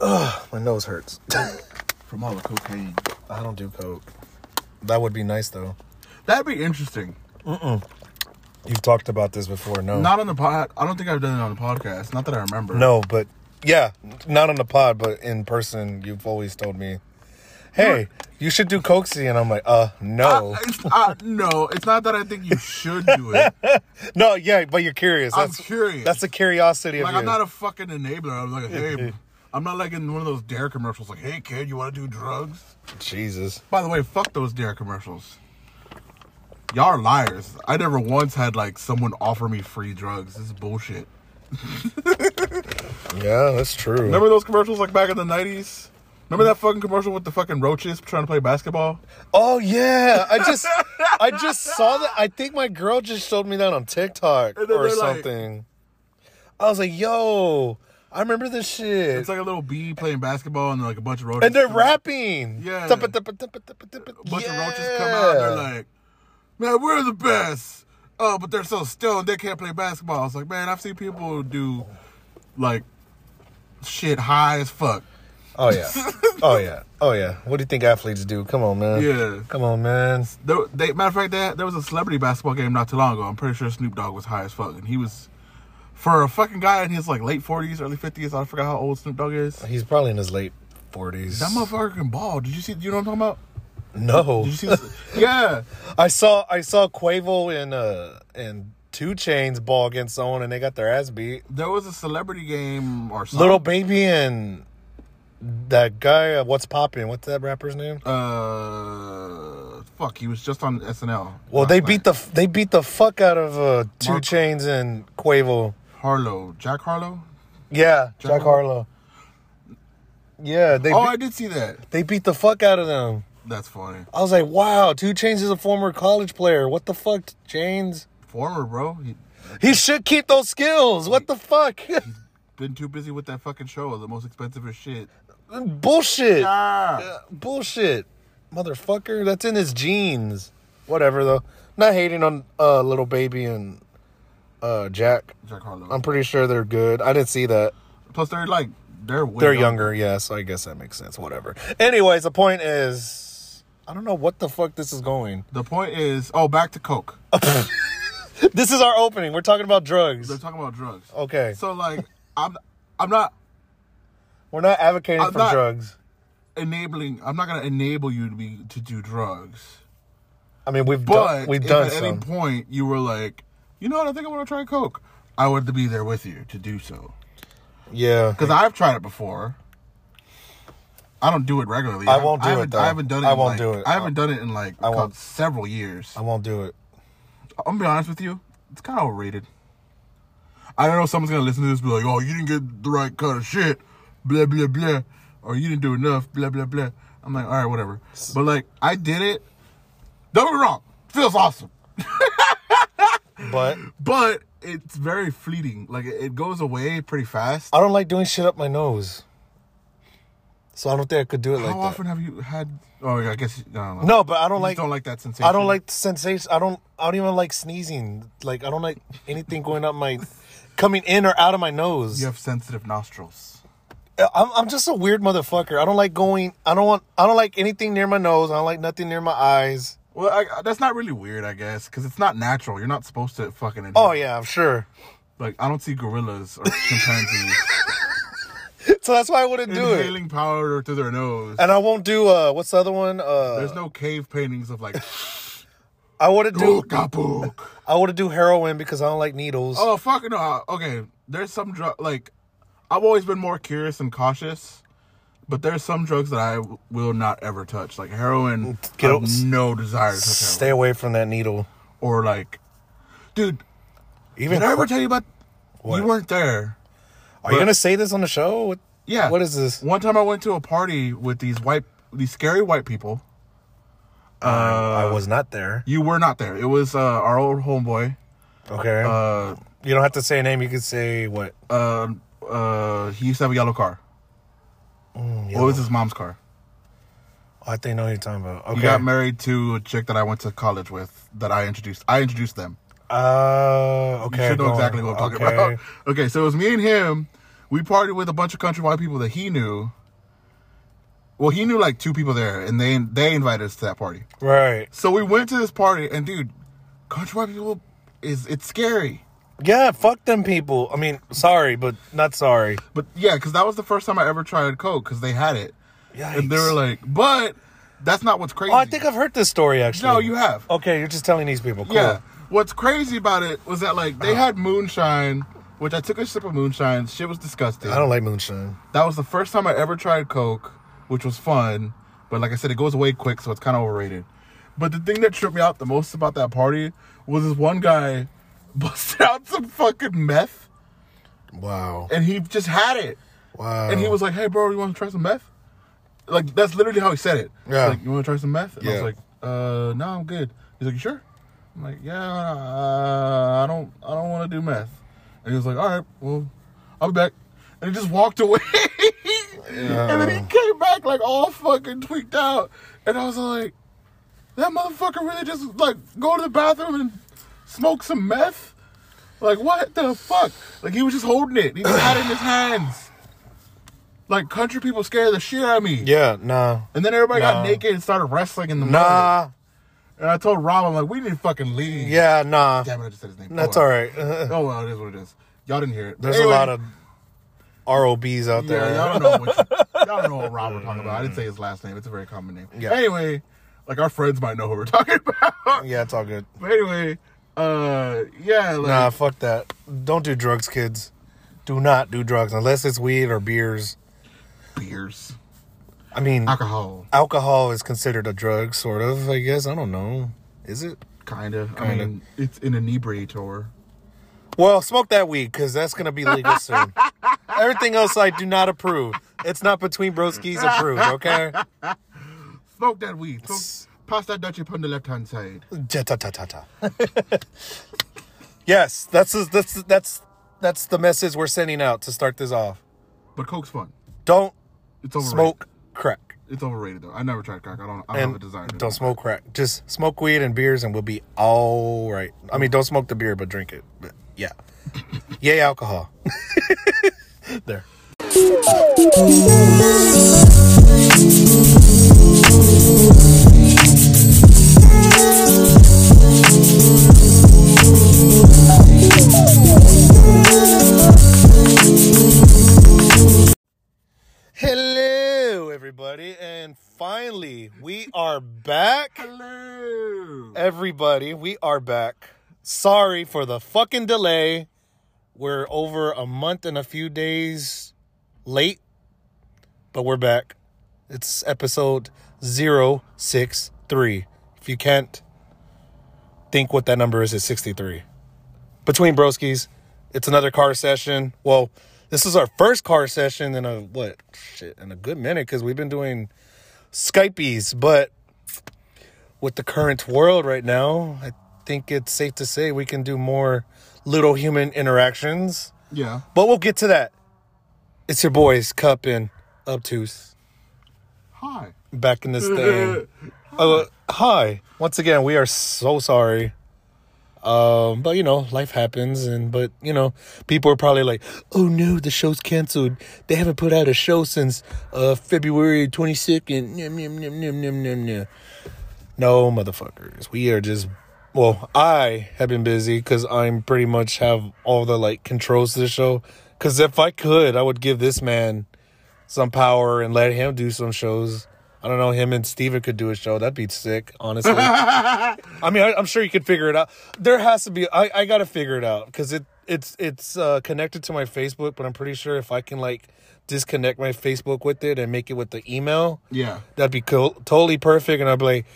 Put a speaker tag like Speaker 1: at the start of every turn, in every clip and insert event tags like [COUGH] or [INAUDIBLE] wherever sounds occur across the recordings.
Speaker 1: My nose hurts. [LAUGHS]
Speaker 2: From all the cocaine.
Speaker 1: I don't do coke. That would be nice though.
Speaker 2: That'd be interesting.
Speaker 1: You've talked about this before, no?
Speaker 2: Not on the pod. I don't think I've done it on the podcast. Not that I remember.
Speaker 1: no, but yeah, not on the pod, but in person, you've always told me, "Hey, you should do cokesy," and I'm like, "Uh, no,
Speaker 2: I, it's, uh, no, it's not that I think you should
Speaker 1: [LAUGHS]
Speaker 2: do it. like
Speaker 1: no, yeah." But you're curious.
Speaker 2: I'm
Speaker 1: That's,
Speaker 2: curious.
Speaker 1: That's a curiosity of
Speaker 2: I'm
Speaker 1: you.
Speaker 2: not a fucking enabler. I'm like, hey, I'm not like in one of those Dare commercials. Like, hey kid, you want to do drugs?
Speaker 1: Jesus.
Speaker 2: By the way, fuck those Dare commercials. Y'all are liars. I never once had like someone offer me free drugs. This is bullshit.
Speaker 1: Yeah, that's true.
Speaker 2: Remember those commercials like back in the nineties? Remember that fucking commercial with the fucking roaches trying to play basketball?
Speaker 1: Oh yeah, I just I just saw that. I think my girl just showed me that on TikTok
Speaker 2: And then
Speaker 1: or
Speaker 2: they're like-
Speaker 1: something. I was like, "Yo, I remember this shit."
Speaker 2: It's like a little bee playing basketball and like a bunch of roaches.
Speaker 1: and they're rapping.
Speaker 2: Yeah.
Speaker 1: Tup- tup- tup- tup- tup- tup- tup-
Speaker 2: A bunch
Speaker 1: yeah.
Speaker 2: of roaches come out. and They're like, man, we're the best. Oh, but they're so stoned they can't play basketball. It's like, man, I've seen people do like shit high as fuck.
Speaker 1: "Oh
Speaker 2: [LAUGHS]
Speaker 1: yeah, oh yeah, oh yeah." What do you think athletes do? Come on, man.
Speaker 2: Yeah.
Speaker 1: Come on, man.
Speaker 2: There, they, matter of fact, there, there was a celebrity basketball game not too long ago. I'm pretty sure Snoop Dogg was high as fuck, and he was for a fucking guy in his like late 40s, early 50s. I forgot how old Snoop Dogg is.
Speaker 1: He's probably in his late forties.
Speaker 2: That motherfucker can ball. Did you see? You know what I'm talking about?
Speaker 1: No,
Speaker 2: Did you see? this- [LAUGHS] yeah,
Speaker 1: I saw I saw Quavo in uh in Two Chains ball against someone, and they got their ass beat.
Speaker 2: there was a celebrity game or something.
Speaker 1: Little Baby and that guy, uh, what's popping? What's that rapper's name?
Speaker 2: Uh, fuck. He was just on SNL.
Speaker 1: Well,
Speaker 2: last
Speaker 1: they
Speaker 2: night.
Speaker 1: beat the they beat the fuck out of uh, Two
Speaker 2: Mark-
Speaker 1: Chains and Quavo.
Speaker 2: Harlow, Jack Harlow.
Speaker 1: Yeah, Jack
Speaker 2: Harlow?
Speaker 1: Harlow. Yeah, they
Speaker 2: oh,
Speaker 1: beat-
Speaker 2: I did see that.
Speaker 1: they beat the fuck out of them.
Speaker 2: That's funny.
Speaker 1: I was like, wow, Two Chains is a former college player. What the fuck, Chains?
Speaker 2: Former bro, he
Speaker 1: He should keep those skills. What the fuck? [LAUGHS]
Speaker 2: been too busy with that fucking show. The most expensive as shit.
Speaker 1: Bullshit.
Speaker 2: Ah.
Speaker 1: Uh, Bullshit. Motherfucker, that's in his jeans. Whatever though. Not hating on uh little baby and uh Jack.
Speaker 2: Jack Harlow.
Speaker 1: I'm pretty sure they're good. I didn't see that.
Speaker 2: Plus, they're like they're way
Speaker 1: They're younger, yeah, so I guess that makes sense. Whatever. Anyways, the point is I don't know what the fuck this is going.
Speaker 2: The point is, oh, back to coke.
Speaker 1: This is our opening. We're talking about
Speaker 2: They're
Speaker 1: drugs.
Speaker 2: talking about drugs.
Speaker 1: Okay.
Speaker 2: So like, I'm I'm not
Speaker 1: We're not advocating
Speaker 2: I'm
Speaker 1: for
Speaker 2: not-
Speaker 1: drugs.
Speaker 2: enabling. I'm not gonna enable you to be to do drugs.
Speaker 1: I mean, we've
Speaker 2: But
Speaker 1: done we've
Speaker 2: if
Speaker 1: done
Speaker 2: at any
Speaker 1: some.
Speaker 2: point you were like, you know what, I think I want to try coke. I would be there with you to do so
Speaker 1: yeah.
Speaker 2: because I've tried it before. I don't do it regularly.
Speaker 1: I won't do it,
Speaker 2: haven't-
Speaker 1: though.
Speaker 2: I haven't done it.
Speaker 1: I
Speaker 2: in,
Speaker 1: won't
Speaker 2: like-
Speaker 1: do it.
Speaker 2: I haven't done it in like
Speaker 1: I won't-
Speaker 2: several years.
Speaker 1: I won't do it.
Speaker 2: I'm gonna be honest with you, it's kind of overrated. I don't know if someone's gonna listen to this and be like, oh, you didn't get the right kind of shit, blah, blah, blah, or you didn't do enough, blah, blah, blah. I'm like, all right, whatever. But like, I did it. Don't get me wrong, feels awesome.
Speaker 1: But
Speaker 2: But it's very fleeting. Like, it, it goes away pretty fast.
Speaker 1: I don't like doing shit up my nose. So I don't think I could do it like
Speaker 2: How
Speaker 1: that.
Speaker 2: often have you had. Oh, I guess. No, no.
Speaker 1: No, but I don't
Speaker 2: You
Speaker 1: like
Speaker 2: just don't like that sensation.
Speaker 1: I don't like the sensation. I don't I don't even like sneezing. Like I don't like anything going up my coming in or out of my nose. Uh,
Speaker 2: You have sensitive nostrils.
Speaker 1: I'm I'm just a weird motherfucker. I don't like going I don't want I don't like anything near my nose. I don't like nothing near my eyes.
Speaker 2: Well, I, that's not really weird, I guess, because it's not natural. You're not supposed to fucking. inhale.
Speaker 1: Oh yeah, I'm sure. [LAUGHS]
Speaker 2: Like I don't see gorillas or chimpanzees
Speaker 1: So that's why I wouldn't do it.
Speaker 2: inhaling powder through their nose.
Speaker 1: And I won't do uh what's the other one? Uh
Speaker 2: There's no cave
Speaker 1: [LAUGHS]
Speaker 2: paintings of like
Speaker 1: I wouldn't do
Speaker 2: Oogkapook.
Speaker 1: I wouldn't do heroin because I don't like needles.
Speaker 2: Oh fucking no! Okay, there's some drug like I've always been more curious and cautious, but there's some drugs that I w- will not ever touch, like heroin.
Speaker 1: Get
Speaker 2: I
Speaker 1: o- s-
Speaker 2: have no desire to touch
Speaker 1: Stay
Speaker 2: heroin.
Speaker 1: away from that needle.
Speaker 2: Or like, dude,
Speaker 1: Even
Speaker 2: did I ever tell you about?
Speaker 1: [LAUGHS] What?
Speaker 2: You weren't there.
Speaker 1: Are you going to say this on the show? What-
Speaker 2: Yeah.
Speaker 1: What is this?
Speaker 2: One time I went to a party with these white, these scary white people. Uh,
Speaker 1: I was not there.
Speaker 2: You were not there. It was uh, our old homeboy.
Speaker 1: Okay.
Speaker 2: Uh,
Speaker 1: you don't have to say a name. You can say what.
Speaker 2: um, uh, he used to have a yellow car.
Speaker 1: Mm,
Speaker 2: What was his mom's car?
Speaker 1: Oh, I think I know who you're talking about. Okay.
Speaker 2: He got married to a chick that I went to college with. That I introduced. I introduced them.
Speaker 1: uh, okay.
Speaker 2: You should know
Speaker 1: go on.
Speaker 2: exactly [LAUGHS] what I'm talking
Speaker 1: Okay.
Speaker 2: about. Okay, so it was me and him. We partied with a bunch of country white people that he knew, Well, he knew like two people there, and they they invited us to that party.
Speaker 1: [LAUGHS] Right.
Speaker 2: So we went to this party, and dude, country white people is it's scary.
Speaker 1: Yeah, fuck them people. I mean, sorry, but not sorry.
Speaker 2: But yeah, because that was the first time I ever tried coke because they had it, and they
Speaker 1: Yikes.
Speaker 2: were like, "But that's not what's crazy."
Speaker 1: Oh, I think I've heard this story actually.
Speaker 2: No, you have.
Speaker 1: Okay, you're just telling these people. Cool.
Speaker 2: Yeah. What's crazy about it was that like
Speaker 1: Uh.
Speaker 2: they had moonshine, which I took a sip of moonshine. Shit was disgusting.
Speaker 1: I don't like moonshine.
Speaker 2: That was the first time I ever tried coke, which was fun. But like I said, it goes away quick, so it's kind of overrated. But the thing that tripped me out the most about that party was this one guy [LAUGHS] busted out some fucking meth,
Speaker 1: Wow.
Speaker 2: and he just had it.
Speaker 1: Wow.
Speaker 2: And he was like, "Hey, bro, you want to try some meth?" Like that's literally how he said it.
Speaker 1: Yeah.
Speaker 2: Like, you want to try some meth? And I was
Speaker 1: Yeah.
Speaker 2: like, "Uh, no, I'm good." He's like, "You sure?" I'm like, "Yeah, uh, I don't, I don't want to do meth." And he was like, "All right, well, I'll be back." And he just walked away. [LAUGHS] And then he came back like all fucking tweaked out, and I was like, "That motherfucker really just like go to the bathroom and smoke some meth." Like what the fuck? Like he was just holding it. He just had it
Speaker 1: [CLEARS THROAT]
Speaker 2: in his hands. Like country people scared the shit out of me.
Speaker 1: Yeah. Nah.
Speaker 2: And then everybody got
Speaker 1: Nah.
Speaker 2: naked and started wrestling in the mud.
Speaker 1: Nah.
Speaker 2: And I told Rob, I'm like, we need to fucking leave.
Speaker 1: Yeah. Nah.
Speaker 2: Damn it, I just said his name.
Speaker 1: That's
Speaker 2: oh,
Speaker 1: all
Speaker 2: well.
Speaker 1: right. [LAUGHS]
Speaker 2: Oh well, it is what it is. Y'all didn't hear it.
Speaker 1: There's a
Speaker 2: Anyway,
Speaker 1: lot of ROBs out there.
Speaker 2: [LAUGHS] Yeah, y'all don't
Speaker 1: [LAUGHS]
Speaker 2: know what y'all don't know what Rob we're talking about. I didn't say his last name. It's a very common name.
Speaker 1: Yeah.
Speaker 2: Anyway, like our friends might know who we're [LAUGHS] talking about.
Speaker 1: Yeah, it's all good.
Speaker 2: But anyway, uh, yeah, like,
Speaker 1: Nah, fuck that. Don't do drugs, kids. Do not do drugs unless it's weed or beers.
Speaker 2: beers,
Speaker 1: I mean,
Speaker 2: alcohol,
Speaker 1: alcohol is considered a drug, sort of. I guess I don't know. Is it?
Speaker 2: kind of. I
Speaker 1: Kinda.
Speaker 2: mean, it's an inebriator.
Speaker 1: Well, smoke that weed because that's gonna be legal
Speaker 2: [LAUGHS]
Speaker 1: soon. Everything else, I do not approve. It's not between broskies approved. Okay.
Speaker 2: Smoke that weed. Smoke, pass that Dutchie upon the left hand side.
Speaker 1: Ja, ta, ta, [LAUGHS] ta, ta. yes, that's that's that's that's the message we're sending out to start this off.
Speaker 2: But coke's fun.
Speaker 1: Don't
Speaker 2: It's overrated.
Speaker 1: smoke crack
Speaker 2: It's overrated though. I never tried crack. I don't. I don't have a
Speaker 1: and
Speaker 2: desire. to.
Speaker 1: don't smoke crack. Just smoke weed and beers, and we'll be all right. I mean, don't smoke the beer, but drink it. But yeah, yay alcohol. there. Hello, everybody, and finally we are back.
Speaker 2: Hello.
Speaker 1: Everybody, we are back. Sorry for the fucking delay. We're over a month and a few days late, but we're back. It's episode 063. If you can't think what that number is, it's 63. Between broskies, it's another car session. Well, this is our first car session in a what shit in a good minute because we've been doing Skypies, but with the current world right now, I think it's safe to say we can do more little human interactions.
Speaker 2: Yeah.
Speaker 1: But we'll get to that. It's your boys, Cup and Obtuse,
Speaker 2: Hi.
Speaker 1: back in this thing. Uh, hi, once again, we are so sorry. Um, but you know, life happens, and but you know, people are probably like, "Oh no, the show's canceled. They haven't put out a show since uh February twenty second. No, motherfuckers. We are just well, I have been busy because I'm pretty much have all the like controls to the show. Because if I could, I would give this man some power and let him do some shows. I don't know. Him and Steven could do a show. That'd be sick, honestly. I mean, I, I'm sure you could figure it out. There has to be. I, I got to figure it out because it it's it's uh, connected to my Facebook. But I'm pretty sure if I can like disconnect my Facebook with it and make it with the email,
Speaker 2: Yeah.
Speaker 1: That'd be cool, totally perfect. And I'd be like,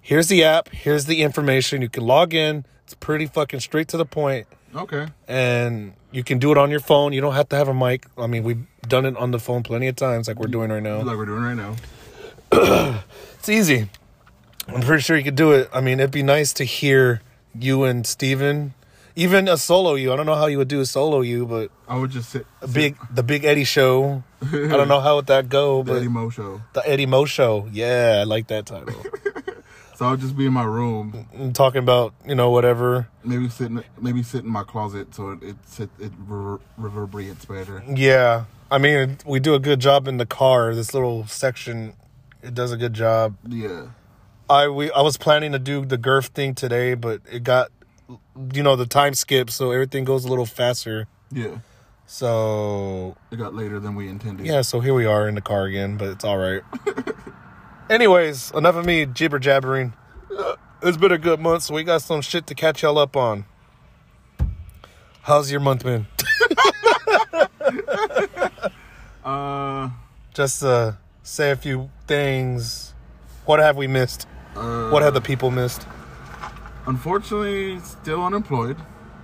Speaker 1: here's the app, here's the information. You can log in. It's pretty fucking straight to the point,
Speaker 2: Okay.
Speaker 1: and you can do it on your phone. You don't have to have a mic. I mean, we've done it on the phone plenty of times, like we're doing right now.
Speaker 2: Like we're doing right now.
Speaker 1: It's easy. I'm pretty sure you could do it. I mean, it'd be nice to hear you and Steven. Even a solo you. I don't know how you would do a solo you, but
Speaker 2: I would just sit.
Speaker 1: a big the Big Eddie show. I don't know how would that go,
Speaker 2: the
Speaker 1: but
Speaker 2: Eddie Mo show.
Speaker 1: the Eddie Mo show. Yeah, I like that
Speaker 2: [LAUGHS]
Speaker 1: title.
Speaker 2: So I would just be in my room,
Speaker 1: I'm talking about you know whatever.
Speaker 2: maybe sitting, maybe sit in my closet, so it it sit, it rever- reverberates better.
Speaker 1: Yeah. I mean, we do a good job in the car, this little section It does a good job.
Speaker 2: Yeah.
Speaker 1: I we I was planning to do the girth thing today, but it got you know the time skip, so everything goes a little faster.
Speaker 2: Yeah.
Speaker 1: So
Speaker 2: It got later than we intended.
Speaker 1: yeah, so here we are in the car again, but it's all right. Anyways, enough of me jibber jabbering. It's been a good month, so we got some shit to catch y'all up on. How's your month been?
Speaker 2: Uh,
Speaker 1: Just uh, say a few things. What have we missed?
Speaker 2: uh,
Speaker 1: What have the people missed?
Speaker 2: unfortunately, still unemployed.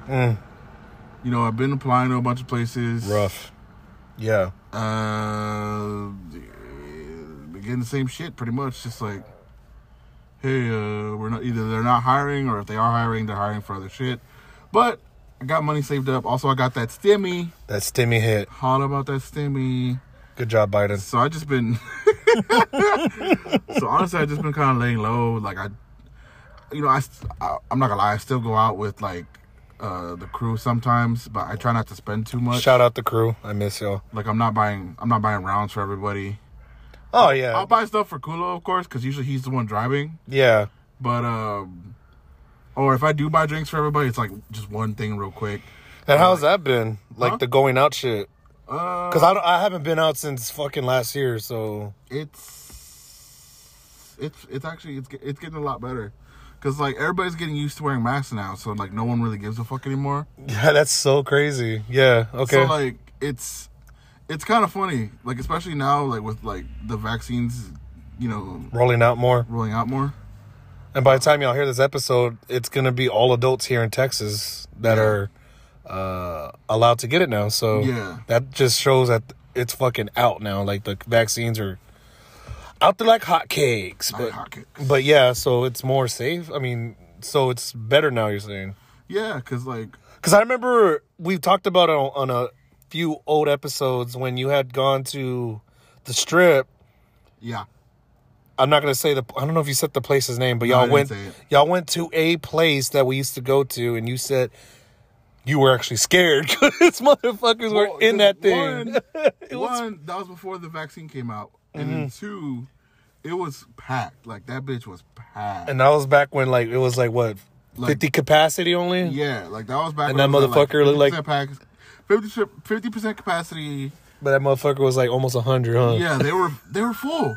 Speaker 2: You know, I've been applying to a bunch of places.
Speaker 1: Rough. Yeah.
Speaker 2: Uh, been getting the same shit pretty much. Just like, hey, uh, we're not either they're not hiring or if they are hiring, they're hiring for other shit. But I got money saved up. Also, I got that stimmy.
Speaker 1: That stimmy hit.
Speaker 2: Holler about that stimmy.
Speaker 1: Good job, Biden.
Speaker 2: So I just been. [LAUGHS] so honestly, I just been kind of laying low. Like I, you know, I, st- I am not gonna lie. I still go out with like uh the crew sometimes, but I try not to spend too much.
Speaker 1: Shout out the crew. I miss y'all.
Speaker 2: Like I'm not buying. I'm not buying rounds for everybody.
Speaker 1: Oh yeah,
Speaker 2: I'll buy stuff for Kulo, of course, because usually he's the one driving.
Speaker 1: yeah.
Speaker 2: But um, or if I do buy drinks for everybody, it's like just one thing real quick.
Speaker 1: And how's that been? Like
Speaker 2: Huh?
Speaker 1: the going out shit?
Speaker 2: Uh,
Speaker 1: Cause I don't, I haven't been out since fucking last year. So [LAUGHS]
Speaker 2: it's it's it's actually it's get- it's getting a lot better because like everybody's getting used to wearing masks now so like no one really gives a fuck anymore
Speaker 1: yeah, that's so crazy. Yeah. Okay.
Speaker 2: so like it's it's kind of funny like especially now like with like the vaccines you know
Speaker 1: Rolling out more.
Speaker 2: rolling out more
Speaker 1: And by the time y'all hear this episode, it's gonna be all adults here in Texas that
Speaker 2: Yeah.
Speaker 1: are uh allowed to get it now. So
Speaker 2: Yeah.
Speaker 1: that just shows that it's fucking out now. Like the vaccines are out there like hotcakes. But
Speaker 2: hotcakes.
Speaker 1: but yeah, so it's more safe. I mean, so it's better now. You're saying.
Speaker 2: yeah because like
Speaker 1: Because I remember we've talked about it on, on a few old episodes when you had gone to the strip.
Speaker 2: yeah
Speaker 1: I'm not gonna say the. I don't know if you said the place's name, but
Speaker 2: I
Speaker 1: y'all
Speaker 2: didn't
Speaker 1: went.
Speaker 2: say it.
Speaker 1: Y'all went to a place that we used to go to, and you said you were actually scared [LAUGHS] because motherfuckers
Speaker 2: Well,
Speaker 1: were in that thing.
Speaker 2: one- one that was before the vaccine came out and then
Speaker 1: Mm-hmm.
Speaker 2: two it was packed like that bitch was
Speaker 1: [LAUGHS]
Speaker 2: packed
Speaker 1: and that was back when like it was like what
Speaker 2: Like-
Speaker 1: 50 capacity only.
Speaker 2: yeah like that was back
Speaker 1: And
Speaker 2: when
Speaker 1: that
Speaker 2: it was at,
Speaker 1: motherfucker looked like-
Speaker 2: 50% pack, 50 50 percent capacity
Speaker 1: But that motherfucker was like almost hundred, huh?
Speaker 2: Yeah, they were they were full.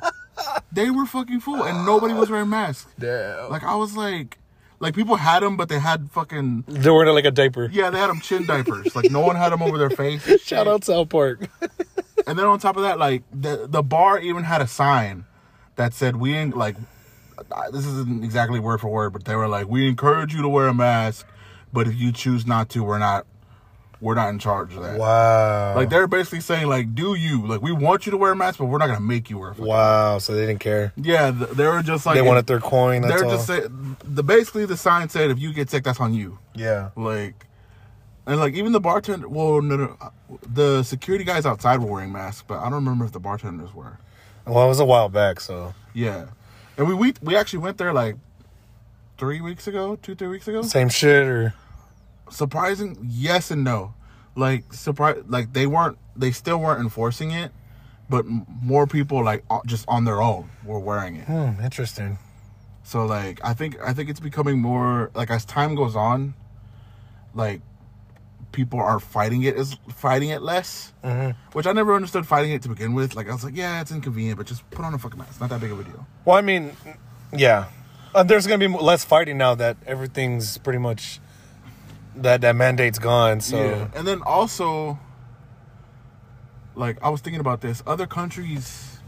Speaker 2: they were fucking full, and nobody was wearing masks.
Speaker 1: Damn.
Speaker 2: Like I was like, like people had them, but they had fucking
Speaker 1: They were in like a diaper.
Speaker 2: yeah, they had them chin diapers. Like no one had them over their face. and shit.
Speaker 1: Shout out South Park. [LAUGHS]
Speaker 2: And then on top of that, like the the bar even had a sign that said we ain't like I- this isn't exactly word for word, but they were like we encourage you to wear a mask, but if you choose not to, we're not we're not in charge of that.
Speaker 1: wow.
Speaker 2: Like they're basically saying like do you like we want you to wear a mask, but we're not gonna make you wear. A fucking-
Speaker 1: wow. So they didn't care.
Speaker 2: Yeah, th- they were just like
Speaker 1: They wanted their coin. That's
Speaker 2: They're
Speaker 1: all.
Speaker 2: just say, the basically the sign said if you get sick, that's on you.
Speaker 1: yeah.
Speaker 2: Like, and like even the bartender. Well, no, no, uh, the security guys outside were wearing masks, but I don't remember if the bartenders were.
Speaker 1: Well, it was a while back,
Speaker 2: [LAUGHS]
Speaker 1: so
Speaker 2: Yeah, and we we we actually went there like three weeks ago, two three weeks ago.
Speaker 1: same shit or
Speaker 2: Surprising, yes and no. Like surprise, like they weren't, they still weren't enforcing it, but m- more people like o- just on their own were wearing it.
Speaker 1: hmm, interesting.
Speaker 2: So like I think I think it's becoming more like as time goes on, like people are fighting it is fighting it less, which I never understood fighting it to begin with. Like I was like, yeah, it's inconvenient, but just put on a fucking mask. It's not that big of a deal.
Speaker 1: Well, I mean, yeah, uh, there's gonna be mo- less fighting now that everything's pretty much that that mandate's gone. So
Speaker 2: And then also, like I was thinking about this, other countries,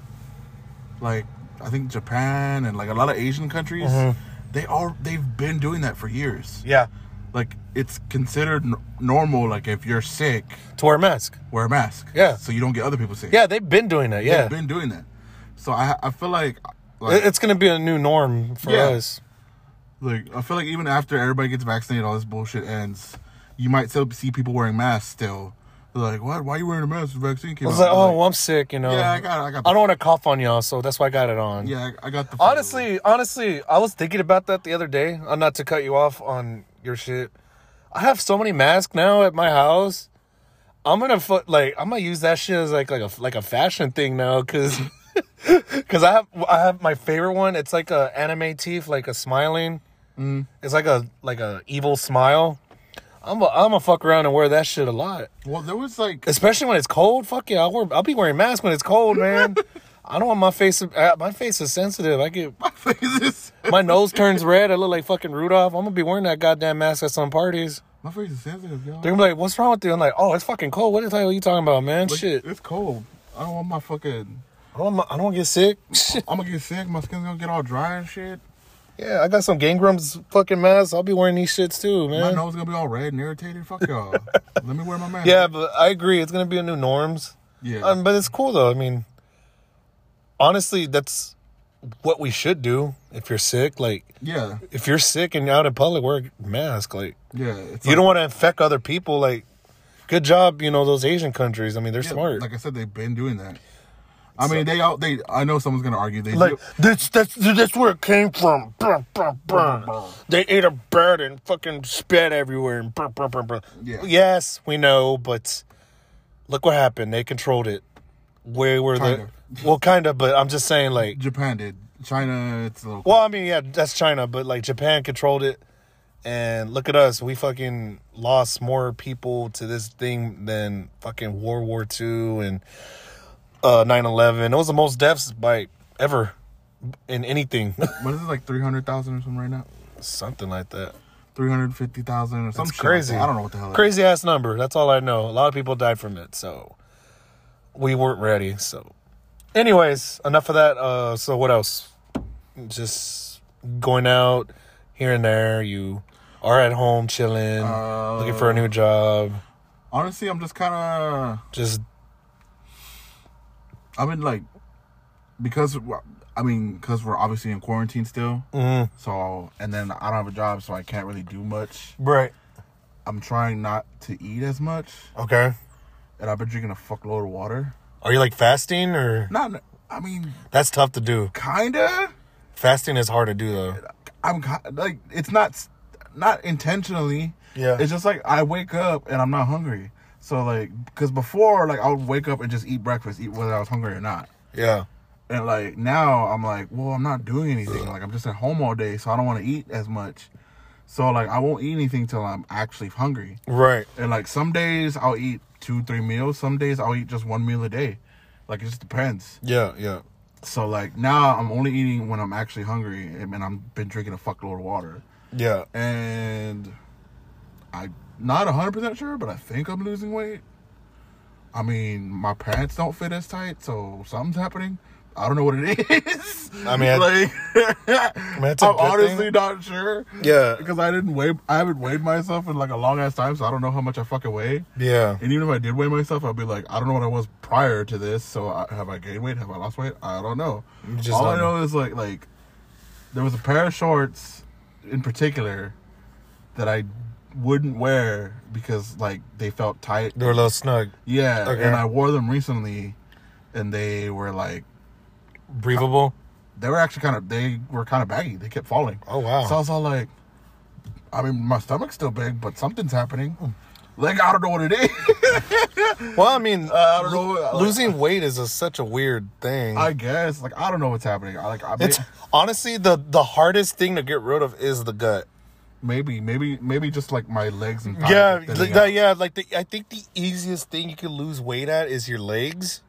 Speaker 2: like I think Japan and like a lot of Asian countries,
Speaker 1: Mm-hmm.
Speaker 2: they are they've been doing that for years.
Speaker 1: yeah,
Speaker 2: Like it's considered n- normal. Like if you're sick.
Speaker 1: to wear a mask.
Speaker 2: wear a mask.
Speaker 1: Yeah.
Speaker 2: So you don't get other people sick.
Speaker 1: Yeah, they've been doing that. Yeah,
Speaker 2: I've been doing that. So I I feel like
Speaker 1: It-
Speaker 2: like,
Speaker 1: it's gonna be a new norm for
Speaker 2: Yeah.
Speaker 1: us.
Speaker 2: like I feel like even after everybody gets vaccinated, all this bullshit ends. You might still see people wering masks still. They're like, what? Why are you wearing a mask? The vaccine came
Speaker 1: I was
Speaker 2: out."
Speaker 1: like, oh, well, I'm sick. You know,
Speaker 2: Yeah, I got- I got-
Speaker 1: don't want to cough on y'all, so that's why I got it on.
Speaker 2: yeah, I, I got the flu."
Speaker 1: Honestly, honestly, I was thinking about that the other day. Uh, not to cut you off on your shit. I have so many masks now at my house. I'm gonna fu- like I'm gonna use that shit as like like a like a fashion thing now because [LAUGHS] Cause I have I have my favorite one. It's like a anime teeth, like a smiling. It's like a like a evil smile. I'm a, I'm a fuck around and wear that shit a lot,
Speaker 2: Well, there was like [LAUGHS]
Speaker 1: especially when it's cold. Fuck yeah, I'll wear I'll be wearing masks when it's cold, man. I don't want my face. to- uh, My face is sensitive. I get
Speaker 2: faces.
Speaker 1: my nose turns red. I look like fucking Rudolph. I'm gonna be wearing that goddamn mask at some parties.
Speaker 2: My face is sensitive, y'all.
Speaker 1: They're gonna be like, "What's wrong with you?" I'm like, "Oh, it's fucking cold. What the hell are you talking about, man?
Speaker 2: Like,
Speaker 1: Shit,
Speaker 2: It's cold. I don't want my fucking.
Speaker 1: I don't, I don't get sick. [LAUGHS] Shit.
Speaker 2: I'm gonna get sick. My skin's gonna get all dry and shit.
Speaker 1: Yeah, I got some Gangram's fucking masks. I'll be wearing these shits too,
Speaker 2: My
Speaker 1: man.
Speaker 2: nose gonna be all red and irritated.
Speaker 1: [LAUGHS]
Speaker 2: Fuck y'all. Let me wear my mask.
Speaker 1: Yeah, but I agree. It's gonna be a new norms.
Speaker 2: Yeah.
Speaker 1: Um, but it's cool though. I mean, honestly, that's what we should do. If you're sick, like
Speaker 2: yeah.
Speaker 1: if you're sick and you're out in public, wear a mask. Like
Speaker 2: Yeah. It's
Speaker 1: you
Speaker 2: like-
Speaker 1: don't want to infect other people. Like good job, you know those Asian countries. I mean, they're
Speaker 2: yeah,
Speaker 1: smart.
Speaker 2: Like I said, they've been doing that. I mean, they all they. I know someone's gonna argue they
Speaker 1: Like
Speaker 2: do-
Speaker 1: that's that's that's where it came from. Brr, brr, brr. They ate a bird and fucking spat everywhere. And brr, brr, brr, brr.
Speaker 2: Yeah.
Speaker 1: Yes, we know, but look what happened. They controlled it. Where were the
Speaker 2: Kinda.
Speaker 1: well, kind of, but I'm just saying, like,
Speaker 2: Japan did. China, it's a little.
Speaker 1: well, I mean, yeah, that's China, but like Japan controlled it, and look at us. We fucking lost more people to this thing than fucking World War II and uh 9/11. It was the most deaths by ever in anything. [LAUGHS]
Speaker 2: What is it like three hundred thousand or something right now?
Speaker 1: something like that.
Speaker 2: Three hundred fifty thousand or something.
Speaker 1: It's crazy.
Speaker 2: I don't know what the hell. Crazy.
Speaker 1: Crazy ass number. That's all I know. A lot of people died from it, so we weren't ready. So, anyways, enough of that. Uh, so what else? Just going out here and there. You are at home chilling,
Speaker 2: Uh,
Speaker 1: looking for a new job.
Speaker 2: Honestly, I'm just kind of.
Speaker 1: Just
Speaker 2: I've been like, because I mean, because we're obviously in quarantine still.
Speaker 1: mm,
Speaker 2: So and then I don't have a job, so I can't really do much.
Speaker 1: right.
Speaker 2: I'm trying not to eat as much,
Speaker 1: Okay.
Speaker 2: and I've been drinking a fuckload of water.
Speaker 1: Are you like fasting or?
Speaker 2: Not, I mean,
Speaker 1: That's tough to do.
Speaker 2: kinda.
Speaker 1: Fasting is hard to do though.
Speaker 2: I'm ki- like, it's not, s- not intentionally.
Speaker 1: Yeah.
Speaker 2: It's just like I wake up and I'm not hungry. So like, because before like I would wake up and just eat breakfast, eat whether I was hungry or not.
Speaker 1: Yeah.
Speaker 2: And like now I'm like, well, I'm not doing anything. Like I'm just at home all day, so I don't want to eat as much. So like I won't eat anything till I'm actually hungry.
Speaker 1: Right.
Speaker 2: And like some days I'll eat two, three meals. Some days I'll eat just one meal a day. Like it just depends.
Speaker 1: Yeah. Yeah.
Speaker 2: So like now I'm only eating when I'm actually hungry, and and I've been drinking a fuckload of water.
Speaker 1: Yeah.
Speaker 2: And I'm not 100 percent sure, but I think I'm losing weight. I mean, my pants don't fit as tight, so something's happening. I don't know what it [LAUGHS] is.
Speaker 1: I mean, I-
Speaker 2: like,
Speaker 1: that's a good
Speaker 2: I'm
Speaker 1: thing.
Speaker 2: honestly not sure.
Speaker 1: Yeah.
Speaker 2: because I didn't weigh, I haven't weighed myself in like a long ass time, so I don't know how much I fucking weigh.
Speaker 1: Yeah.
Speaker 2: And even if I did weigh myself, I'd be like, I don't know what I was prior to this. So I, have I gained weight? Have I lost weight? I don't know.
Speaker 1: You just
Speaker 2: All
Speaker 1: don't
Speaker 2: I know, is like like there was a pair of shorts in particular that I wouldn't wear because like they felt tight.
Speaker 1: They're a little snug,
Speaker 2: Yeah,
Speaker 1: Okay.
Speaker 2: and I wore them recently, and they were like
Speaker 1: breathable.
Speaker 2: they were actually kind of they were kind of baggy. They kept falling.
Speaker 1: Oh, wow.
Speaker 2: So I was all like, I mean, my stomach's still big, but something's happening. Hmm. Like I don't know what it is. [LAUGHS]
Speaker 1: Well, I mean,
Speaker 2: I don't know. Like,
Speaker 1: losing weight is a, such a weird thing.
Speaker 2: I guess. Like I don't know what's happening. I like I may,
Speaker 1: it's honestly the the hardest thing to get rid of is the gut.
Speaker 2: maybe maybe maybe just like my legs and thighs are
Speaker 1: Yeah,
Speaker 2: thinning
Speaker 1: like that-
Speaker 2: out.
Speaker 1: yeah, like the, I think the easiest thing you can lose weight at is your legs.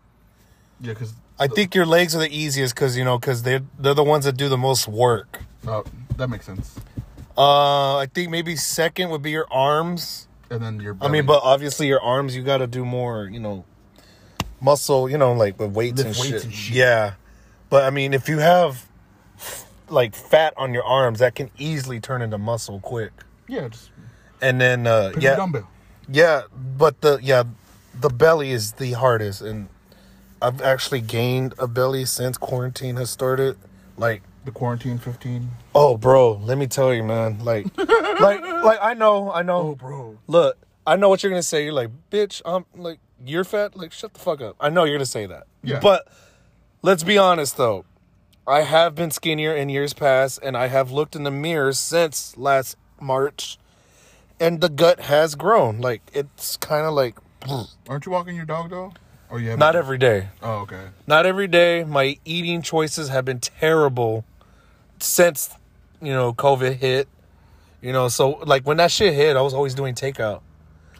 Speaker 2: yeah because
Speaker 1: I think your legs are the easiest because you know because they they're the ones that do the most work.
Speaker 2: oh, that makes sense.
Speaker 1: Uh, I think maybe second would be your arms.
Speaker 2: And then your
Speaker 1: I mean, but obviously your arms you got to do more, you know, muscle, you know, like with weights,
Speaker 2: Lift
Speaker 1: and,
Speaker 2: weights
Speaker 1: shit.
Speaker 2: and shit.
Speaker 1: Yeah, but I mean, if you have like fat on your arms, that can easily turn into muscle quick.
Speaker 2: yeah, just
Speaker 1: And then uh,
Speaker 2: pick a
Speaker 1: yeah,
Speaker 2: dumbbell.
Speaker 1: yeah, but the yeah, the belly is the hardest, and I've actually gained a belly since quarantine has started. Like
Speaker 2: The quarantine fifteen.
Speaker 1: Oh, bro, let me tell you, man. Like, [LAUGHS] like, like, I know, I know,
Speaker 2: Oh, bro.
Speaker 1: Look, I know what you're gonna say. You're like, bitch, I'm like, you're fat. Like, shut the fuck up. I know you're gonna say that.
Speaker 2: Yeah.
Speaker 1: But let's be honest though, I have been skinnier in years past, and I have looked in the mirror since last March, and the gut has grown. Like, [SNIFFS] it's kind of like,
Speaker 2: Aren't you walking your dog though? Oh yeah.
Speaker 1: Not every day.
Speaker 2: Oh okay.
Speaker 1: Not every day. My eating choices have been terrible since, you know, COVID hit. You know, so like when that shit hit, I was always doing takeout.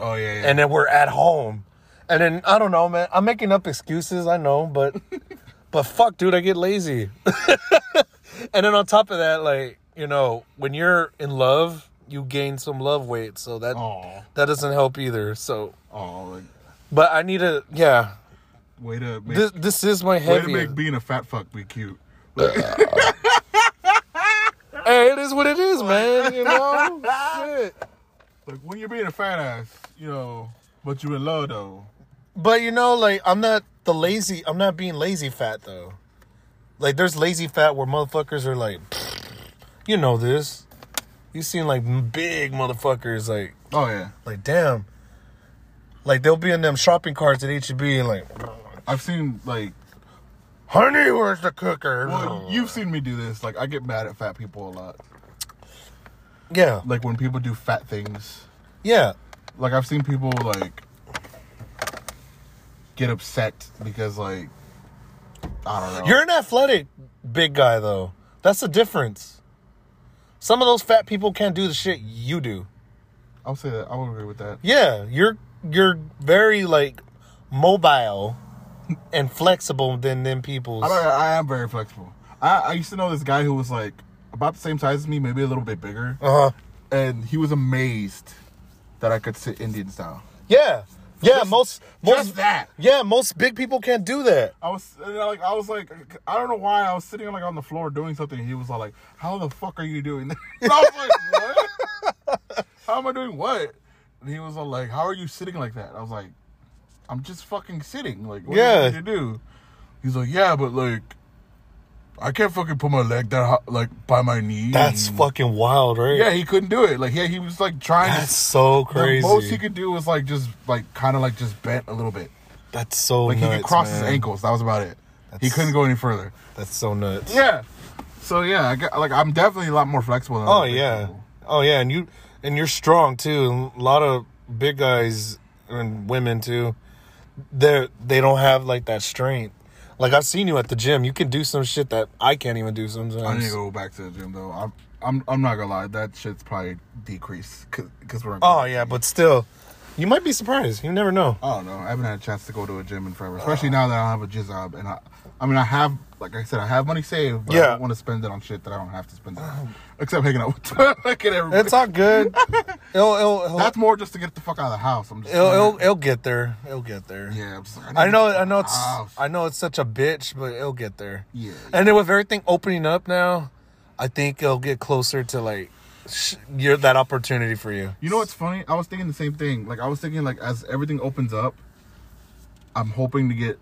Speaker 2: Oh yeah. yeah.
Speaker 1: And then we're at home. And then I don't know, man. I'm making up excuses, I know,
Speaker 2: [LAUGHS]
Speaker 1: but but fuck, dude, I get lazy. [LAUGHS] and then on top of that, like, you know, when you're in love, you gain some love weight. So that
Speaker 2: Aw.
Speaker 1: that doesn't help either. So
Speaker 2: oh, like
Speaker 1: but I need to yeah.
Speaker 2: way to make
Speaker 1: This this is my
Speaker 2: way to
Speaker 1: heavy.
Speaker 2: make being a fat fuck be cute.
Speaker 1: Hey, it is what it is, man. You know,
Speaker 2: [LAUGHS]
Speaker 1: Shit.
Speaker 2: Like when you're being a fat ass, you know, but you in love though.
Speaker 1: But you know, like I'm not the lazy. I'm not being lazy fat though. Like there's lazy fat where motherfuckers are like, you know this. You seen like big motherfuckers like
Speaker 2: Oh yeah.
Speaker 1: like damn. Like they'll be in them shopping carts at HEB and like,
Speaker 2: I've seen like
Speaker 1: honey, where's the cooker?
Speaker 2: well, you've seen me do this. Like I get mad at fat people a lot.
Speaker 1: yeah,
Speaker 2: Like when people do fat things.
Speaker 1: yeah.
Speaker 2: Like I've seen people like get upset because like I don't know.
Speaker 1: You're an athletic big guy though. That's the difference. Some of those fat people can't do the shit you do.
Speaker 2: I'll say that. I would agree with that.
Speaker 1: Yeah, you're you're very like mobile and flexible than them people's.
Speaker 2: I, don't, I am very flexible. I, I used to know this guy who was like about the same size as me, maybe a little bit bigger,
Speaker 1: Uh huh.
Speaker 2: and he was amazed that I could sit Indian style.
Speaker 1: Yeah, yeah. most most
Speaker 2: Just that.
Speaker 1: yeah most big people can't do that.
Speaker 2: I was and I, like, I was like, I don't know why I was sitting like on the floor doing something. And he was all like, "How the fuck are you doing that?" [LAUGHS] And I was like, "What? How am I doing what?" And he was all like, "How are you sitting like that?" I was like, "I'm just fucking sitting. Like, what
Speaker 1: Yeah.
Speaker 2: do you want me to do?" He's like, "Yeah, but like, I can't fucking put my leg that high, like by my knee."
Speaker 1: That's
Speaker 2: And-
Speaker 1: fucking wild, right?
Speaker 2: Mm. Yeah, he couldn't do it. Like, yeah, he was like trying.
Speaker 1: That's
Speaker 2: to,
Speaker 1: so crazy.
Speaker 2: The most he could do was like just like kind of like just bent a little bit.
Speaker 1: That's so
Speaker 2: Like
Speaker 1: nuts.
Speaker 2: he could cross his
Speaker 1: man.
Speaker 2: ankles. That was about it. he
Speaker 1: That's-
Speaker 2: couldn't go any further.
Speaker 1: That's so nuts.
Speaker 2: Yeah. So yeah, I got, like I'm definitely a lot more flexible. Than
Speaker 1: Oh
Speaker 2: other
Speaker 1: yeah.
Speaker 2: people.
Speaker 1: Oh yeah, and you and you're strong too. A lot of big guys and women too. They they don't have like that strength. Like I've seen you at the gym, you can do some shit that I can't even do sometimes.
Speaker 2: I need to go back to the gym though. I'm I'm I'm not gonna lie. That shit's probably decreased because we're.
Speaker 1: Oh yeah, but still, you might be surprised. You never know.
Speaker 2: I don't know. I haven't had a chance to go to a gym in forever, especially
Speaker 1: Uh.
Speaker 2: now that I don't have a job. And I, I mean, I have, like I said, I have money saved, but I
Speaker 1: Yeah. Um.
Speaker 2: don't want to spend it on shit that I don't have to spend it on, except hanging out with [LAUGHS] like and everybody.
Speaker 1: It's all
Speaker 2: [LAUGHS]
Speaker 1: good. it'll, it'll, it'll,
Speaker 2: That's more just to get the fuck out of the house. I'm just,
Speaker 1: it'll, it'll it'll get there. It'll get there.
Speaker 2: yeah. I'm just like,
Speaker 1: I
Speaker 2: need
Speaker 1: know.
Speaker 2: to get
Speaker 1: I know.
Speaker 2: out of
Speaker 1: It's.
Speaker 2: the house.
Speaker 1: I know it's such a bitch, but it'll get there.
Speaker 2: Oh, Yeah.
Speaker 1: And then with everything opening up now, I think it'll get closer to like sh- your that opportunity for you.
Speaker 2: You know what's funny? I was thinking the same thing. Like I was thinking like as everything opens up, I'm hoping to get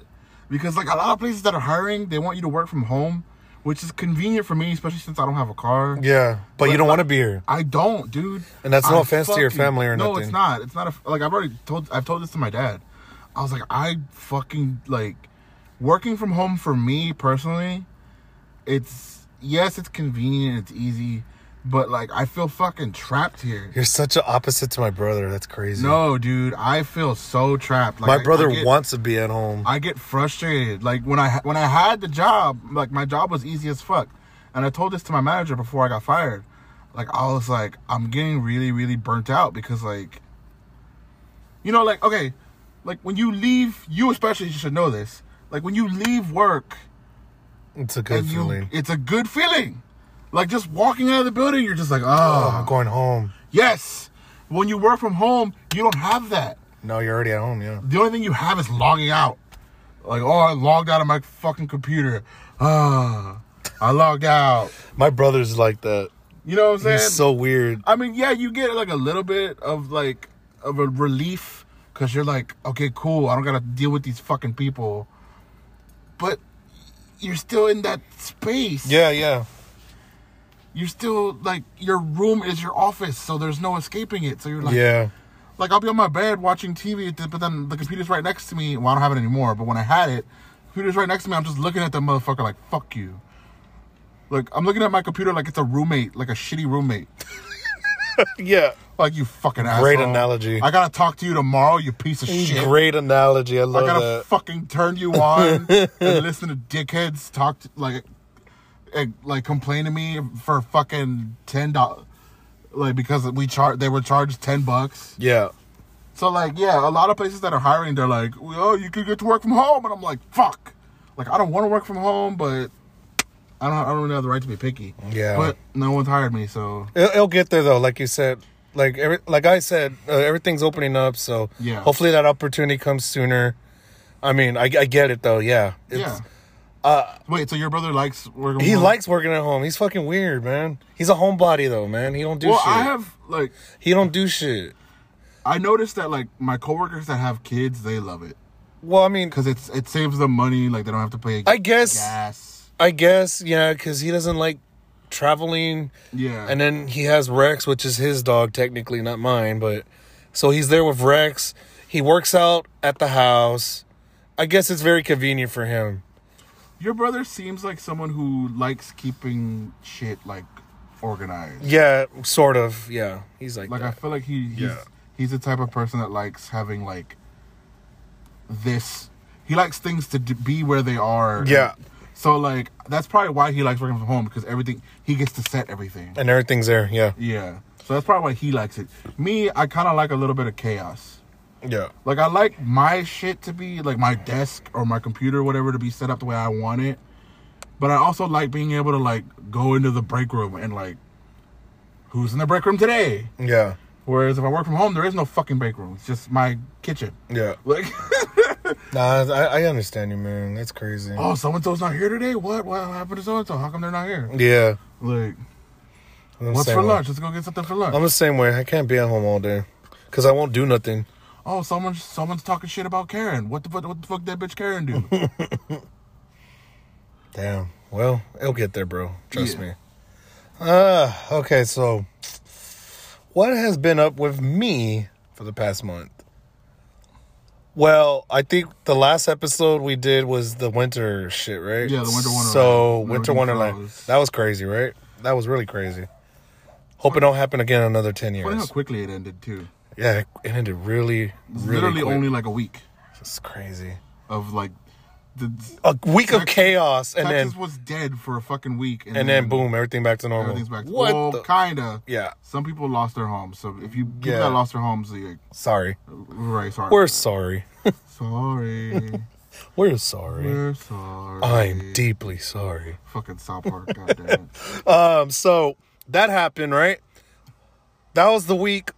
Speaker 2: because like a lot of places that are hiring, they want you to work from home, which is convenient for me, especially since I don't have a car.
Speaker 1: Yeah, but, you don't want to be here.
Speaker 2: I don't, dude.
Speaker 1: And that's no
Speaker 2: I
Speaker 1: offense to your family or
Speaker 2: No, it's
Speaker 1: nothing.
Speaker 2: not. It's not a like I've already told I've told this to my dad. I was like, I fucking like working from home for me personally, it's yes, it's convenient, it's easy, but like I feel fucking trapped here.
Speaker 1: You're such an opposite to my brother. That's crazy.
Speaker 2: No, dude, I feel so trapped. Like,
Speaker 1: my
Speaker 2: I-
Speaker 1: brother
Speaker 2: I get,
Speaker 1: wants to be at home.
Speaker 2: I get frustrated. Like when I ha- when I had the job, like my job was easy as fuck, and I told this to my manager before I got fired. Like I was like, I'm getting really really burnt out because like, you know, like okay, like when you leave, you especially should know this. Like when you leave work,
Speaker 1: it's a good
Speaker 2: and you,
Speaker 1: feeling.
Speaker 2: it's a good feeling. Like just walking out of the building, you're just like,
Speaker 1: Oh, I'm
Speaker 2: oh,
Speaker 1: going home.
Speaker 2: yes. When you work from home, you don't have that.
Speaker 1: No, you're already at home. Yeah.
Speaker 2: The only thing you have is logging out. Like, oh, I logged out of my fucking computer. Ah, I logged out.
Speaker 1: My brother's like that.
Speaker 2: You know what I'm saying?
Speaker 1: He's so weird.
Speaker 2: I mean, yeah, you get like a little bit of like of a relief because you're like, okay, cool. I don't gotta deal with these fucking people. But you're still in that space.
Speaker 1: Yeah, yeah.
Speaker 2: You're still like your room is your office, so there's no escaping it. So you're like,
Speaker 1: yeah.
Speaker 2: like I'll be on my bed watching TV, th- but then the computer's right next to me. Well, I don't have it anymore, but when I had it, computer's right next to me. I'm just looking at that motherfucker like fuck you. Like I'm looking at my computer like it's a roommate, like a shitty roommate.
Speaker 1: Yeah.
Speaker 2: [LAUGHS] Like you fucking asshole.
Speaker 1: Great analogy.
Speaker 2: I gotta talk to you tomorrow, you piece of shit.
Speaker 1: Great analogy. I
Speaker 2: I
Speaker 1: love
Speaker 2: gotta
Speaker 1: that.
Speaker 2: fucking
Speaker 1: [LAUGHS]
Speaker 2: turn you on and listen to dickheads talk to, like, and, like complain to me for fucking ten dollars, like because we char they were charged ten bucks.
Speaker 1: yeah.
Speaker 2: So like yeah, a lot of places that are hiring, they're like, oh, you could get to work from home, and I'm like, fuck, like I don't want to work from home, but I don't I don't really have the right to be picky.
Speaker 1: Yeah.
Speaker 2: but no one's hired me, so
Speaker 1: It'll, it'll get there though, like you said. Like every, like I said, uh, everything's opening up, so
Speaker 2: Yeah.
Speaker 1: hopefully that opportunity comes sooner. I mean, I, I get it though. Yeah, it's,
Speaker 2: yeah. Mm-hmm. Uh, Wait, so your brother likes working? from
Speaker 1: He
Speaker 2: home?
Speaker 1: likes working at home. He's fucking weird, man. He's a homebody though, man. He don't do
Speaker 2: Well,
Speaker 1: shit.
Speaker 2: I have like
Speaker 1: he don't do shit.
Speaker 2: I noticed that like my coworkers that have kids, they love it.
Speaker 1: Well, I mean,
Speaker 2: because it's it saves them money. Like they don't have to pay.
Speaker 1: I guess-
Speaker 2: gas.
Speaker 1: I guess yeah, because he doesn't like traveling.
Speaker 2: Yeah,
Speaker 1: And then he has Rex, which is his dog, technically, not mine, but so he's there with Rex. He works out at the house. I guess it's very convenient for him.
Speaker 2: your brother seems like someone who likes keeping shit like organized.
Speaker 1: Yeah, sort of. Yeah, he's like,
Speaker 2: Like I
Speaker 1: that.
Speaker 2: feel like he he's,
Speaker 1: Yeah.
Speaker 2: he's the type of person that likes having like this. He likes things to d- be where they are.
Speaker 1: Yeah.
Speaker 2: So like that's probably why he likes working from home because everything he gets to set everything.
Speaker 1: and everything's there. Yeah,
Speaker 2: Yeah. So that's probably why he likes it. Me, I kind of like a little bit of chaos.
Speaker 1: yeah,
Speaker 2: Like I like my shit to be like my desk or my computer, or whatever, to be set up the way I want it. But I also like being able to like go into the break room and like, who's in the break room today?
Speaker 1: yeah,
Speaker 2: Whereas if I work from home, there is no fucking break room. It's just my kitchen. [LAUGHS]
Speaker 1: yeah.
Speaker 2: Like,
Speaker 1: Nah, I, I understand you, man. That's crazy.
Speaker 2: oh, so and so's not here today. What? What happened to so and so? How come they're not here?
Speaker 1: Yeah.
Speaker 2: Like,
Speaker 1: I'm the
Speaker 2: what's
Speaker 1: same
Speaker 2: for
Speaker 1: way.
Speaker 2: lunch? Let's go get something for lunch.
Speaker 1: I'm the same way. I can't be at home all day because I won't do nothing.
Speaker 2: oh, someone, someone's talking shit about Karen. What the fuck? What the fuck? That bitch
Speaker 1: [LAUGHS]
Speaker 2: Karen do?
Speaker 1: Damn. Well, it'll get there, bro. Trust
Speaker 2: Yeah.
Speaker 1: me. Uh, okay, so what has been up with me for the past month? Well, I think the last episode we did was the winter shit, right?
Speaker 2: Yeah, the winter wonderland.
Speaker 1: So,
Speaker 2: When
Speaker 1: winter
Speaker 2: everything
Speaker 1: wonderland.
Speaker 2: froze.
Speaker 1: That was crazy, right? That was really crazy. Hope it don't happen again in another 10
Speaker 2: Funny how
Speaker 1: years.
Speaker 2: quickly it ended too.
Speaker 1: Yeah, it ended really, really
Speaker 2: Literally
Speaker 1: quick.
Speaker 2: only like a week.
Speaker 1: It's crazy.
Speaker 2: of like the
Speaker 1: A week of
Speaker 2: Texas-
Speaker 1: chaos and
Speaker 2: Texas
Speaker 1: then
Speaker 2: was dead for a fucking week,
Speaker 1: and then boom, everything back to normal.
Speaker 2: everything's back. To,
Speaker 1: what
Speaker 2: well,
Speaker 1: the-
Speaker 2: kinda.
Speaker 1: Yeah.
Speaker 2: Some people lost their homes, so if you people
Speaker 1: Yeah.
Speaker 2: that lost their homes, you're like,
Speaker 1: Sorry.
Speaker 2: right? Sorry,
Speaker 1: We're sorry. [LAUGHS]
Speaker 2: sorry,
Speaker 1: We're sorry.
Speaker 2: we're sorry.
Speaker 1: I'm deeply sorry.
Speaker 2: fucking South Park. goddamn
Speaker 1: [LAUGHS]
Speaker 2: it.
Speaker 1: Um, so that happened, right? That was the week,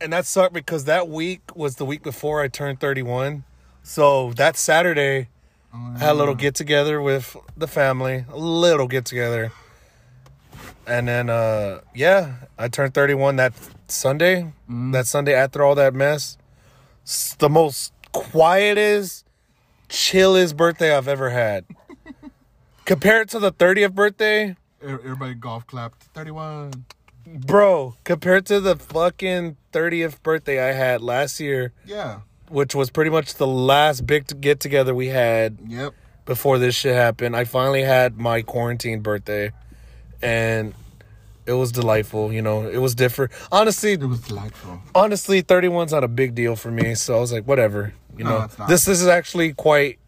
Speaker 1: and that sucked because that week was the week before I turned 31. So that Saturday, I had a little get together with the family, a little get together. And then, uh, yeah, I turned 31 that Sunday, that Sunday after all that mess. It's the most quietest, chillest birthday I've ever had. Compared to the 30th birthday,
Speaker 2: Er- Everybody golf clapped. Thirty-one.
Speaker 1: Bro, compared to the fucking 30th birthday I had last year,
Speaker 2: Yeah.
Speaker 1: which was pretty much the last big get together we had
Speaker 2: Yep.
Speaker 1: before this shit happened, I finally had my quarantine birthday and it was delightful, you know. It was different. Honestly,
Speaker 2: It was delightful.
Speaker 1: honestly 31's not a big deal for me, so I was like, whatever, you
Speaker 2: No,
Speaker 1: know.
Speaker 2: it's not.
Speaker 1: This this is actually quite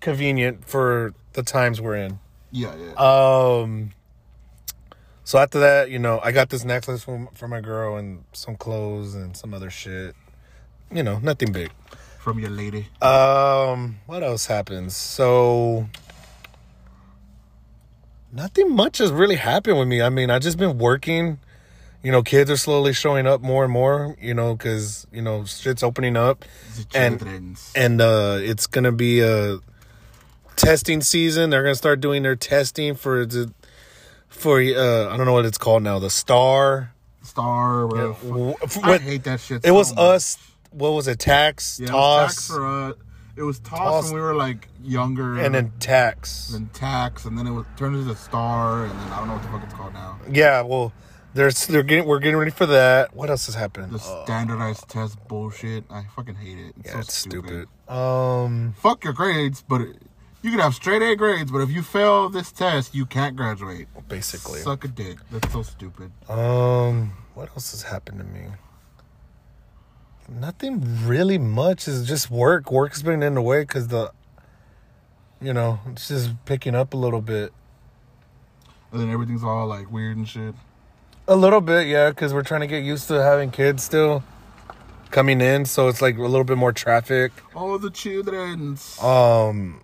Speaker 1: convenient for the times we're in.
Speaker 2: Yeah. Yeah.
Speaker 1: Um. So after that, you know, I got this necklace from for my girl and some clothes and some other shit. You know, nothing big.
Speaker 2: From your lady.
Speaker 1: Um, what else happens? So nothing much has really happened with me. I mean, I just been working. You know, kids are slowly showing up more and more. You know, because you know shit's opening up,
Speaker 2: The
Speaker 1: and-
Speaker 2: children's.
Speaker 1: and uh, it's gonna be a testing season. They're gonna start doing their testing for the for uh, I don't know what it's called now. The star.
Speaker 2: Star. whatever the fuck.
Speaker 1: W- f-
Speaker 2: I
Speaker 1: what-
Speaker 2: hate that shit.
Speaker 1: it
Speaker 2: so
Speaker 1: was
Speaker 2: much.
Speaker 1: us. What was it? Tax,
Speaker 2: Yeah,
Speaker 1: toss,
Speaker 2: It was tax or, uh, it was toss,
Speaker 1: Toss.
Speaker 2: when we were like younger,
Speaker 1: and then tax.
Speaker 2: then tax, and then it was turned into star, and then I don't know what the fuck it's called now.
Speaker 1: Yeah. Well, there's they're getting we're getting ready for that. What else is happening?
Speaker 2: The standardized test bullshit. I fucking hate it.
Speaker 1: Uh.
Speaker 2: It's
Speaker 1: yeah,
Speaker 2: so
Speaker 1: it's
Speaker 2: stupid.
Speaker 1: stupid. Um.
Speaker 2: Fuck your grades, but it- you can have straight A grades, but if you fail this test, you can't graduate.
Speaker 1: Basically.
Speaker 2: Suck a dick. That's so stupid.
Speaker 1: Um. What else else has happened to me? Nothing really much. It's just work. Work's been in the way because the, you know, it's just picking up a little bit.
Speaker 2: And then everything's all like weird and shit.
Speaker 1: A little bit, yeah, because we're trying to get used to having kids still coming in, so it's like a little bit more traffic.
Speaker 2: All Oh, the childrens.
Speaker 1: Um,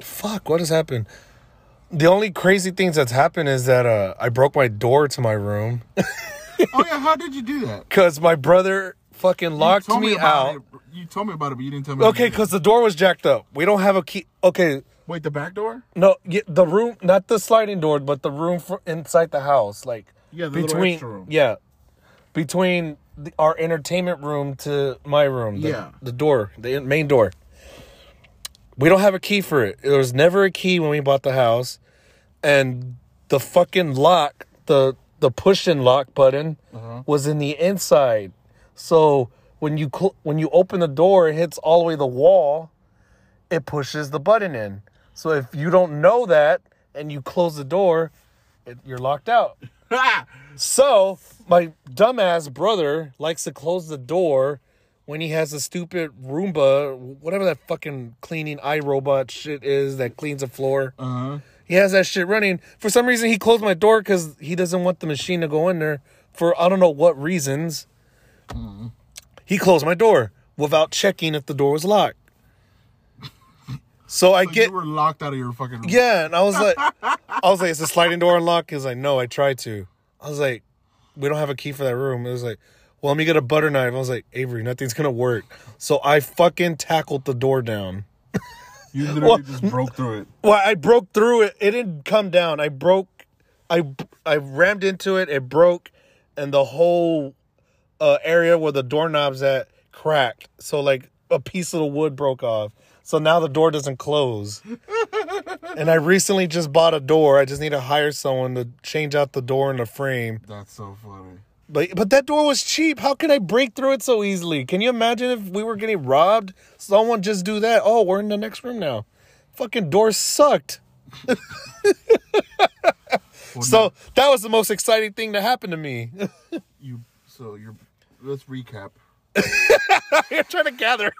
Speaker 1: fuck, what has happened? The only crazy things that's happened is that uh, I broke my door to my room [LAUGHS]
Speaker 2: oh yeah, how did you do that?
Speaker 1: because my brother fucking locked
Speaker 2: Told
Speaker 1: me,
Speaker 2: about
Speaker 1: out.
Speaker 2: It. You told me about it, but you didn't tell me. how to
Speaker 1: Okay,
Speaker 2: do it.
Speaker 1: because the door was jacked up. We don't have a key. Okay,
Speaker 2: wait, the
Speaker 1: [LAUGHS]
Speaker 2: back door.
Speaker 1: no, y- the room, not the sliding door, but the room for inside the house, like
Speaker 2: Yeah, the little
Speaker 1: between,
Speaker 2: extra room.
Speaker 1: yeah, between the, our entertainment room to my room. the-
Speaker 2: Yeah.
Speaker 1: the door, the in- main door. We don't have a key for it. There was never a key when we bought the house, and the fucking lock, the the push and lock button, was in the inside. So when you cl- when you open the door, it hits all the way to the wall. It pushes the button in. So if you don't know that and you close the door, it, you're locked out. Ah, So my dumbass brother likes to close the door when he has a stupid Roomba, whatever that fucking cleaning iRobot shit is that cleans the floor.
Speaker 2: Uh-huh.
Speaker 1: He has that shit running. For some reason, he closed my door because he doesn't want the machine to go in there for I don't know what reasons.
Speaker 2: Mm-hmm.
Speaker 1: He closed my door without checking if the door was
Speaker 2: [LAUGHS]
Speaker 1: locked. So I
Speaker 2: Like,
Speaker 1: get
Speaker 2: you were locked out of your fucking room.
Speaker 1: yeah, and I was like, I was like, is the sliding door unlocked? He was like, no, I tried to. I was like, we don't have a key for that room. It was like, well, let me get a butter knife. I was like, Avery, nothing's gonna work. So I fucking tackled the door down.
Speaker 2: You literally
Speaker 1: Well,
Speaker 2: just broke through it.
Speaker 1: Well, I broke through it. It didn't come down. I broke. I I rammed into it. It broke, and the whole uh, area where the doorknobs at cracked. So like a piece of the wood broke off. So now the door doesn't close. and I recently just bought a door. I just need to hire someone to change out the door and the frame.
Speaker 2: That's so funny.
Speaker 1: But but that door was cheap. How could I break through it so easily? Can you imagine if we were getting robbed? Someone just do that. Oh, we're in the next room now. Fucking door sucked. so that was the most exciting thing that happened to me. [LAUGHS]
Speaker 2: You so you're. Let's recap.
Speaker 1: You're trying to gather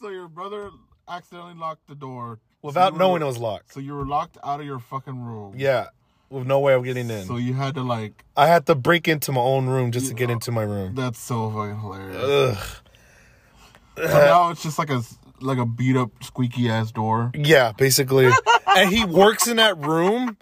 Speaker 2: So your brother accidentally locked the door
Speaker 1: without
Speaker 2: So you
Speaker 1: knowing it
Speaker 2: were-
Speaker 1: was locked.
Speaker 2: So you were locked out of your fucking room.
Speaker 1: Yeah, with no way of getting in.
Speaker 2: So you had to like.
Speaker 1: I had to break into my own room just to get into my room.
Speaker 2: That's so fucking hilarious.
Speaker 1: Ugh.
Speaker 2: So now it's just like a like a beat up squeaky ass door.
Speaker 1: Yeah, basically. and he works in that room.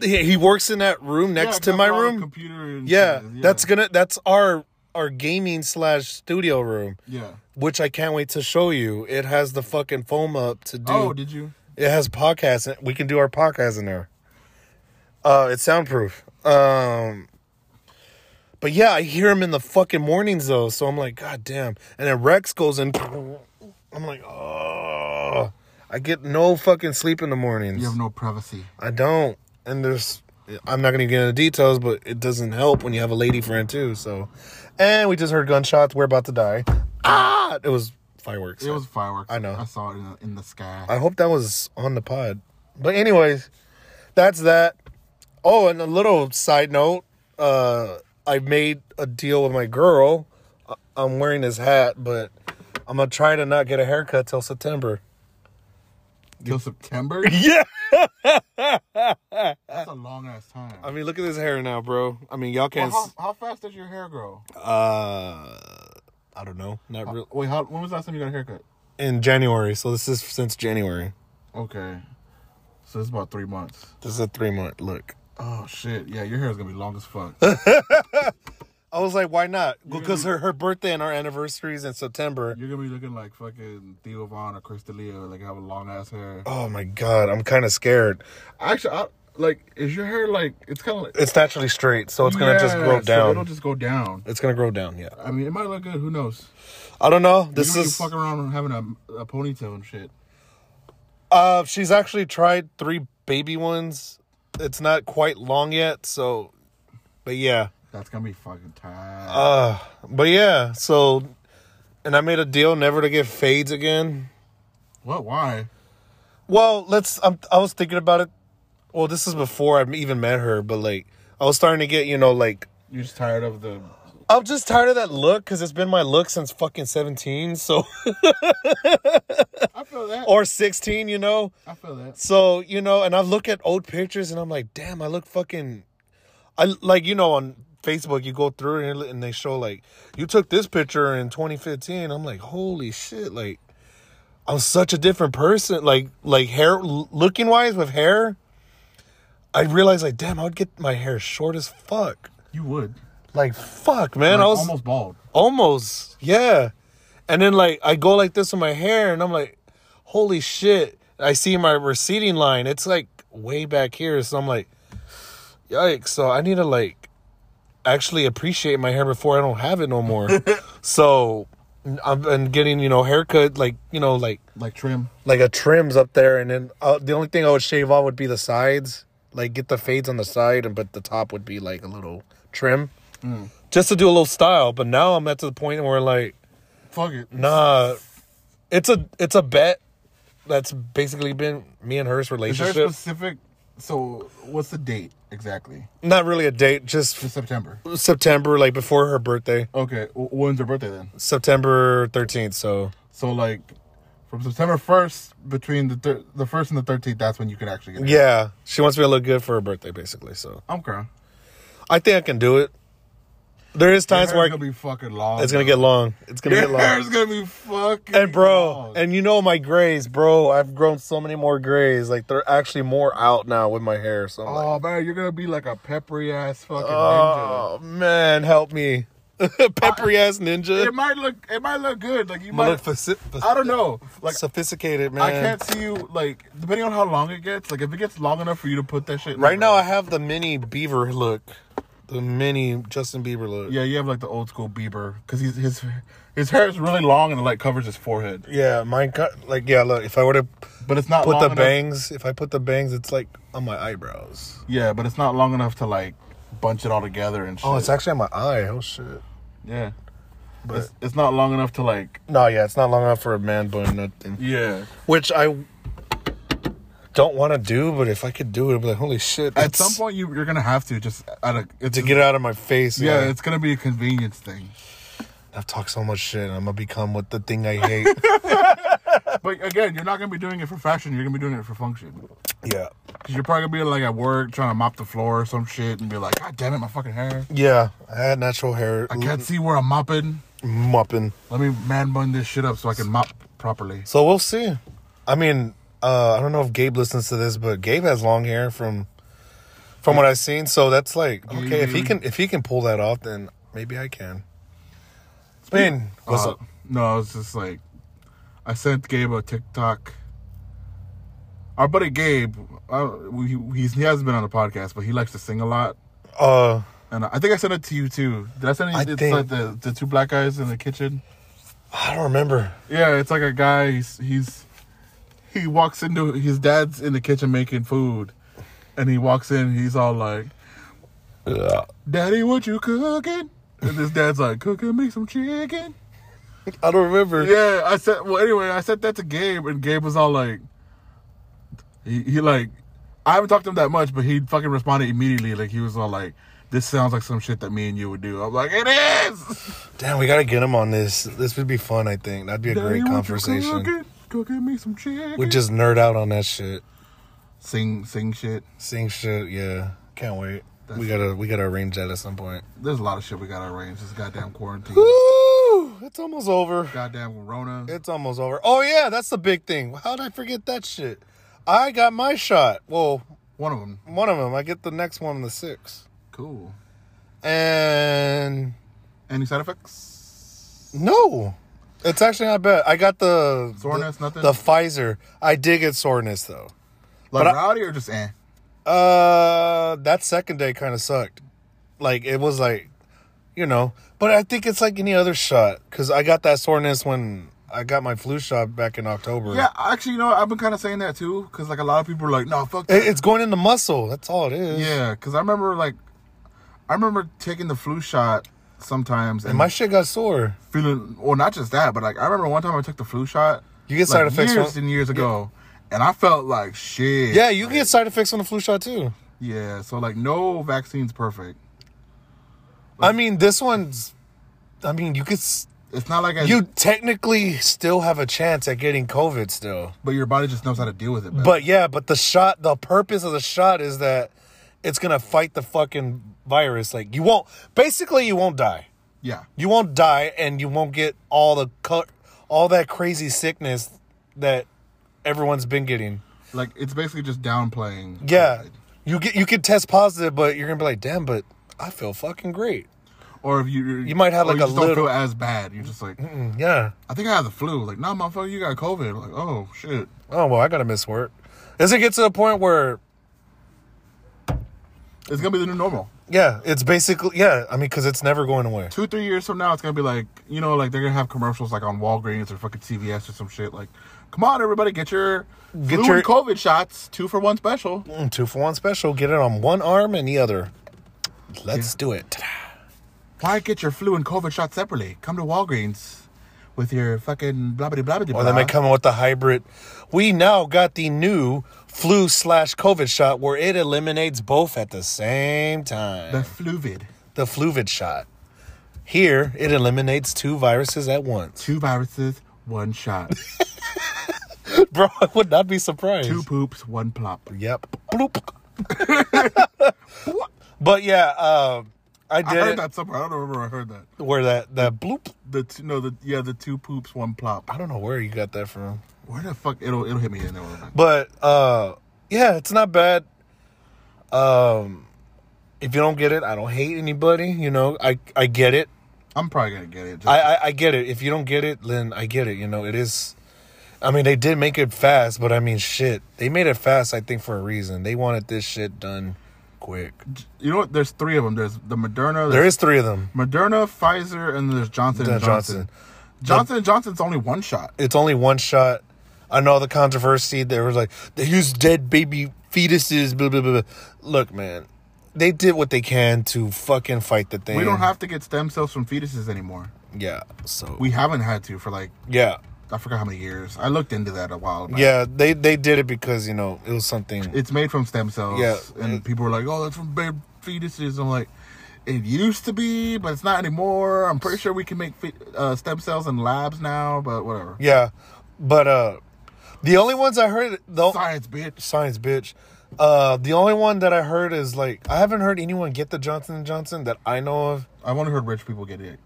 Speaker 1: He he works in that room next
Speaker 2: Yeah,
Speaker 1: to my
Speaker 2: all the
Speaker 1: room.
Speaker 2: Computer and
Speaker 1: Yeah,
Speaker 2: shit,
Speaker 1: that's gonna that's our our gaming slash studio room,
Speaker 2: yeah.
Speaker 1: which I can't wait to show you. It has the fucking foam up to do.
Speaker 2: Oh, did you?
Speaker 1: it has podcasts. in- We can do our podcast in there. Uh, it's soundproof. Um, but yeah, I hear him in the fucking mornings though, so I'm like, god damn. And then Rex goes in. I'm like, oh, I get no fucking sleep in the mornings.
Speaker 2: You have no privacy.
Speaker 1: I don't. And there's, I'm not going to get into details, but it doesn't help when you have a lady friend too. So, and we just heard gunshots. We're about to die. Ah! It was fireworks.
Speaker 2: It was fireworks.
Speaker 1: I know.
Speaker 2: I saw it in the, in the sky.
Speaker 1: I hope that was on the pod. But anyways, that's that. Oh, and a little side note. Uh, I made a deal with my girl. I- I'm wearing this hat, but I'm gonna try to not get a haircut till September.
Speaker 2: Till September.
Speaker 1: [LAUGHS] Yeah.
Speaker 2: That's a long ass time.
Speaker 1: I mean, look at this hair now, bro. I mean, y'all
Speaker 2: Well,
Speaker 1: can't.
Speaker 2: how,
Speaker 1: s-
Speaker 2: how fast does your hair grow?
Speaker 1: Uh, I don't know. Not real.
Speaker 2: Wait, how, when was the last time you got a haircut?
Speaker 1: in January. So this is since January.
Speaker 2: Okay, so it's about three months.
Speaker 1: This is a three month look.
Speaker 2: Oh shit! Yeah, your hair is gonna be long as fuck.
Speaker 1: I was like, why not? Because her, her birthday and our anniversary is in September.
Speaker 2: You're gonna be looking like fucking Theo Von or Crystalia, like have a long ass hair.
Speaker 1: Oh my god, I'm kind of scared.
Speaker 2: Actually, I, like, is your hair like it's kind of like
Speaker 1: It's naturally straight, so it's gonna just
Speaker 2: Yeah,
Speaker 1: grow
Speaker 2: so
Speaker 1: down.
Speaker 2: it'll just go down.
Speaker 1: it's gonna grow down. Yeah,
Speaker 2: I mean, it might look good. Who knows?
Speaker 1: I don't know.
Speaker 2: You're
Speaker 1: This
Speaker 2: gonna be
Speaker 1: is
Speaker 2: fucking around and having a, a ponytail and shit.
Speaker 1: uh, she's actually tried three baby ones. It's not quite long yet, so. But yeah,
Speaker 2: That's gonna be fucking tight.
Speaker 1: uh, but yeah, so, and I made a deal never to get fades again.
Speaker 2: what? Why?
Speaker 1: Well, let's. I'm, I was thinking about it. Well, this is before I even met her, but like I was starting to get you know like
Speaker 2: You're just tired of the.
Speaker 1: I'm just tired of that look because it's been my look since fucking 17, so [LAUGHS]
Speaker 2: I feel that.
Speaker 1: or 16, you know.
Speaker 2: I feel that.
Speaker 1: So you know, and I look at old pictures and I'm like, damn, I look fucking, I like you know on Facebook you go through and, it- and they show like you took this picture in 2015. I'm like, holy shit, like I'm such a different person. Like like hair looking wise with hair, I realized like damn, I would get my hair short as fuck.
Speaker 2: You would.
Speaker 1: Like fuck, man,
Speaker 2: And
Speaker 1: I was
Speaker 2: almost bald.
Speaker 1: Almost, yeah. And then like I go like this on my hair, and I'm like, holy shit! I see my receding line. It's like way back here, so I'm like, yikes! So I need to like actually appreciate my hair before I don't have it no more. so I've been getting you know haircut like you know like
Speaker 2: Like trim.
Speaker 1: like a trims up there, and then uh, the only thing I would shave off would be the sides, like get the fades on the side, and but the top would be like a little trim,
Speaker 2: Mm.
Speaker 1: just to do a little style. But now I'm at to the point where like,
Speaker 2: Fuck it.
Speaker 1: nah, it's a it's a bet that's basically been me and her's
Speaker 2: Is there a
Speaker 1: relationship.
Speaker 2: specific? So what's the date exactly?
Speaker 1: Not really a date, just
Speaker 2: It's September.
Speaker 1: September, like before her birthday,
Speaker 2: Okay. w- When's her birthday then?
Speaker 1: September thirteenth. So
Speaker 2: So like, from September first between the thir- the first and the thirteenth, that's when you can actually get. It.
Speaker 1: yeah, she wants me to look good for her birthday, basically. So
Speaker 2: Okay.
Speaker 1: I think I can do it. There is times where I,
Speaker 2: Your hair's gonna be fucking long.
Speaker 1: it's gonna get long. It's gonna
Speaker 2: [LAUGHS] Your
Speaker 1: get long.
Speaker 2: hair's gonna be fucking.
Speaker 1: And bro,
Speaker 2: long.
Speaker 1: and you know my grays, bro. I've grown so many more grays. Like they're actually more out now with my hair. So I'm like,
Speaker 2: oh man, you're gonna be like a peppery ass fucking
Speaker 1: oh
Speaker 2: ninja.
Speaker 1: man, help me, [LAUGHS] peppery ass ninja.
Speaker 2: It might look. It might look good. Like you
Speaker 1: I
Speaker 2: might.
Speaker 1: look faci- faci-
Speaker 2: I don't know. Like
Speaker 1: sophisticated, man.
Speaker 2: I can't see you like depending on how long it gets. Like if it gets long enough for you to put that shit. in
Speaker 1: Right
Speaker 2: the-
Speaker 1: now, I have the mini Beaver look, the mini Justin Bieber look.
Speaker 2: Yeah, you have like the old school Bieber because he's his his hair is really long and it like covers his forehead,
Speaker 1: Yeah, mine cut like yeah. Look, if I were to
Speaker 2: but it's not
Speaker 1: put
Speaker 2: long
Speaker 1: the
Speaker 2: enough-
Speaker 1: bangs, if I put the bangs, it's like on my eyebrows.
Speaker 2: Yeah, but it's not long enough to like bunch it all together and shit.
Speaker 1: Oh, it's actually on my eye. Oh shit.
Speaker 2: yeah, but it's, it's not long enough to like
Speaker 1: No, yeah, it's not long enough for a man bun. Nothing.
Speaker 2: yeah.
Speaker 1: which I don't want to do, but if I could do it, I'd be like, holy shit!
Speaker 2: At
Speaker 1: that's-
Speaker 2: some point you you're gonna have to just at a it's
Speaker 1: to get it out of my face.
Speaker 2: yeah,
Speaker 1: Yeah,
Speaker 2: it's gonna be a convenience thing.
Speaker 1: I've talked so much shit. I'm gonna become what the thing I hate.
Speaker 2: [LAUGHS] But again, you're not gonna be doing it for fashion. You're gonna be doing it for function.
Speaker 1: yeah,
Speaker 2: Cause you're probably gonna be like at work trying to mop the floor or some shit and be like, God damn it, my fucking hair.
Speaker 1: yeah. I had natural hair.
Speaker 2: I can't see where I'm mopping.
Speaker 1: mupping.
Speaker 2: Let me man bun this shit up so I can mop properly.
Speaker 1: So we'll see. I mean, uh, I don't know if Gabe listens to this, but Gabe has long hair from from what I've seen. So that's like okay. If he can, if he can pull that off, then maybe I can. Man, what's
Speaker 2: Uh,
Speaker 1: up?
Speaker 2: No, it's just like I sent Gabe a TikTok. Our buddy Gabe, uh, we, he's, he hasn't been on the podcast, but he likes to sing a lot.
Speaker 1: Uh,
Speaker 2: And I think I sent it to you too. Did I send it?
Speaker 1: I
Speaker 2: it's
Speaker 1: think-
Speaker 2: like the, the two black guys in the kitchen.
Speaker 1: I don't remember.
Speaker 2: Yeah, it's like a guy. He's, he's he walks into his dad's in the kitchen making food, and he walks in. He's all like, "Daddy, what you cooking?" And his dad's like, "Cooking me some chicken."
Speaker 1: I don't remember.
Speaker 2: Yeah, I said. Well, anyway, I sent that to Gabe, and Gabe was all like, he, he like, I haven't talked to him that much, but he fucking responded immediately. Like he was all like, "This sounds like some shit that me and you would do." I'm like, "It is."
Speaker 1: Damn, we gotta get him on this. This would be fun, I think. That'd be a
Speaker 2: Daddy,
Speaker 1: great
Speaker 2: what you
Speaker 1: conversation.
Speaker 2: Cooking? Cooking me some chicken.
Speaker 1: We just nerd out on that shit,
Speaker 2: sing, sing shit.
Speaker 1: sing shit. Yeah, can't wait. we gotta we gotta arrange that at some point.
Speaker 2: There's a lot of shit we gotta arrange. This goddamn quarantine.
Speaker 1: Woo! It's almost over.
Speaker 2: goddamn Rona.
Speaker 1: It's almost over. Oh yeah, that's the big thing. How would I forget that shit? I got my shot. Well,
Speaker 2: One of them.
Speaker 1: one of them. I get the next one on the sixth.
Speaker 2: Cool.
Speaker 1: And
Speaker 2: Any side effects?
Speaker 1: no, it's actually not bad. I got the
Speaker 2: Soreness,
Speaker 1: the,
Speaker 2: nothing?
Speaker 1: The Pfizer. I did get soreness though.
Speaker 2: Like
Speaker 1: But I-
Speaker 2: rowdy or just eh?
Speaker 1: Uh, that second day kind of sucked. Like it was like, you know. But I think it's like any other shot because I got that soreness when I got my flu shot back in October.
Speaker 2: Yeah, actually, you know, what? I've been kind of saying that too, because like a lot of people are like, "No, fuck that."
Speaker 1: It- it's going in the muscle. That's all it is.
Speaker 2: Yeah, because I remember like, I remember taking the flu shot sometimes and
Speaker 1: And my shit got sore.
Speaker 2: feeling, well, not just that, but like I remember one time I took the flu shot.
Speaker 1: You get side
Speaker 2: like,
Speaker 1: effects
Speaker 2: years
Speaker 1: from-
Speaker 2: and years ago, and I felt like shit.
Speaker 1: Yeah, you get side effects on the flu shot too.
Speaker 2: yeah. So like, no vaccine's perfect.
Speaker 1: I mean, this one's. I mean, you could. s-
Speaker 2: It's not like I,
Speaker 1: You technically still have a chance at getting COVID still.
Speaker 2: but your body just knows how to deal with it. But,
Speaker 1: But yeah, but the shot, the purpose of the shot is that it's gonna fight the fucking virus. Like you won't, basically, you won't die.
Speaker 2: yeah,
Speaker 1: You won't die, and you won't get all the co- all that crazy sickness that everyone's been getting.
Speaker 2: like it's basically just downplaying.
Speaker 1: Yeah,
Speaker 2: COVID.
Speaker 1: you get you could test positive, but you're gonna be like, damn, but I feel fucking great.
Speaker 2: Or if you
Speaker 1: You might have,
Speaker 2: or
Speaker 1: like,
Speaker 2: you
Speaker 1: a
Speaker 2: just
Speaker 1: little-
Speaker 2: don't feel as bad. You're just like
Speaker 1: Mm, Yeah.
Speaker 2: I think I have the flu. Like no, motherfucker, you got COVID. Like oh shit.
Speaker 1: Oh well, I gotta miss work. Does it get to the point where
Speaker 2: It's gonna be the new normal.
Speaker 1: yeah, it's basically yeah. I mean, because it's never going away.
Speaker 2: Two, three years from now, it's gonna be like you know, like they're gonna have commercials like on Walgreens or fucking CVS or some shit. Like, come on, everybody, get your
Speaker 1: Get
Speaker 2: flu
Speaker 1: your-
Speaker 2: and COVID shots, two for one special.
Speaker 1: Mm, Two for one special. Get it on one arm and the other. Let's do it.
Speaker 2: Why get your flu and COVID shot separately? Come to Walgreens with your fucking blah blah blah blah.
Speaker 1: Or they may come with the hybrid. We now got the new flu slash COVID shot where it eliminates both at the same time.
Speaker 2: the fluvid,
Speaker 1: the fluvid shot. Here, it eliminates two viruses at once. [LAUGHS]
Speaker 2: two viruses, one shot,
Speaker 1: Bro, I would not be surprised.
Speaker 2: two poops, one plop.
Speaker 1: Yep. [LAUGHS] Bloop. but yeah, uh, I
Speaker 2: I
Speaker 1: did
Speaker 2: heard
Speaker 1: it
Speaker 2: that somewhere. I don't remember. Where I heard that.
Speaker 1: where that that bloop.
Speaker 2: The two, no, the yeah, the two poops, one plop.
Speaker 1: I don't know where you got that from,
Speaker 2: Where the fuck it'll it'll hit me in there.
Speaker 1: but uh, yeah, it's not bad. Um, if you don't get it, I don't hate anybody. You know, I I get it.
Speaker 2: I'm probably gonna get it. Just,
Speaker 1: I, I I get it. If you don't get it, then I get it. You know, it is. I mean, they did make it fast, but I mean, shit, they made it fast. I think for a reason. They wanted this shit done quick.
Speaker 2: you know what? There's three of them. There's the Moderna. There's
Speaker 1: There is three of them.
Speaker 2: Moderna, Pfizer, and then there's Johnson and
Speaker 1: Johnson.
Speaker 2: Johnson. Johnson and Johnson's only one shot.
Speaker 1: it's only one shot. I know the controversy. There was like they use dead baby fetuses. Blah blah blah. blah. Look, man, they did what they can to fucking fight the thing.
Speaker 2: We don't have to get stem cells from fetuses anymore.
Speaker 1: Yeah. So
Speaker 2: We haven't had to for like
Speaker 1: yeah
Speaker 2: I forgot how many years. I looked into that a while back.
Speaker 1: yeah they they did it because you know it was something.
Speaker 2: It's made from stem cells.
Speaker 1: Yeah.
Speaker 2: And people were like, "Oh, that's from baby fetuses." I'm like, "It used to be, but it's not anymore." I'm pretty sure we can make fe- uh, stem cells in labs now, but whatever.
Speaker 1: Yeah, but uh, the only ones I heard though
Speaker 2: Science, bitch.
Speaker 1: science bitch. Uh, the only one that I heard is like I haven't heard anyone get the Johnson and Johnson that I know of.
Speaker 2: I've only heard rich people get it.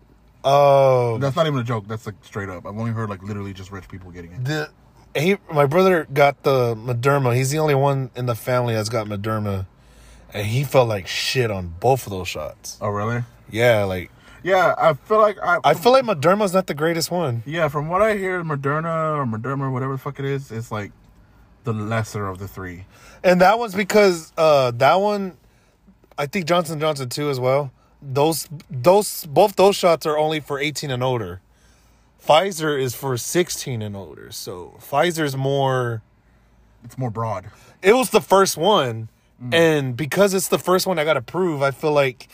Speaker 1: Oh,
Speaker 2: That's not even a joke. That's like straight up. I've only heard like literally just rich people getting it.
Speaker 1: the he, my brother got the Moderna. He's the only one in the family that's got Moderna, and he felt like shit on both of those shots.
Speaker 2: Oh, really?
Speaker 1: Yeah, like
Speaker 2: Yeah, I feel like I,
Speaker 1: I feel like Moderna's not the greatest one.
Speaker 2: Yeah, from what I hear, Moderna or Moderna, whatever the fuck it is, it's like the lesser of the three.
Speaker 1: And that one's because uh that one I think Johnson Johnson too as well. Those those both those shots are only for 18 and older. Pfizer is for 16 and older. So Pfizer's more
Speaker 2: It's more broad.
Speaker 1: it was the first one
Speaker 2: Mm.
Speaker 1: and because it's the first one I got to prove, I feel like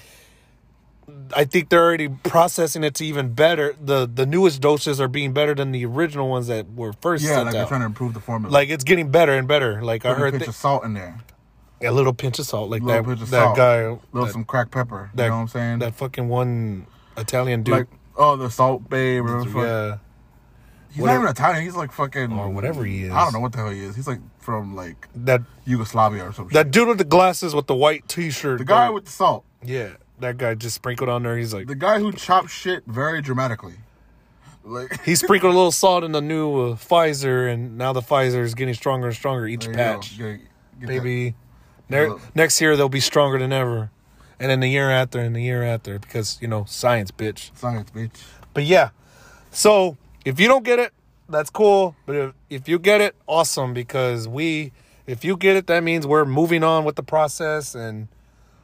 Speaker 1: I think they're already processing it to even better. The the newest doses are being better than the original ones that were first
Speaker 2: Yeah,
Speaker 1: sent
Speaker 2: like
Speaker 1: out.
Speaker 2: they're trying to improve the formula.
Speaker 1: like it's getting better and better. Like I
Speaker 2: Put a
Speaker 1: heard
Speaker 2: pinch
Speaker 1: thi-
Speaker 2: of salt in there,
Speaker 1: a little pinch of salt, like
Speaker 2: a
Speaker 1: that
Speaker 2: little pinch of
Speaker 1: that
Speaker 2: salt,
Speaker 1: guy,
Speaker 2: a little
Speaker 1: that,
Speaker 2: some cracked pepper.
Speaker 1: that-
Speaker 2: you know what I'm saying?
Speaker 1: that fucking one Italian dude,
Speaker 2: like oh, the salt babe. Or fuck.
Speaker 1: yeah,
Speaker 2: He's
Speaker 1: whatever-
Speaker 2: not even Italian. He's like fucking
Speaker 1: Or whatever he is.
Speaker 2: I don't know what the hell he is. He's like from like
Speaker 1: that
Speaker 2: Yugoslavia or something.
Speaker 1: that dude with the glasses with the white T-shirt,
Speaker 2: the guy
Speaker 1: dude.
Speaker 2: with the salt.
Speaker 1: yeah, that guy just sprinkled on there. He's like
Speaker 2: The guy who chops shit very dramatically. Like [LAUGHS]
Speaker 1: he sprinkled a little salt in the new uh, Pfizer, and now the Pfizer is getting stronger and stronger each
Speaker 2: there you go.
Speaker 1: patch.
Speaker 2: Get- get that.
Speaker 1: Maybe ne-
Speaker 2: Look.
Speaker 1: next year they'll be stronger than ever, and then the year after, and the year after, because you know science, bitch.
Speaker 2: science, bitch.
Speaker 1: But yeah, so if you don't get it, that's cool. But if, if you get it, awesome because we, if you get it, that means we're moving on with the process. And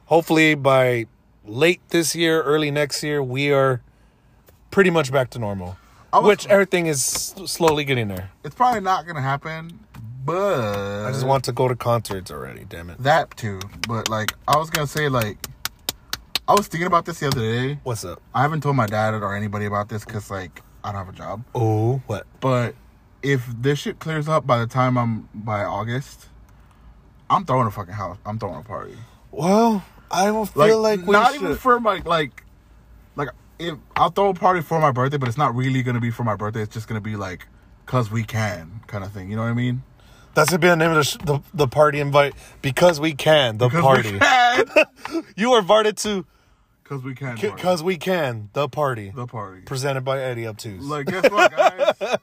Speaker 1: hopefully by late this year, early next year, we are pretty much back to normal,
Speaker 2: was-
Speaker 1: which everything is s- slowly getting there.
Speaker 2: It's probably not gonna happen, but
Speaker 1: I just want to go to concerts already, damn it.
Speaker 2: that too. But like, I was gonna say like, I was thinking about this the other day.
Speaker 1: What's up?
Speaker 2: I haven't told my dad or anybody about this because like I don't have a job.
Speaker 1: Oh, what?
Speaker 2: But if this shit clears up by the time I'm by August, I'm throwing a fucking house. I'm throwing a party.
Speaker 1: Well, I don't
Speaker 2: Like,
Speaker 1: feel like, we
Speaker 2: not
Speaker 1: should.
Speaker 2: even for my like like if I'll throw a party for my birthday, but it's not really gonna be for my birthday. It's just gonna be like, cause we can kind of thing. You know what I mean?
Speaker 1: That's gonna be the name of the, sh- the the party invite because we can the
Speaker 2: 'Cause
Speaker 1: party.
Speaker 2: we can.
Speaker 1: You are invited to
Speaker 2: Cause we can. party.
Speaker 1: because we can the party
Speaker 2: the party.
Speaker 1: presented by Eddie Uptus.
Speaker 2: Like guess what,
Speaker 1: [LAUGHS]
Speaker 2: guys?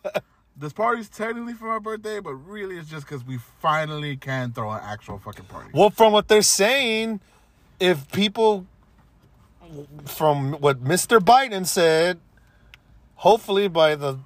Speaker 2: this party's technically for my birthday, but really it's just cause we finally can throw an actual fucking party.
Speaker 1: well, from what they're saying, if people from what Mr. Biden said, hopefully by the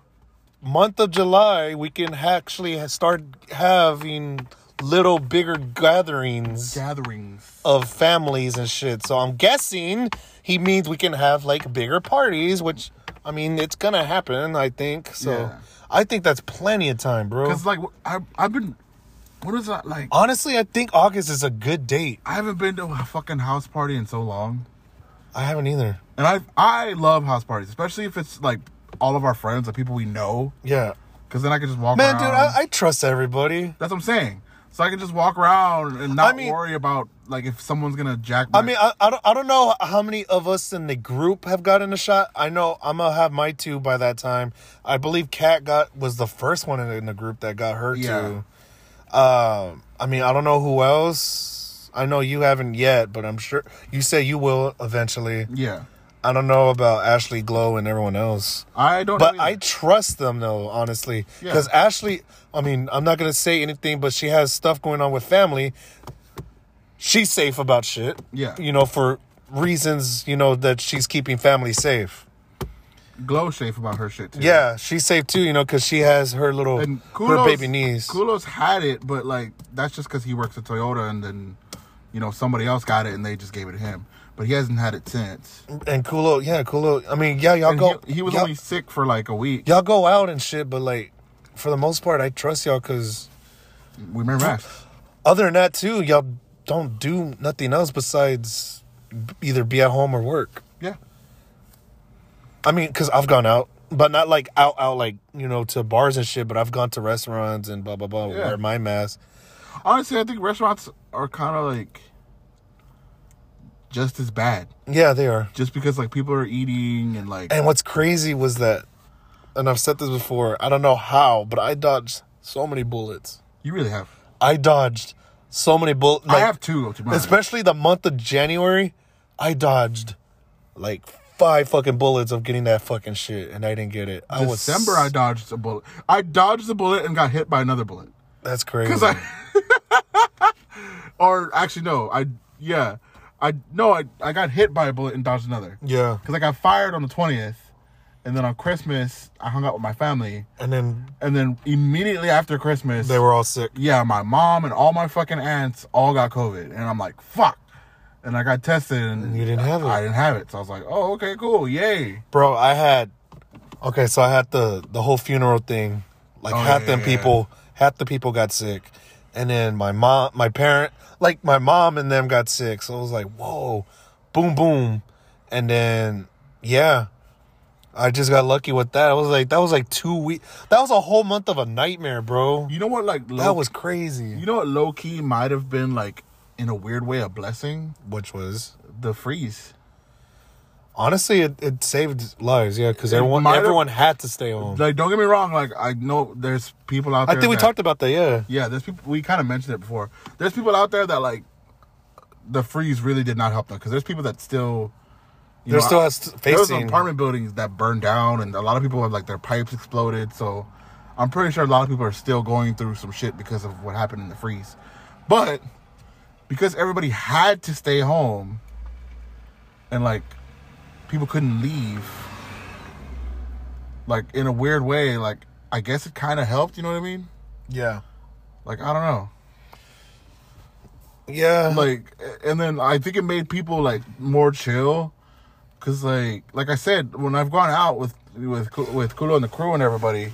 Speaker 1: month of July we can actually ha- start having little bigger gatherings
Speaker 2: Gatherings.
Speaker 1: of families and shit. So I'm guessing he means we can have like bigger parties, which I mean it's gonna happen. I think so.
Speaker 2: Yeah.
Speaker 1: I think that's plenty of time, bro.
Speaker 2: Cause like I I've been, what is that like?
Speaker 1: Honestly, I think August is a good date.
Speaker 2: I haven't been to a fucking house party in so long.
Speaker 1: I haven't either.
Speaker 2: And I I love house parties, especially if it's like all of our friends, like people we know,
Speaker 1: Yeah,
Speaker 2: because then I can just walk
Speaker 1: man,
Speaker 2: around.
Speaker 1: dude, I, I trust everybody.
Speaker 2: That's what I'm saying. So I can just walk around and not
Speaker 1: I mean-
Speaker 2: worry about like if someone's gonna jack.
Speaker 1: I
Speaker 2: my-
Speaker 1: mean, I, I, don't, I don't know how many of us in the group have gotten a shot. I know I'm gonna have my two by that time. I believe Kat got was the first one in, in the group that got her
Speaker 2: Yeah.
Speaker 1: two. Um, I mean, I don't know who else. I know you haven't yet, but I'm sure you say you will eventually.
Speaker 2: yeah,
Speaker 1: I don't know about Ashley Glow and everyone else.
Speaker 2: I don't.
Speaker 1: But
Speaker 2: know
Speaker 1: I
Speaker 2: either.
Speaker 1: trust them though, honestly,
Speaker 2: Yeah.
Speaker 1: because Ashley. I mean, I'm not gonna say anything, but she has stuff going on with family. She's safe about shit.
Speaker 2: Yeah.
Speaker 1: you know, for reasons you know that she's keeping family safe.
Speaker 2: glow shape about her shit too.
Speaker 1: Yeah, she's safe too, you know, because she has her little
Speaker 2: and
Speaker 1: her
Speaker 2: Kulos,
Speaker 1: baby niece.
Speaker 2: Kulos had it, but like that's just because he works at Toyota, and then you know somebody else got it, and they just gave it to him. But he hasn't had it since.
Speaker 1: And Kulo, yeah, Kulo. I mean, yeah, y'all
Speaker 2: And
Speaker 1: go.
Speaker 2: he, he was
Speaker 1: y'all,
Speaker 2: only sick for like a week.
Speaker 1: y'all go out and shit, but like, for the most part, I trust y'all because
Speaker 2: We made rest.
Speaker 1: other than that too, y'all don't do nothing else besides either be at home or work.
Speaker 2: Yeah,
Speaker 1: I mean, because I've gone out, but not like out, out, like, you know, to bars and shit, but I've gone to restaurants and blah, blah, blah,
Speaker 2: Yeah.
Speaker 1: wear my mask.
Speaker 2: honestly, I think restaurants are kind of like just as bad,
Speaker 1: Yeah, they are.
Speaker 2: just because like people are eating and like
Speaker 1: And what's crazy was that, and I've said this before, I don't know how, but I dodged so many bullets.
Speaker 2: you really have.
Speaker 1: I dodged so many bullets.
Speaker 2: I have two. To be honest.
Speaker 1: Especially the month of January, I dodged like five fucking bullets of getting that fucking shit, and I didn't get it. I was.
Speaker 2: December, I dodged a bullet. I dodged a bullet and got hit by another bullet.
Speaker 1: That's crazy.
Speaker 2: 'Cause I- [LAUGHS] or actually, no, I yeah, I no, I I got hit by a bullet and dodged another.
Speaker 1: yeah.
Speaker 2: Because I got fired on the twentieth, and then on Christmas I hung out with my family,
Speaker 1: And then
Speaker 2: and then immediately after Christmas
Speaker 1: they were all sick.
Speaker 2: yeah, my mom and all my fucking aunts all got COVID, and I'm like, fuck. And I got tested, and
Speaker 1: You didn't have it.
Speaker 2: I didn't have it, so I was like, oh, okay, cool, yay.
Speaker 1: bro i had okay so i had the the whole funeral thing like
Speaker 2: Oh,
Speaker 1: half
Speaker 2: yeah,
Speaker 1: them
Speaker 2: yeah,
Speaker 1: people half the people got sick and then my mom my parent like my mom and them got sick so it was like whoa boom boom and then yeah i just got lucky with that i was like that was like two weeks that was a whole month of a nightmare bro
Speaker 2: You know what, like low,
Speaker 1: that was crazy
Speaker 2: you know what, low key might have been like in a weird way a blessing.
Speaker 1: which was
Speaker 2: The freeze.
Speaker 1: honestly it, it saved lives yeah because everyone
Speaker 2: might have-
Speaker 1: everyone had to stay home
Speaker 2: Like, don't get me wrong. Like, I know there's people
Speaker 1: Oh.
Speaker 2: out
Speaker 1: i
Speaker 2: there.
Speaker 1: think we
Speaker 2: that-
Speaker 1: talked about that yeah
Speaker 2: Yeah, there's people. We kind of mentioned it before. There's people out there that like the freeze really did not help them because there's people that still. You
Speaker 1: there
Speaker 2: know,
Speaker 1: still
Speaker 2: I-
Speaker 1: has
Speaker 2: There was
Speaker 1: facing
Speaker 2: apartment buildings that burned down, and a lot of people had like their pipes exploded. So, I'm pretty sure a lot of people are still going through some shit because of what happened in the freeze. But because everybody had to stay home, and like people couldn't leave, like in a weird way, like I guess it kind of helped. You know what I mean?
Speaker 1: yeah
Speaker 2: Like I don't know.
Speaker 1: Yeah.
Speaker 2: like and then i think it made people like more chill because like like i said when i've gone out with with Ku- with kulo and the crew and everybody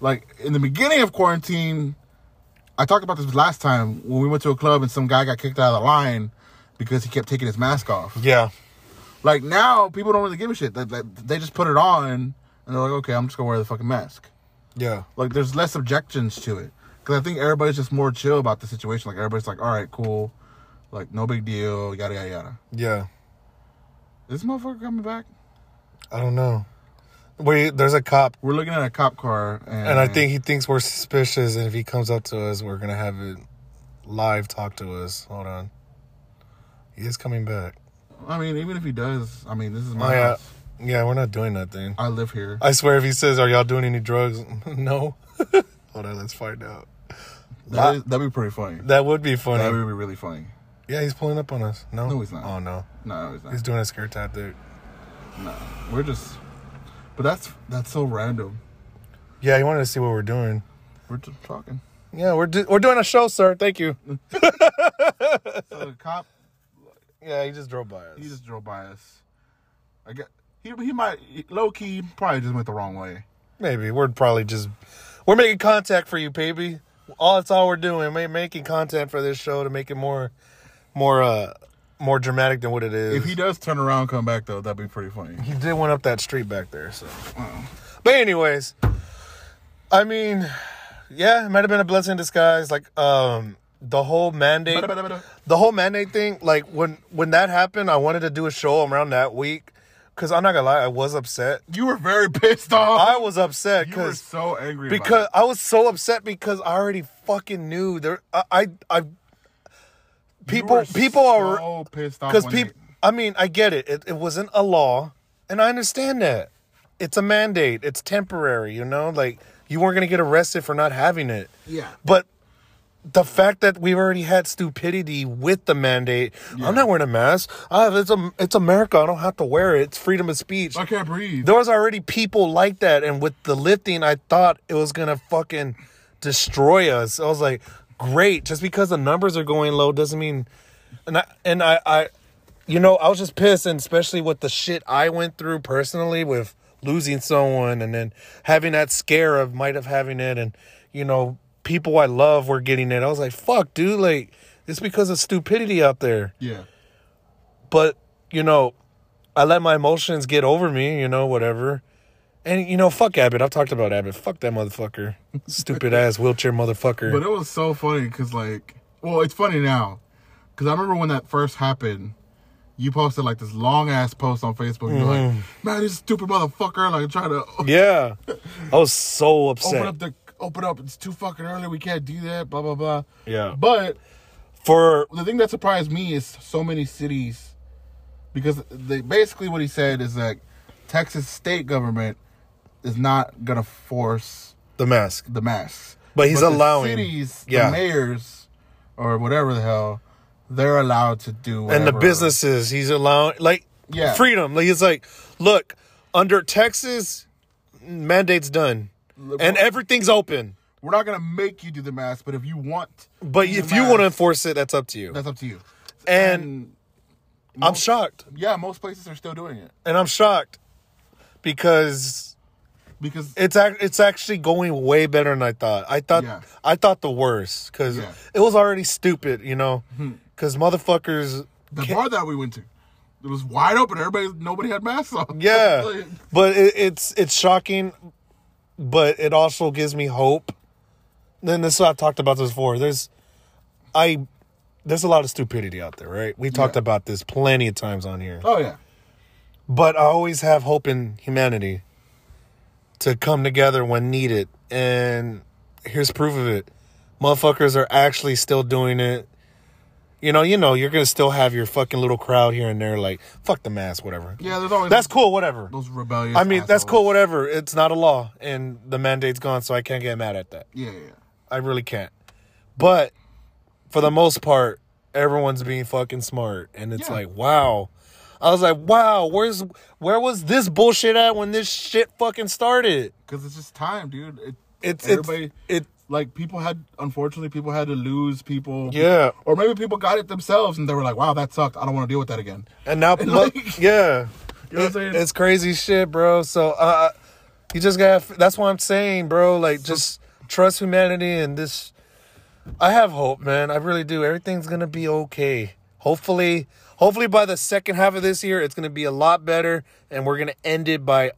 Speaker 2: like in the beginning of quarantine i talked about this last time when we went to a club and some guy got kicked out of the line because he kept taking his mask off
Speaker 1: yeah.
Speaker 2: like now people don't really give a shit they, they, they just put it on and they're like okay i'm just gonna wear the fucking mask
Speaker 1: Yeah.
Speaker 2: like there's less objections to it because I think everybody's just more chill about the situation. Like everybody's like, all right, cool, like no big deal, yada yada yada.
Speaker 1: Yeah.
Speaker 2: Is this motherfucker coming back?
Speaker 1: I don't know. We there's a cop,
Speaker 2: We're looking at a cop car, and,
Speaker 1: and I think he thinks we're suspicious. And if he comes up to us, we're gonna have it live talk to us. Hold on. He is coming back.
Speaker 2: I mean, even if he does, I mean, this is my.
Speaker 1: Oh, yeah,
Speaker 2: house.
Speaker 1: yeah. We're not doing nothing.
Speaker 2: I live here.
Speaker 1: I swear, if he says, "Are y'all doing any drugs?" [LAUGHS] no. Hold on, let's find out.
Speaker 2: That is, that'd be pretty funny.
Speaker 1: That would be
Speaker 2: That
Speaker 1: funny.
Speaker 2: would be really funny.
Speaker 1: Yeah, he's pulling up on us. No,
Speaker 2: No, he's not.
Speaker 1: Oh no,
Speaker 2: No, it's not.
Speaker 1: he's doing a scare tactic.
Speaker 2: no, we're just. But that's that's so random.
Speaker 1: Yeah, he wanted to see what we're doing.
Speaker 2: We're just talking.
Speaker 1: Yeah, we're do- we're doing a show, sir. Thank you.
Speaker 2: Mm. So Uh, the cop,
Speaker 1: Yeah, he just drove by us.
Speaker 2: he just drove by us. I got he he might low key probably just went the wrong way.
Speaker 1: Maybe we're probably just we're making contact for you, baby. All that's all we're doing. We're making content for this show to make it more, more, uh, more dramatic than what it is.
Speaker 2: If he does turn around, and come back though, that'd be pretty funny.
Speaker 1: he did went up that street back there. So, but anyways, I mean, yeah, it might have been a blessing in disguise. Like, um, the whole mandate,
Speaker 2: Bada, bada, bada.
Speaker 1: the whole mandate thing. Like when when that happened, I wanted to do a show around that week because I'm not gonna lie, I was upset.
Speaker 2: You were very pissed off.
Speaker 1: I was upset
Speaker 2: you were
Speaker 1: because
Speaker 2: so angry about
Speaker 1: because
Speaker 2: it.
Speaker 1: I was so upset because I already fucking knew there. I I, I
Speaker 2: You
Speaker 1: people
Speaker 2: were
Speaker 1: people are
Speaker 2: so pissed off
Speaker 1: because
Speaker 2: when
Speaker 1: people. I mean, I get it. it. It wasn't a law, and I understand that. It's a mandate. It's temporary. You know, like you weren't gonna get arrested for not having it.
Speaker 2: Yeah.
Speaker 1: But the fact that we've already had stupidity with the mandate. I'm not wearing a mask. I have, it's a it's America. I don't have to wear it. It's freedom of speech
Speaker 2: they- I can't breathe.
Speaker 1: there was already people like that and with the lifting i thought it was gonna fucking destroy us i was like great just because the numbers are going low doesn't mean and i and i i you know i was just pissed and especially with the shit i went through personally with losing someone and then having that scare of might have having it and you know people i love were getting it i was like fuck dude like it's because of stupidity out there
Speaker 2: yeah.
Speaker 1: but you know, I let my emotions get over me, you know, whatever. And you know, fuck Abbott. I've talked about Abbott. Fuck that [LAUGHS] motherfucker. Stupid ass wheelchair motherfucker.
Speaker 2: But it was so funny because, like, well, it's funny now because I remember when that first happened. You posted like this long ass post on Facebook. You're like,
Speaker 1: Mm-hmm.
Speaker 2: man, this stupid motherfucker, like trying to o-
Speaker 1: yeah. I was so
Speaker 2: open
Speaker 1: upset.
Speaker 2: up the open up. It's too fucking early. We can't do that. Blah blah blah.
Speaker 1: Yeah.
Speaker 2: But
Speaker 1: For
Speaker 2: the thing that surprised me is so many cities, because they basically what he said is that Texas state government is not gonna force
Speaker 1: the mask.
Speaker 2: the masks.
Speaker 1: But he's allowing-
Speaker 2: the cities,
Speaker 1: yeah.
Speaker 2: the mayors, or whatever the hell, they're allowed to do.
Speaker 1: And the
Speaker 2: whatever.
Speaker 1: businesses, he's allowing like
Speaker 2: Yeah.
Speaker 1: freedom. Like he's like, look, under Texas, mandate's done. And everything's open.
Speaker 2: We're not gonna make you do the mask, but if you want,
Speaker 1: But
Speaker 2: do the
Speaker 1: if you
Speaker 2: mask,
Speaker 1: want to enforce it, that's up to you.
Speaker 2: that's up to you.
Speaker 1: And I'm shocked.
Speaker 2: yeah, most places are still doing it
Speaker 1: And I'm shocked because
Speaker 2: because
Speaker 1: it's ac- it's actually going way better than I thought. I thought
Speaker 2: Yeah.
Speaker 1: I thought the worst because
Speaker 2: Yeah. Hmm.
Speaker 1: it was already stupid, you know, because motherfuckers.
Speaker 2: the
Speaker 1: ca-
Speaker 2: bar that we went to, it was wide open. Everybody, nobody had masks on.
Speaker 1: yeah,
Speaker 2: Like,
Speaker 1: but it, it's it's shocking, but it also gives me hope. Then this I've talked about this before. There's I there's a lot of stupidity out there, right? We talked
Speaker 2: Yeah.
Speaker 1: about this plenty of times on here.
Speaker 2: [LAUGHS] oh yeah,
Speaker 1: but I always have hope in humanity to come together when needed. And here's proof of it. Motherfuckers are actually still doing it. You know, you know, you're gonna still have your fucking little crowd here and there, like fuck the mask, whatever.
Speaker 2: yeah. There's always
Speaker 1: That's cool, whatever.
Speaker 2: those rebellious.
Speaker 1: I mean, that's
Speaker 2: assholes.
Speaker 1: cool, whatever. It's not a law, and the mandate's gone, so I can't get mad at that.
Speaker 2: Yeah, yeah. yeah.
Speaker 1: I really can't. But for the most part, everyone's being fucking smart, and it's
Speaker 2: Yeah.
Speaker 1: like, wow. I was like, wow, where's where was this bullshit at when this shit fucking started?
Speaker 2: Because it's just time, dude. It,
Speaker 1: It's
Speaker 2: everybody.
Speaker 1: it's it
Speaker 2: like people had, unfortunately, people had to lose people.
Speaker 1: yeah,
Speaker 2: Or maybe people got it themselves and they were like, "Wow, that sucked. I don't want to deal with that again."
Speaker 1: and now
Speaker 2: [LAUGHS] like-
Speaker 1: yeah,
Speaker 2: You know what I'm saying?
Speaker 1: it's crazy shit, bro. So uh, you just got. to That's what I'm saying, bro. Like just trust humanity and this. I have hope, man. I really do. Everything's gonna be okay. Hopefully, hopefully by the second half of this year, it's gonna be a lot better, and we're gonna end it by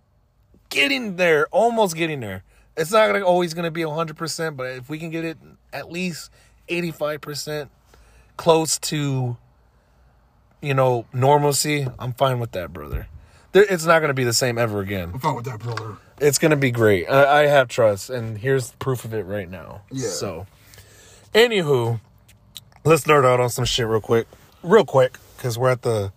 Speaker 1: getting there, almost getting there. It's not gonna always gonna be 100, percent but if we can get it at least 85 percent close to you know, normalcy, I'm fine with that, brother. There, it's not going to be the same ever again.
Speaker 2: I'm fine with that, brother.
Speaker 1: It's going to be great. I, I have trust, and here's proof of it right now.
Speaker 2: Yeah.
Speaker 1: So, anywho, let's nerd out on some shit real quick. Real quick, because we're at the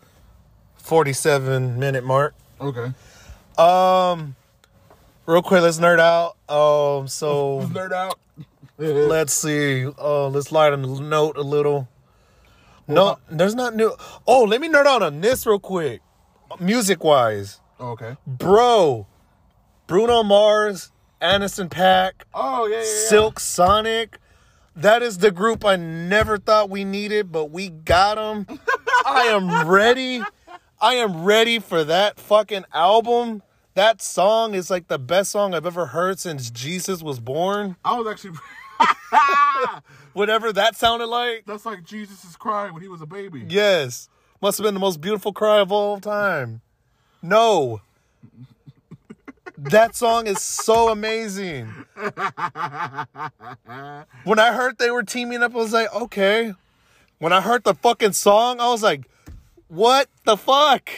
Speaker 1: 47 minute mark. Um,
Speaker 2: Okay.
Speaker 1: Real quick, let's nerd out. Um, so
Speaker 2: Nerd out.
Speaker 1: let's see. Uh, let's lighten the note a little. No, there's not new. Oh, let me nerd out on this real quick. Music wise,
Speaker 2: okay.
Speaker 1: bro, Bruno Mars, Anderson Pack,
Speaker 2: Oh yeah, yeah, yeah.
Speaker 1: Silk Sonic. That is the group I never thought we needed, but we got them. I am ready. I am ready for that fucking album. That song is like the best song I've ever heard since Jesus was born.
Speaker 2: I was actually. [LAUGHS]
Speaker 1: Whatever that sounded like.
Speaker 2: That's like Jesus is crying when he was a baby.
Speaker 1: Yes. Must have been the most beautiful cry of all time. No. That song is so amazing. When I heard they were teaming up, I was like, okay. When I heard the fucking song, I was like, what the fuck?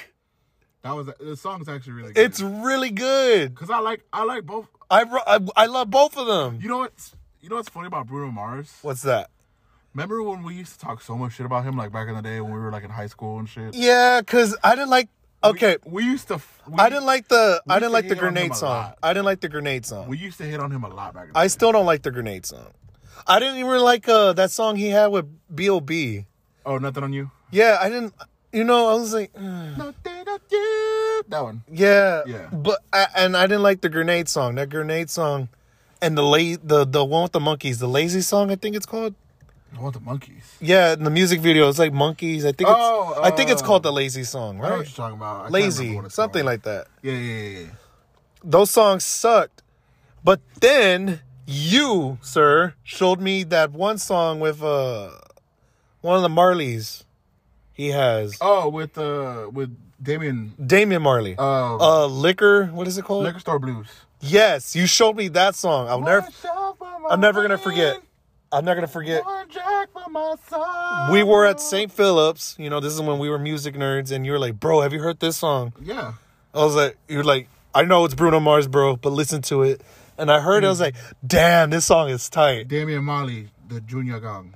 Speaker 2: That was the song's actually really good.
Speaker 1: It's really good.
Speaker 2: because I like I like both.
Speaker 1: I, ro- I, I love both of them.
Speaker 2: You know what's you know what's funny about Bruno Mars?
Speaker 1: What's that?
Speaker 2: Remember when we used to talk so much shit about him, like back in the day when we were like in high school and shit.
Speaker 1: Yeah, because I didn't like. Okay.
Speaker 2: We, we used to. f- We,
Speaker 1: I didn't like the I didn't
Speaker 2: used to
Speaker 1: like the
Speaker 2: hate on him
Speaker 1: grenade
Speaker 2: a
Speaker 1: song.
Speaker 2: lot.
Speaker 1: I didn't like the grenade song.
Speaker 2: We used to hit on him a lot back. In the
Speaker 1: I still don't like the grenade song. I didn't even like uh, that song he had with B.O.B.
Speaker 2: oh, nothing on you.
Speaker 1: Yeah, I didn't. You know, I was like, mm,
Speaker 2: Nothing on you. That one.
Speaker 1: yeah,
Speaker 2: Yeah.
Speaker 1: But I, and I didn't like the grenade song. That grenade song, and the la- the the one with the monkeys, the lazy song, I think it's called.
Speaker 2: I want the monkeys.
Speaker 1: Yeah, in the music video, it's like monkeys. I think. It's,
Speaker 2: Oh,
Speaker 1: I think it's
Speaker 2: uh,
Speaker 1: called the lazy song,
Speaker 2: I know
Speaker 1: right?
Speaker 2: what you're talking about. I can't remember
Speaker 1: Lazy,
Speaker 2: what it's
Speaker 1: something
Speaker 2: called.
Speaker 1: like that.
Speaker 2: Yeah, yeah, yeah, yeah.
Speaker 1: Those songs sucked, but then you, sir, showed me that one song with uh one of the Marleys. He has
Speaker 2: Oh, with uh, with Damien.
Speaker 1: Damian Marley.
Speaker 2: Uh,
Speaker 1: uh, liquor. What is it called?
Speaker 2: liquor store blues.
Speaker 1: Yes, you showed me that song. I'll never.
Speaker 2: I'm
Speaker 1: I'm never gonna forget. I'm not gonna forget. We
Speaker 2: We
Speaker 1: were at St. Phillips. You know, this is when we were music nerds, and you were like, "Bro, have you heard this song?"
Speaker 2: Yeah.
Speaker 1: I was like, "You're like, I know it's Bruno Mars, bro, but listen to it." And I heard it. I
Speaker 2: Hmm.
Speaker 1: was like, "Damn, this song is tight."
Speaker 2: Damian Molly, the junior gong.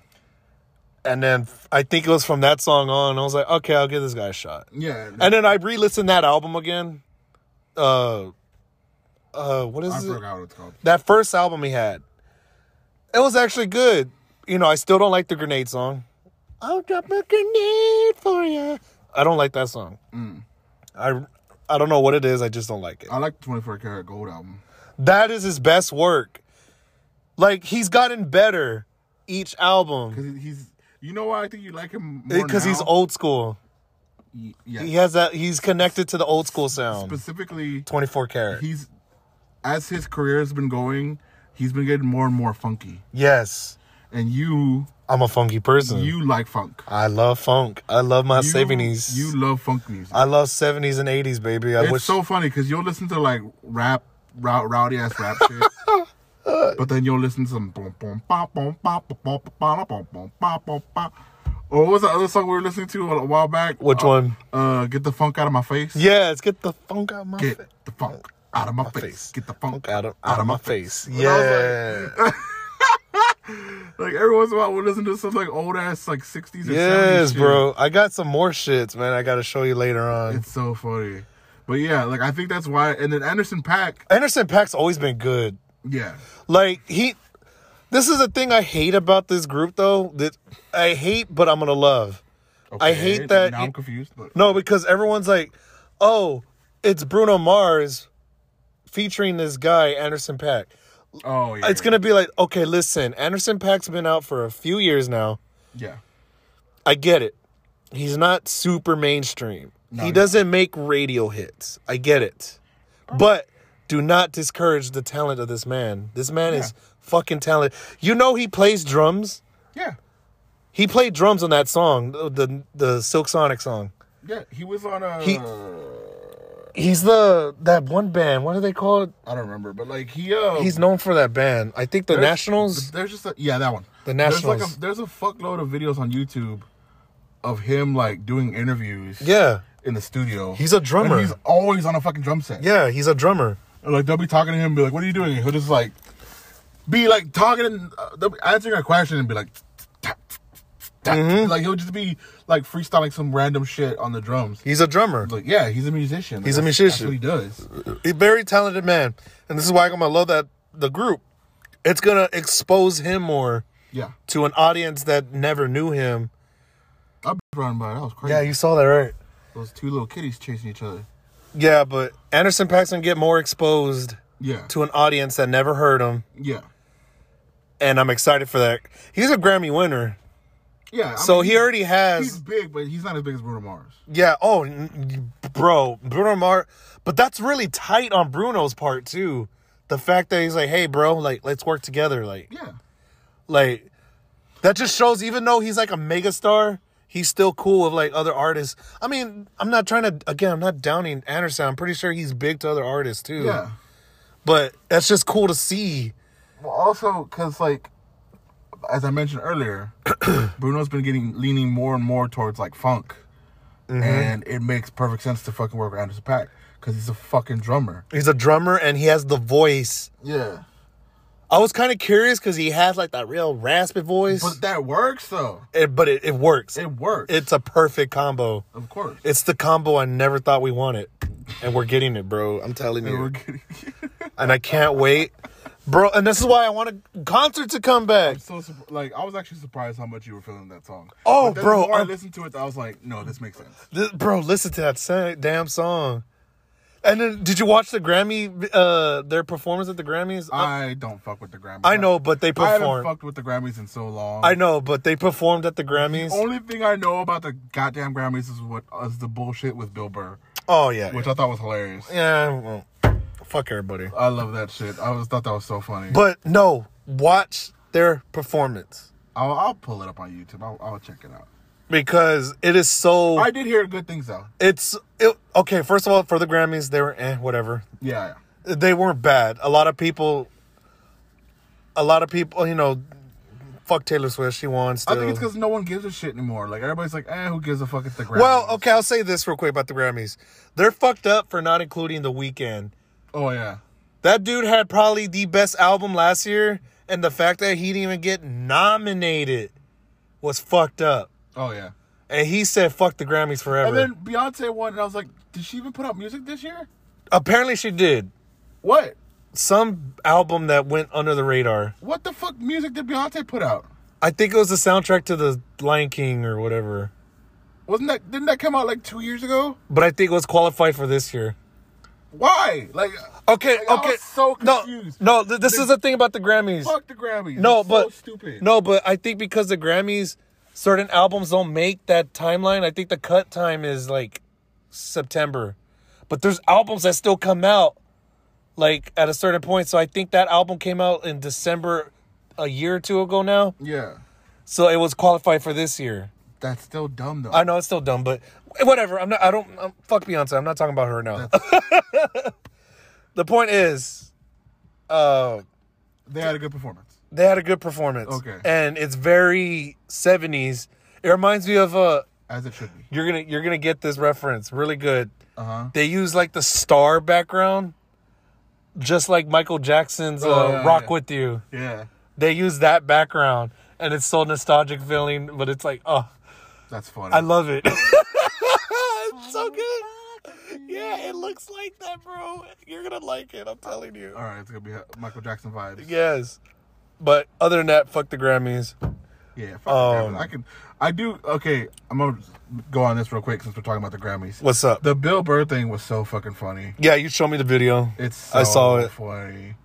Speaker 1: And then f- I think it was from that song on. I was like, okay, I'll give this guy a shot.
Speaker 2: Yeah.
Speaker 1: And then I re-listened that album again. Uh, uh, what is
Speaker 2: I
Speaker 1: it?
Speaker 2: forgot what it's called.
Speaker 1: That first album he had. It was actually good. You know, I still don't like the grenade song. I'll drop a grenade for you. I don't like that song.
Speaker 2: Mm.
Speaker 1: I I don't know what it is. I just don't like it.
Speaker 2: I like the 24 karat gold album.
Speaker 1: That is his best work. Like he's gotten better each album
Speaker 2: Because he's, you know why I think you like him more
Speaker 1: because he's
Speaker 2: now?
Speaker 1: old school.
Speaker 2: Y- Yeah.
Speaker 1: He has that. He's connected to the old school sound.
Speaker 2: Specifically,
Speaker 1: Twenty four karat.
Speaker 2: he's, as his career has been going, he's been getting more and more funky.
Speaker 1: yes,
Speaker 2: And you,
Speaker 1: I'm a funky person.
Speaker 2: you like funk.
Speaker 1: I love funk. I love my
Speaker 2: You-
Speaker 1: seventies.
Speaker 2: You love funk music.
Speaker 1: I love seventies and eighties, baby. I
Speaker 2: It's
Speaker 1: wish.
Speaker 2: so funny because you'll listen to like rap, rou- rowdy ass rap
Speaker 1: [LAUGHS]
Speaker 2: shit. But then you'll listen to some boom boom ba boom ba ba ba ba ba da, boom boom ba boom ba. Or what was the other song we were listening to a while back?
Speaker 1: Which
Speaker 2: Uh,
Speaker 1: one?
Speaker 2: Uh, get the funk out of my face.
Speaker 1: Yeah, it's get the funk out my
Speaker 2: Get
Speaker 1: fa-
Speaker 2: the funk out of my, face.
Speaker 1: face.
Speaker 2: Get the funk
Speaker 1: out of out of my face.
Speaker 2: And [LAUGHS] I was
Speaker 1: Yeah,
Speaker 2: like- Like every once in a while, we'll listen to some like old ass like sixties.
Speaker 1: yes,
Speaker 2: 70s shit.
Speaker 1: bro. I got some more shits, man. I got to show you later on.
Speaker 2: It's so funny. But yeah, like I think that's why. And then Anderson Pack.
Speaker 1: Anderson Pack's always been good.
Speaker 2: Yeah.
Speaker 1: Like he, this is the thing I hate about this group though. That I hate, but I'm gonna love. I hate that.
Speaker 2: Now I'm confused, but
Speaker 1: No, because everyone's like, oh, it's Bruno Mars featuring this guy, Anderson Pack.
Speaker 2: oh yeah.
Speaker 1: It's going to be like, okay, listen, Anderson Pack's been out for a few years now.
Speaker 2: yeah.
Speaker 1: I get it. He's not super mainstream. he
Speaker 2: he's
Speaker 1: doesn't make radio hits. I get it. But do not discourage the talent of this man. This man is fucking talented. You know he plays drums.
Speaker 2: Yeah.
Speaker 1: He played drums on that song, the the, the Silk Sonic song.
Speaker 2: Yeah, he was on uh, a.
Speaker 1: He- He's the that one band. What are they called?
Speaker 2: I don't remember, but like he. Uh,
Speaker 1: He's known for that band. I think the
Speaker 2: there's-
Speaker 1: Nationals.
Speaker 2: There's just a, yeah that one.
Speaker 1: The
Speaker 2: There's like
Speaker 1: Nationals.
Speaker 2: a, there's a fuckload of videos on YouTube of him like doing interviews
Speaker 1: Yeah.
Speaker 2: in the studio.
Speaker 1: He's a drummer.
Speaker 2: And he's always on a fucking drum set.
Speaker 1: Yeah, he's a drummer.
Speaker 2: And, like they'll be talking to him, and be like, "What are you doing?" He'll just like be like talking and uh, they'll be answering a question and be like, tap, tap.
Speaker 1: Mm-hmm.
Speaker 2: like he'll just be like freestyling some random shit on the drums.
Speaker 1: He's a drummer.
Speaker 2: Like yeah, he's a musician.
Speaker 1: He's a
Speaker 2: That's-
Speaker 1: musician.
Speaker 2: That's what he does.
Speaker 1: a very talented man, and this is why I'm gonna love that the group. It's gonna expose him more
Speaker 2: Yeah,
Speaker 1: to an audience that never knew him.
Speaker 2: I be around by. it. That was crazy.
Speaker 1: Yeah, you saw that right.
Speaker 2: Those two little kitties chasing each other.
Speaker 1: Yeah, but Anderson Paak's gonna get more exposed
Speaker 2: Yeah.
Speaker 1: to an audience that never heard him,
Speaker 2: yeah.
Speaker 1: and I'm excited for that. He's a Grammy winner,
Speaker 2: Yeah. I
Speaker 1: so
Speaker 2: mean,
Speaker 1: he already
Speaker 2: he's
Speaker 1: has.
Speaker 2: big, but he's not as big as Bruno Mars.
Speaker 1: Yeah. Oh, n- bro, Bruno Mars. But that's really tight on Bruno's part too. The fact that he's like, "Hey, bro, like, let's work together." Like,
Speaker 2: Yeah.
Speaker 1: Like that just shows even though he's like a megastar, he's still cool with like other artists. I mean, I'm not trying to again, I'm not downing Anderson. I'm pretty sure he's big to other artists too.
Speaker 2: Yeah.
Speaker 1: But that's just cool to see.
Speaker 2: Well, also because like, as I mentioned
Speaker 1: [CLEARS THROAT]
Speaker 2: earlier, Bruno's been getting leaning more and more towards like funk,
Speaker 1: Mm-hmm.
Speaker 2: and it makes perfect sense to fucking work with Anderson Pack because he's a fucking drummer.
Speaker 1: He's a drummer and he has the voice.
Speaker 2: Yeah,
Speaker 1: I was kind of curious because he has like that real raspy voice,
Speaker 2: but that works though.
Speaker 1: it, but it, it works.
Speaker 2: It works.
Speaker 1: it's a perfect combo.
Speaker 2: of course.
Speaker 1: It's the combo I never thought we wanted, and we're getting it, bro. I'm telling
Speaker 2: We're
Speaker 1: you,
Speaker 2: getting. [LAUGHS]
Speaker 1: and I can't wait, bro. And this is why I want a concert to come back.
Speaker 2: So surp- like I was actually surprised how much you were feeling that song.
Speaker 1: Oh,
Speaker 2: But then
Speaker 1: bro,
Speaker 2: The more I
Speaker 1: I'm-
Speaker 2: listened to it, I was like, no, this makes sense.
Speaker 1: This, bro, listen to that sa- damn song. And then, did you watch the Grammy, uh, their performance at the Grammys? I,
Speaker 2: I don't fuck with the Grammys.
Speaker 1: I know, but they
Speaker 2: I haven't
Speaker 1: performed.
Speaker 2: fucked with the Grammys in so long.
Speaker 1: I know, but they performed at the Grammys.
Speaker 2: Only thing I know about the goddamn Grammys is what is the bullshit with Bill Burr,
Speaker 1: Oh, yeah.
Speaker 2: which I thought was hilarious.
Speaker 1: yeah, well, fuck everybody.
Speaker 2: I love that shit. I was thought that was so funny.
Speaker 1: But no, watch their performance
Speaker 2: I'll, I'll pull it up on YouTube. I'll, I'll check it out.
Speaker 1: because it is so.
Speaker 2: I did hear good things though.
Speaker 1: it's it, okay. First of all, for the Grammys, they were eh, whatever.
Speaker 2: Yeah,
Speaker 1: they weren't bad. A lot of people, a lot of people, you know, fuck Taylor Swift. She wants.
Speaker 2: I think it's because no one gives a shit anymore. Like everybody's like, eh, who gives a fuck? It's the Grammys.
Speaker 1: Well, okay, I'll say this real quick about the Grammys. They're fucked up for not including the weekend.
Speaker 2: oh yeah,
Speaker 1: That dude had probably the best album last year, and the fact that he didn't even get nominated was fucked up.
Speaker 2: oh yeah.
Speaker 1: And he said, "Fuck the Grammys forever."
Speaker 2: And then Beyonce won, and I was like, did she even put out music this year?
Speaker 1: Apparently, she did
Speaker 2: What?
Speaker 1: some album that went under the radar.
Speaker 2: What the fuck music did Beyonce put out?
Speaker 1: I think it was the soundtrack to the Lion King or whatever.
Speaker 2: Wasn't that didn't that come out like two years ago?
Speaker 1: But I think it was qualified for this year.
Speaker 2: Why? Like,
Speaker 1: Okay,
Speaker 2: Like, I
Speaker 1: okay.
Speaker 2: was so
Speaker 1: No,
Speaker 2: confused.
Speaker 1: No, th- this is the thing about the Grammys.
Speaker 2: fuck the Grammys.
Speaker 1: No,
Speaker 2: It's so
Speaker 1: but
Speaker 2: stupid.
Speaker 1: No, but I think because the Grammys, certain albums don't make that timeline. I think the cut time is like September, but there's albums that still come out like at a certain point. So I think that album came out in December a year or two ago now,
Speaker 2: Yeah,
Speaker 1: so it was qualified for this year.
Speaker 2: that's still dumb though.
Speaker 1: I know it's still dumb, but whatever. I'm not. I don't. I'm, fuck Beyonce. I'm not talking about her now. [LAUGHS] the point is, uh,
Speaker 2: They had a good performance.
Speaker 1: they had a good performance.
Speaker 2: Okay.
Speaker 1: And it's very seventies. It reminds me of uh
Speaker 2: As it should be.
Speaker 1: you're gonna you're gonna get this reference really good.
Speaker 2: Uh huh.
Speaker 1: They use like the star background, just like Michael Jackson's uh,
Speaker 2: Oh, yeah,
Speaker 1: Rock
Speaker 2: yeah.
Speaker 1: with You.
Speaker 2: Yeah.
Speaker 1: They use that background and it's so nostalgic feeling, but it's like, oh
Speaker 2: That's funny.
Speaker 1: I love
Speaker 2: [LAUGHS]
Speaker 1: it. it's so good. Yeah, it looks like that, bro. You're gonna like it, I'm telling you.
Speaker 2: All right, it's gonna be Michael Jackson vibes. Yeah,
Speaker 1: Yes. But other than that, fuck the Grammys.
Speaker 2: fuck the
Speaker 1: Um,
Speaker 2: Grammys. I can, I do. Okay, I'm gonna go on this real quick since we're talking about the Grammys.
Speaker 1: What's up?
Speaker 2: The Bill Burr thing was so fucking funny.
Speaker 1: Yeah, you showed me the video.
Speaker 2: It's so
Speaker 1: I saw it.
Speaker 2: funny.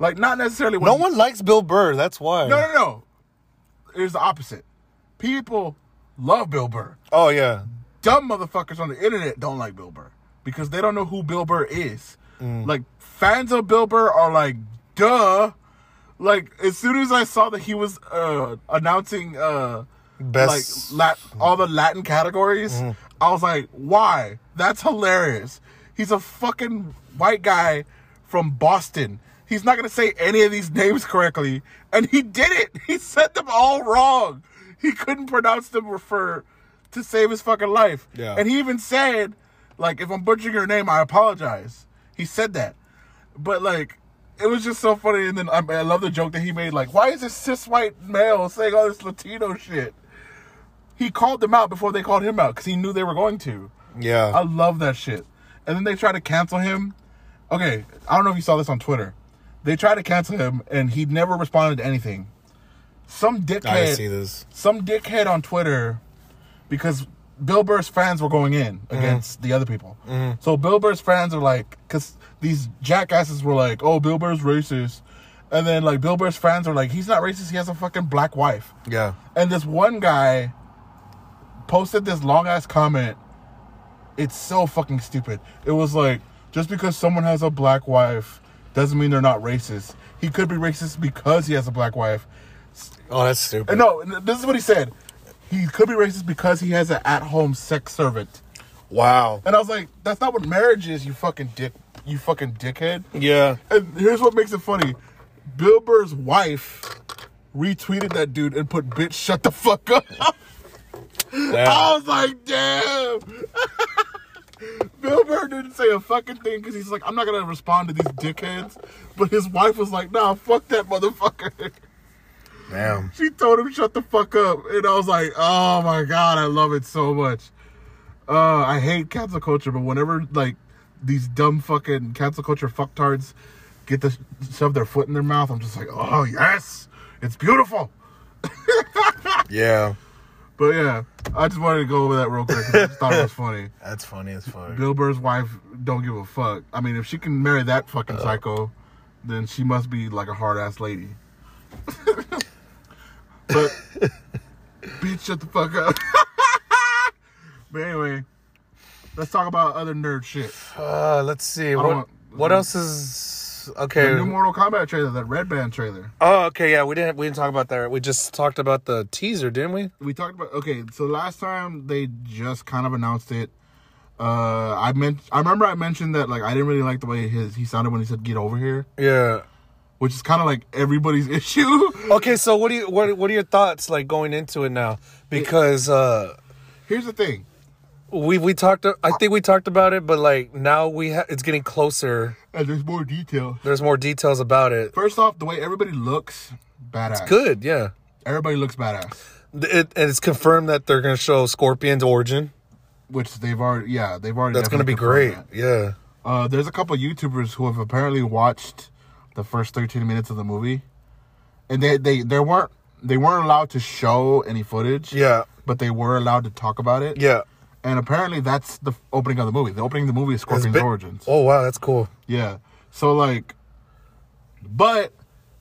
Speaker 2: Like not necessarily. When
Speaker 1: No
Speaker 2: he-
Speaker 1: one likes Bill Burr. That's why.
Speaker 2: No, no, no. It's the opposite. People love Bill Burr.
Speaker 1: Oh yeah.
Speaker 2: Dumb motherfuckers on the internet don't like Bill Burr because they don't know who Bill Burr is. Like fans of Bill Burr are like, duh. Like as soon as I saw that he was uh, announcing. Uh,
Speaker 1: Best. Mm. Mm-hmm.
Speaker 2: like Lat- all the Latin categories. I was like, why? That's hilarious. He's a fucking white guy from Boston. He's not gonna say any of these [LAUGHS] names correctly, [LAUGHS] and he did it. He said them all wrong. He couldn't pronounce them for to save his fucking life.
Speaker 1: Yeah.
Speaker 2: And he even said, like, if I'm butchering your name, I apologize. He said that. But, like, it was just so funny. And then I, I love the joke that he made, like, why is this cis white male saying all this Latino shit? He called them out before they called him out because he knew they were going to.
Speaker 1: Yeah.
Speaker 2: I love that shit. And then they try to cancel him. Okay, I don't know if you saw this on Twitter. They tried to cancel him, and he never responded to anything. Some dickhead.
Speaker 1: I see this.
Speaker 2: Some dickhead on Twitter, because Bill Burr's fans were going in
Speaker 1: Mm-hmm.
Speaker 2: against the other people. So Bill Burr's fans are like, because these jackasses were like, "Oh, Bill Burr's racist," and then like Bill Burr's fans are like, "He's not racist. He has a fucking black wife."
Speaker 1: Yeah.
Speaker 2: And this one guy posted this long ass comment. It's so fucking stupid. It was like, just because someone has a black wife doesn't mean they're not racist. He could be racist because he has a black wife.
Speaker 1: Oh, that's stupid.
Speaker 2: And no, n- this is what he said. He could be racist because he has an at home sex servant.
Speaker 1: Wow.
Speaker 2: And I was like, that's not what marriage is, you fucking dick. You fucking dickhead.
Speaker 1: Yeah.
Speaker 2: And here's what makes it funny. Bill Burr's wife retweeted that dude and put bitch shut the fuck up. [LAUGHS] I
Speaker 1: Damn.
Speaker 2: was like, damn. [LAUGHS] Bill Burr didn't say a fucking thing because he's like, I'm not gonna respond to these dickheads. But his wife was like, nah, fuck that motherfucker. [LAUGHS]
Speaker 1: Damn.
Speaker 2: she told him shut the fuck up, and I was like, oh my god, I love it so much. Uh, I hate cancel culture, but whenever like these dumb fucking cancel culture fucktards get to shove their foot in their mouth, I'm just like, oh yes, it's beautiful.
Speaker 1: Yeah.
Speaker 2: But yeah, I just wanted to go over that real quick. 'cause I just thought it was funny.
Speaker 1: That's funny as fuck.
Speaker 2: Bill Burr's wife don't give a fuck. I mean, if she can marry that fucking psycho, then she must be like a hard ass lady. but bitch, shut the fuck up. [LAUGHS] but anyway, let's talk about other nerd shit.
Speaker 1: Uh, let's see. What,
Speaker 2: don't want-
Speaker 1: what else is okay?
Speaker 2: The new Mortal Kombat trailer, that red band trailer.
Speaker 1: Oh, okay. Yeah, we didn't we didn't talk about that. We just talked about the teaser, didn't we?
Speaker 2: We talked about okay. So last time they just kind of announced it. Uh, I meant I remember I mentioned that like I didn't really like the way his he sounded when he said "get over here,"
Speaker 1: Yeah.
Speaker 2: which is kind of like everybody's [LAUGHS] issue.
Speaker 1: Okay, so what do you what what are your thoughts like going into it now? Because uh
Speaker 2: Here's the thing.
Speaker 1: we we talked I think we talked about it, but like now we ha- it's getting closer.
Speaker 2: And there's more detail.
Speaker 1: There's more details about it.
Speaker 2: First off, the way everybody looks, badass.
Speaker 1: Good, yeah.
Speaker 2: Everybody looks badass.
Speaker 1: It, and it's confirmed that they're going to show Scorpion's origin.
Speaker 2: Which they've already, yeah, they've already.
Speaker 1: That's going to
Speaker 2: definitely
Speaker 1: be great.
Speaker 2: confirmed
Speaker 1: Yeah.
Speaker 2: that. Uh, there's a couple YouTubers who have apparently watched the first 13 minutes of the movie, and they they they weren't they weren't allowed to show any footage.
Speaker 1: Yeah.
Speaker 2: But they were allowed to talk about it.
Speaker 1: Yeah.
Speaker 2: And apparently that's the opening of the movie. The opening of the movie is
Speaker 1: It's
Speaker 2: Scorpion's
Speaker 1: bi-
Speaker 2: origins.
Speaker 1: Oh wow, that's cool.
Speaker 2: Yeah. So like, but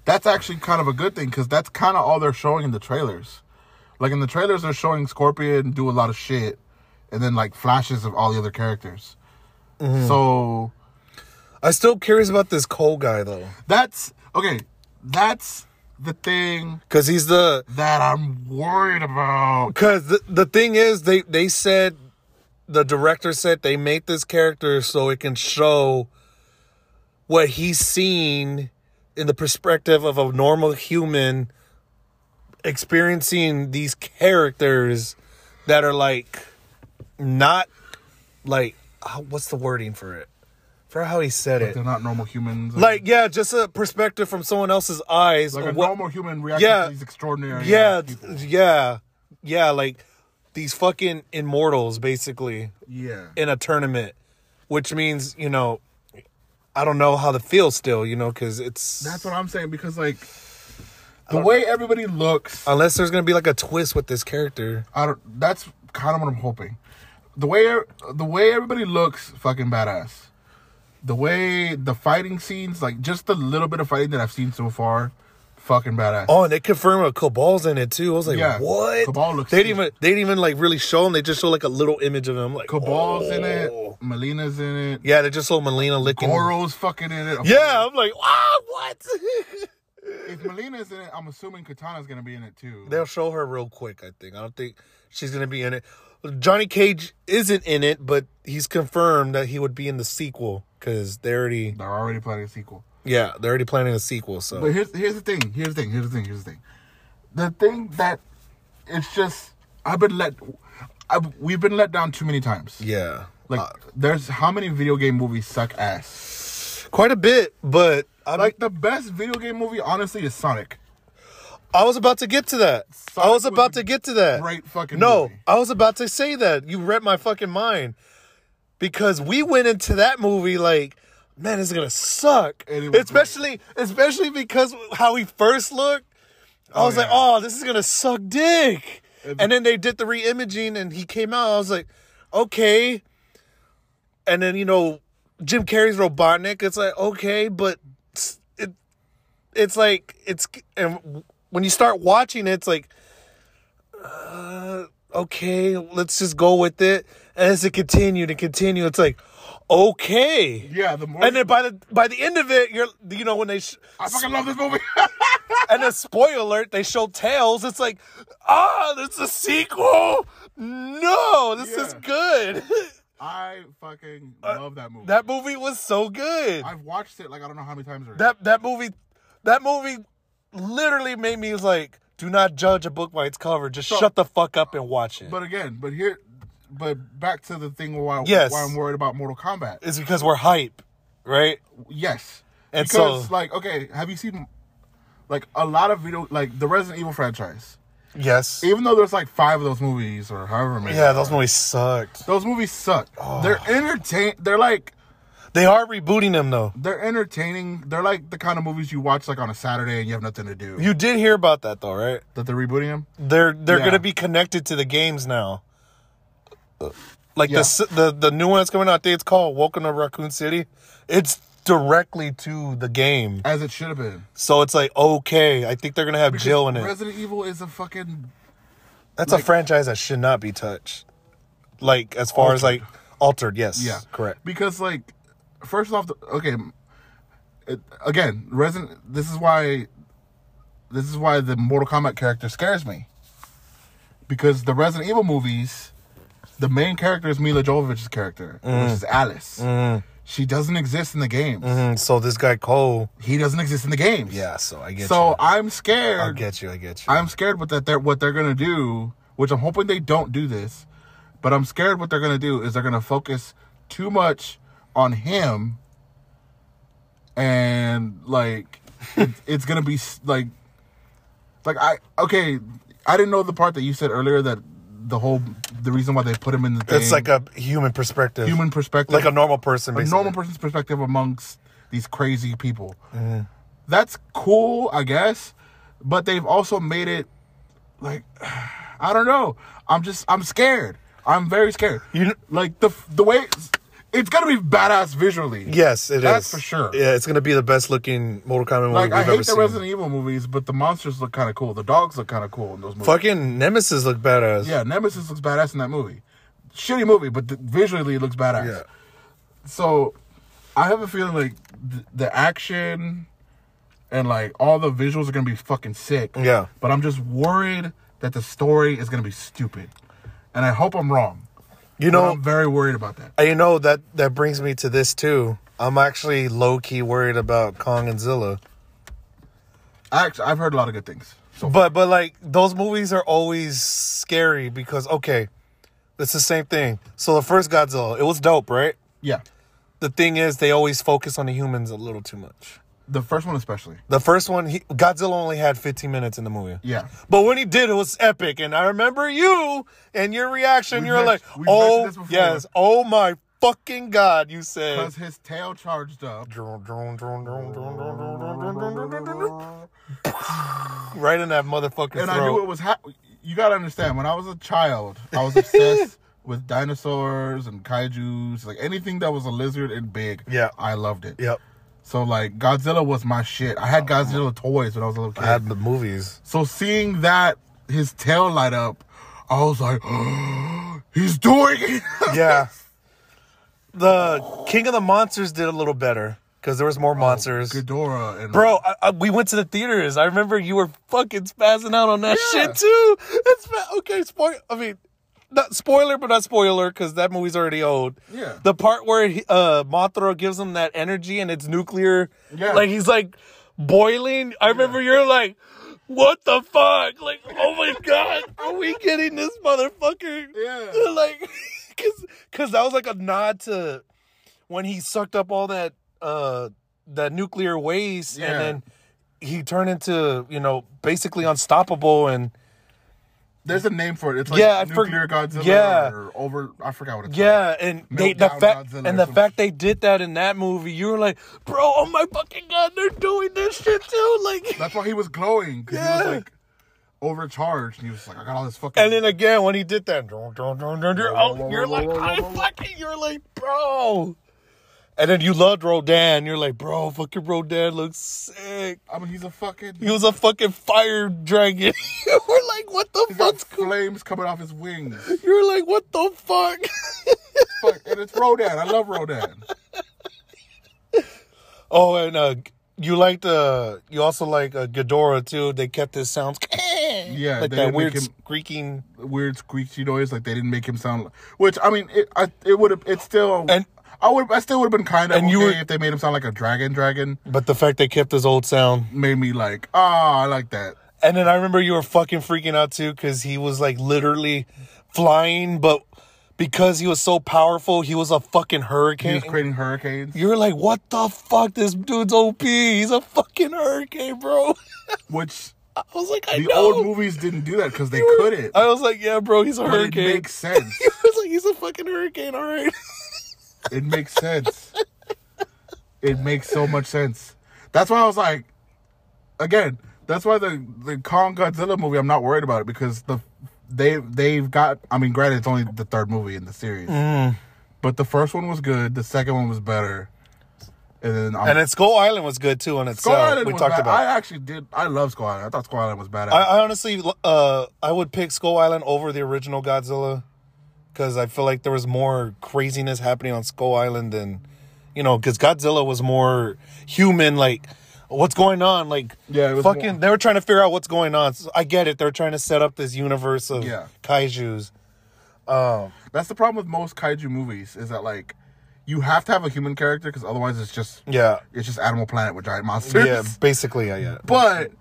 Speaker 2: that's actually kind of a good thing because that's kind of all they're showing in the trailers. Like in the trailers, they're showing Scorpion do a lot of shit, and then like flashes of all the other characters.
Speaker 1: Mm-hmm.
Speaker 2: So
Speaker 1: I'm still curious about this Cole guy though,
Speaker 2: that's okay. That's the thing
Speaker 1: because he's the
Speaker 2: that I'm worried about.
Speaker 1: because the, the thing is they they said the director said they made this character so it can show what he's seen in the perspective of a normal human experiencing these characters that are like not like how- what's the wording for it for how he said it
Speaker 2: They're not normal humans.
Speaker 1: like yeah just a perspective from someone else's eyes
Speaker 2: like a
Speaker 1: of what-
Speaker 2: normal human reacting
Speaker 1: yeah.
Speaker 2: to these extraordinary.
Speaker 1: yeah,
Speaker 2: people.
Speaker 1: th- yeah, yeah. Like these fucking immortals, basically,
Speaker 2: yeah.
Speaker 1: in a tournament, which means you know, I don't know how to feel still, you know, because it's
Speaker 2: That's what I'm saying because like the
Speaker 1: Uh,
Speaker 2: way everybody looks.
Speaker 1: unless there's gonna be like a twist with this character.
Speaker 2: I don't. That's kind of what I'm hoping. The way the way everybody looks, fucking badass. The way the fighting scenes, like just the little bit of fighting that I've seen so far, fucking badass.
Speaker 1: Oh, and they confirmed a Cabal's in it too. I was like,
Speaker 2: Yeah,
Speaker 1: what?
Speaker 2: Cabal looks
Speaker 1: they didn't
Speaker 2: sick.
Speaker 1: even they didn't even like really show him. They just show like a little image of him. Like
Speaker 2: Cabal's in it.
Speaker 1: oh.
Speaker 2: Melina's in it.
Speaker 1: Yeah, they just saw Melina licking.
Speaker 2: Goro's fucking in it.
Speaker 1: Yeah, I'm like, ah, what? [LAUGHS]
Speaker 2: If Melina's in it, I'm assuming Katana's gonna be in it too.
Speaker 1: They'll show her real quick, I think. I don't think she's gonna be in it. Johnny Cage isn't in it, but he's confirmed that he would be in the sequel because they already
Speaker 2: They're already planning a sequel.
Speaker 1: yeah they're already planning a sequel. So
Speaker 2: But here's here's the thing. Here's the thing. Here's the thing. Here's the thing. The thing that it's just I've been let. I, we've been let down too many times.
Speaker 1: Yeah. Uh,
Speaker 2: Like, Uh, there's how many video game movies suck ass?
Speaker 1: Quite a bit, but I
Speaker 2: Like, the best video game movie, honestly, is Sonic.
Speaker 1: I was about to get to that. I
Speaker 2: Sonic
Speaker 1: was about
Speaker 2: was
Speaker 1: to
Speaker 2: a
Speaker 1: get to that.
Speaker 2: great fucking
Speaker 1: No,
Speaker 2: movie.
Speaker 1: I was about to say that. You read my fucking mind. Because we went into that movie like, man, this is gonna suck.
Speaker 2: And it was
Speaker 1: especially especially because how he first looked. I was like,
Speaker 2: yeah.
Speaker 1: oh, this is gonna suck dick. and then they did the re-imaging and he came out. I was like, okay. And then, you know, Jim Carrey's Robotnik. It's like, okay, but it's- it it's like it's and when you start watching it, it's like uh, okay let's just go with it and as it continued and continued it's like okay
Speaker 2: Yeah, the more.
Speaker 1: and then by the by the end of it you're you know when they
Speaker 2: [LAUGHS]
Speaker 1: sh-
Speaker 2: I fucking love this movie.
Speaker 1: and a spoiler alert they show tails it's like ah there's a sequel no this is
Speaker 2: Yeah.
Speaker 1: good
Speaker 2: [LAUGHS]
Speaker 1: [LAUGHS]
Speaker 2: I fucking love that movie.
Speaker 1: Uh, that movie was so good
Speaker 2: I've watched it like I don't know how many times already.
Speaker 1: that that movie that movie literally made me like do not judge a book by its cover just shut the fuck up and watch it
Speaker 2: but again, but here, but back to the thing why,
Speaker 1: Yes.
Speaker 2: why I'm worried about Mortal Kombat.
Speaker 1: it's because we're hype right
Speaker 2: Yes.
Speaker 1: And
Speaker 2: because,
Speaker 1: so-
Speaker 2: like, okay, have you seen, like, a lot of video, like, the Resident Evil franchise?
Speaker 1: yes
Speaker 2: Even though there's like five of those movies or however many.
Speaker 1: yeah Oh. those movies sucked
Speaker 2: Those movies suck. They're entertain. They're like
Speaker 1: they are rebooting them though
Speaker 2: they're entertaining. They're like the kind of movies you watch like on a Saturday and you have nothing to do.
Speaker 1: you did hear about that though right
Speaker 2: that they're rebooting them.
Speaker 1: they're they're
Speaker 2: Yeah.
Speaker 1: gonna be connected to the games now Uh, like
Speaker 2: Yeah.
Speaker 1: the s the the new one that's coming out I think it's called welcome to raccoon city it's directly to the game
Speaker 2: as it should have been.
Speaker 1: so it's like okay i think they're gonna have jill in it
Speaker 2: Resident Evil is a fucking
Speaker 1: That's a franchise that should not be touched. Like as far as like altered, yes.
Speaker 2: yeah
Speaker 1: Correct.
Speaker 2: because like first off the, okay it, again Resident this is why this is why the Mortal Kombat character scares me because the Resident Evil movies the main character is Mila Jovovich's character which is Alice she doesn't exist in the games
Speaker 1: Mm, so this guy Cole.
Speaker 2: he doesn't exist in the games
Speaker 1: Yeah, so I get
Speaker 2: so uh,
Speaker 1: you.
Speaker 2: I'm
Speaker 1: I
Speaker 2: scared
Speaker 1: get you, I get you.
Speaker 2: I'm scared what that they're what they're gonna do, which I'm hoping they don't do this, but I'm scared what they're gonna do is they're gonna focus too much on him, and like
Speaker 1: [LAUGHS]
Speaker 2: it, it's gonna be s- like, like I okay, I didn't know the part that you said earlier that the whole the reason why they put him in the thing,
Speaker 1: it's like a human perspective.
Speaker 2: human perspective,
Speaker 1: like a normal person
Speaker 2: a
Speaker 1: basically.
Speaker 2: normal person's perspective amongst these crazy people. That's cool, I guess, but they've also made it like [SIGHS] I don't know. I'm just I'm scared. I'm very scared.
Speaker 1: You kn-
Speaker 2: like the the way it's, it's gonna be badass visually.
Speaker 1: Yes, it is.
Speaker 2: That's for sure.
Speaker 1: Yeah, it's gonna be the best looking Mortal Kombat movie
Speaker 2: Like
Speaker 1: we've
Speaker 2: I
Speaker 1: ever
Speaker 2: hate the
Speaker 1: seen.
Speaker 2: Resident Evil movies, but the monsters look kind of cool. The dogs look kind of cool in those movies.
Speaker 1: Fucking Nemesis look badass.
Speaker 2: Yeah, Nemesis looks badass in that movie. Shitty movie, but th- visually it looks badass.
Speaker 1: Yeah.
Speaker 2: So, I have a feeling like th- the action and like all the visuals are gonna be fucking sick.
Speaker 1: Yeah.
Speaker 2: But I'm just worried that the story is gonna be stupid, and I hope I'm wrong.
Speaker 1: You
Speaker 2: But
Speaker 1: know
Speaker 2: I'm very worried about that.
Speaker 1: you know that that brings me to this too. I'm actually low key worried about Kong and Zilla.
Speaker 2: Actually, I've heard a lot of good things. So
Speaker 1: But but like those movies are always scary because okay, it's the same thing. So the first Godzilla, it was dope, right?
Speaker 2: yeah,
Speaker 1: The thing is, they always focus on the humans a little too much.
Speaker 2: the first one especially.
Speaker 1: The first one, he, Godzilla only had 15 minutes in the movie.
Speaker 2: Yeah.
Speaker 1: But when he did, it was epic, and I remember you and your reaction.
Speaker 2: We've
Speaker 1: You're like,
Speaker 2: mentioned- we've mentioned
Speaker 1: "Oh
Speaker 2: this before.
Speaker 1: yes, oh my fucking god!" You said.
Speaker 2: Because his tail charged up.
Speaker 1: Right in that motherfucking
Speaker 2: and I
Speaker 1: throat.
Speaker 2: knew it was happening. You gotta understand. When I was a child, I
Speaker 1: [LAUGHS]
Speaker 2: was obsessed with dinosaurs and kaiju's, like anything that was a lizard and big.
Speaker 1: Yeah.
Speaker 2: I loved it.
Speaker 1: Yep,
Speaker 2: So like Godzilla was my shit. I had Godzilla toys when I was a little kid.
Speaker 1: I had the movies.
Speaker 2: so seeing that his tail light up, I was like, [GASPS] he's doing it. [LAUGHS]
Speaker 1: yeah. The King of the Monsters did a little better because there was more monsters.
Speaker 2: Ghidorah and
Speaker 1: Bro, I, I, we went to the theaters. I remember you were fucking spazzing out on that
Speaker 2: Yeah.
Speaker 1: shit too. It's fa- okay. Spoil. I mean, not spoiler, but not spoiler because that movie's already old.
Speaker 2: Yeah.
Speaker 1: The part where he, uh, Mothra gives him that energy and it's nuclear.
Speaker 2: Yeah.
Speaker 1: Like he's like boiling. I remember you're like. what the fuck? Like, oh
Speaker 2: [LAUGHS]
Speaker 1: my god, are we getting this motherfucker?
Speaker 2: Yeah.
Speaker 1: [LAUGHS] like, cause, cause that was like a nod to when he sucked up all that, uh, that nuclear waste,
Speaker 2: Yeah.
Speaker 1: and then he turned into, you know, basically unstoppable. And
Speaker 2: There's a name for it. It's like
Speaker 1: Yeah, I for-
Speaker 2: nuclear Godzilla
Speaker 1: yeah.
Speaker 2: or over. I forgot what it's called.
Speaker 1: yeah, and they, the
Speaker 2: Meltdown
Speaker 1: fact,
Speaker 2: Godzilla
Speaker 1: and
Speaker 2: or
Speaker 1: the
Speaker 2: some
Speaker 1: fact they did that in that movie, you were like, bro, oh my fucking god, they're doing this shit too, like.
Speaker 2: That's why he was glowing. 'cause He
Speaker 1: Yeah.
Speaker 2: was like overcharged. And he was like, I got all this fucking.
Speaker 1: And then again, when he did that, dun, dun, dun, dun, dun, oh, you're like, I fucking, you're like, bro. And then you loved Rodan. You're like, bro, fucking Rodan looks sick.
Speaker 2: I mean, he's a fucking.
Speaker 1: He was a fucking fire dragon. [LAUGHS] We're like, what the
Speaker 2: He's got
Speaker 1: fuck's
Speaker 2: flames coming off his wings.
Speaker 1: You're like, what the
Speaker 2: [LAUGHS]
Speaker 1: fuck?
Speaker 2: Fuck, and it's Rodan. I love Rodan.
Speaker 1: oh, and uh, you liked, uh, you also like uh, Ghidorah too. They kept his sounds.
Speaker 2: Yeah,
Speaker 1: Like
Speaker 2: they
Speaker 1: that
Speaker 2: didn't
Speaker 1: weird
Speaker 2: make him-
Speaker 1: squeaking.
Speaker 2: Weird squeaky noise. Like they didn't make him sound. Like, which I mean, it I, it would have. It's still.
Speaker 1: And-
Speaker 2: I would. I still would have been kind of okay
Speaker 1: And you were-
Speaker 2: if they made him sound like a dragon. Dragon
Speaker 1: But the fact they kept his old sound.
Speaker 2: made me like, ah, I like that.
Speaker 1: And then I remember you were fucking freaking out too because he was like literally flying, but because he was so powerful, he was a fucking
Speaker 2: He
Speaker 1: hurricane.
Speaker 2: was creating hurricanes.
Speaker 1: You're like, what the fuck? This dude's OP. He's a fucking hurricane, bro. [LAUGHS]
Speaker 2: Which
Speaker 1: I was like, I
Speaker 2: the
Speaker 1: know.
Speaker 2: old movies didn't do that because they
Speaker 1: You were-
Speaker 2: couldn't.
Speaker 1: I was like, yeah, bro, he's a
Speaker 2: But it
Speaker 1: hurricane.
Speaker 2: makes sense.
Speaker 1: [LAUGHS] I was like, he's a fucking hurricane, all right. [LAUGHS]
Speaker 2: It makes sense. It makes so much sense. That's why I was like, again, that's why the the Kong Godzilla movie. I'm not worried about it because the they they've got. I mean, granted, it's only the third movie in the series, but the first one was good. The second one was better, and then I'm,
Speaker 1: And then Skull Island was good too in
Speaker 2: Skull
Speaker 1: itself.
Speaker 2: Island
Speaker 1: we
Speaker 2: was
Speaker 1: talked
Speaker 2: bad.
Speaker 1: about.
Speaker 2: I actually did. I love Skull Island. I thought Skull Island was badass.
Speaker 1: I, I honestly, uh, I would pick Skull Island over the original Godzilla because I feel like there was more craziness happening on Skull Island than, you know, because Godzilla was more human. Like, what's going on? Like,
Speaker 2: Yeah, it was
Speaker 1: fucking.
Speaker 2: more-
Speaker 1: They were trying to figure out what's going on. So I get it. They're trying to set up this universe of
Speaker 2: Yeah.
Speaker 1: kaiju's.
Speaker 2: That's the problem with most kaiju movies is that like you have to have a human character because otherwise it's just
Speaker 1: Yeah,
Speaker 2: it's just Animal Planet with giant monsters.
Speaker 1: yeah. Basically, yeah. yeah.
Speaker 2: But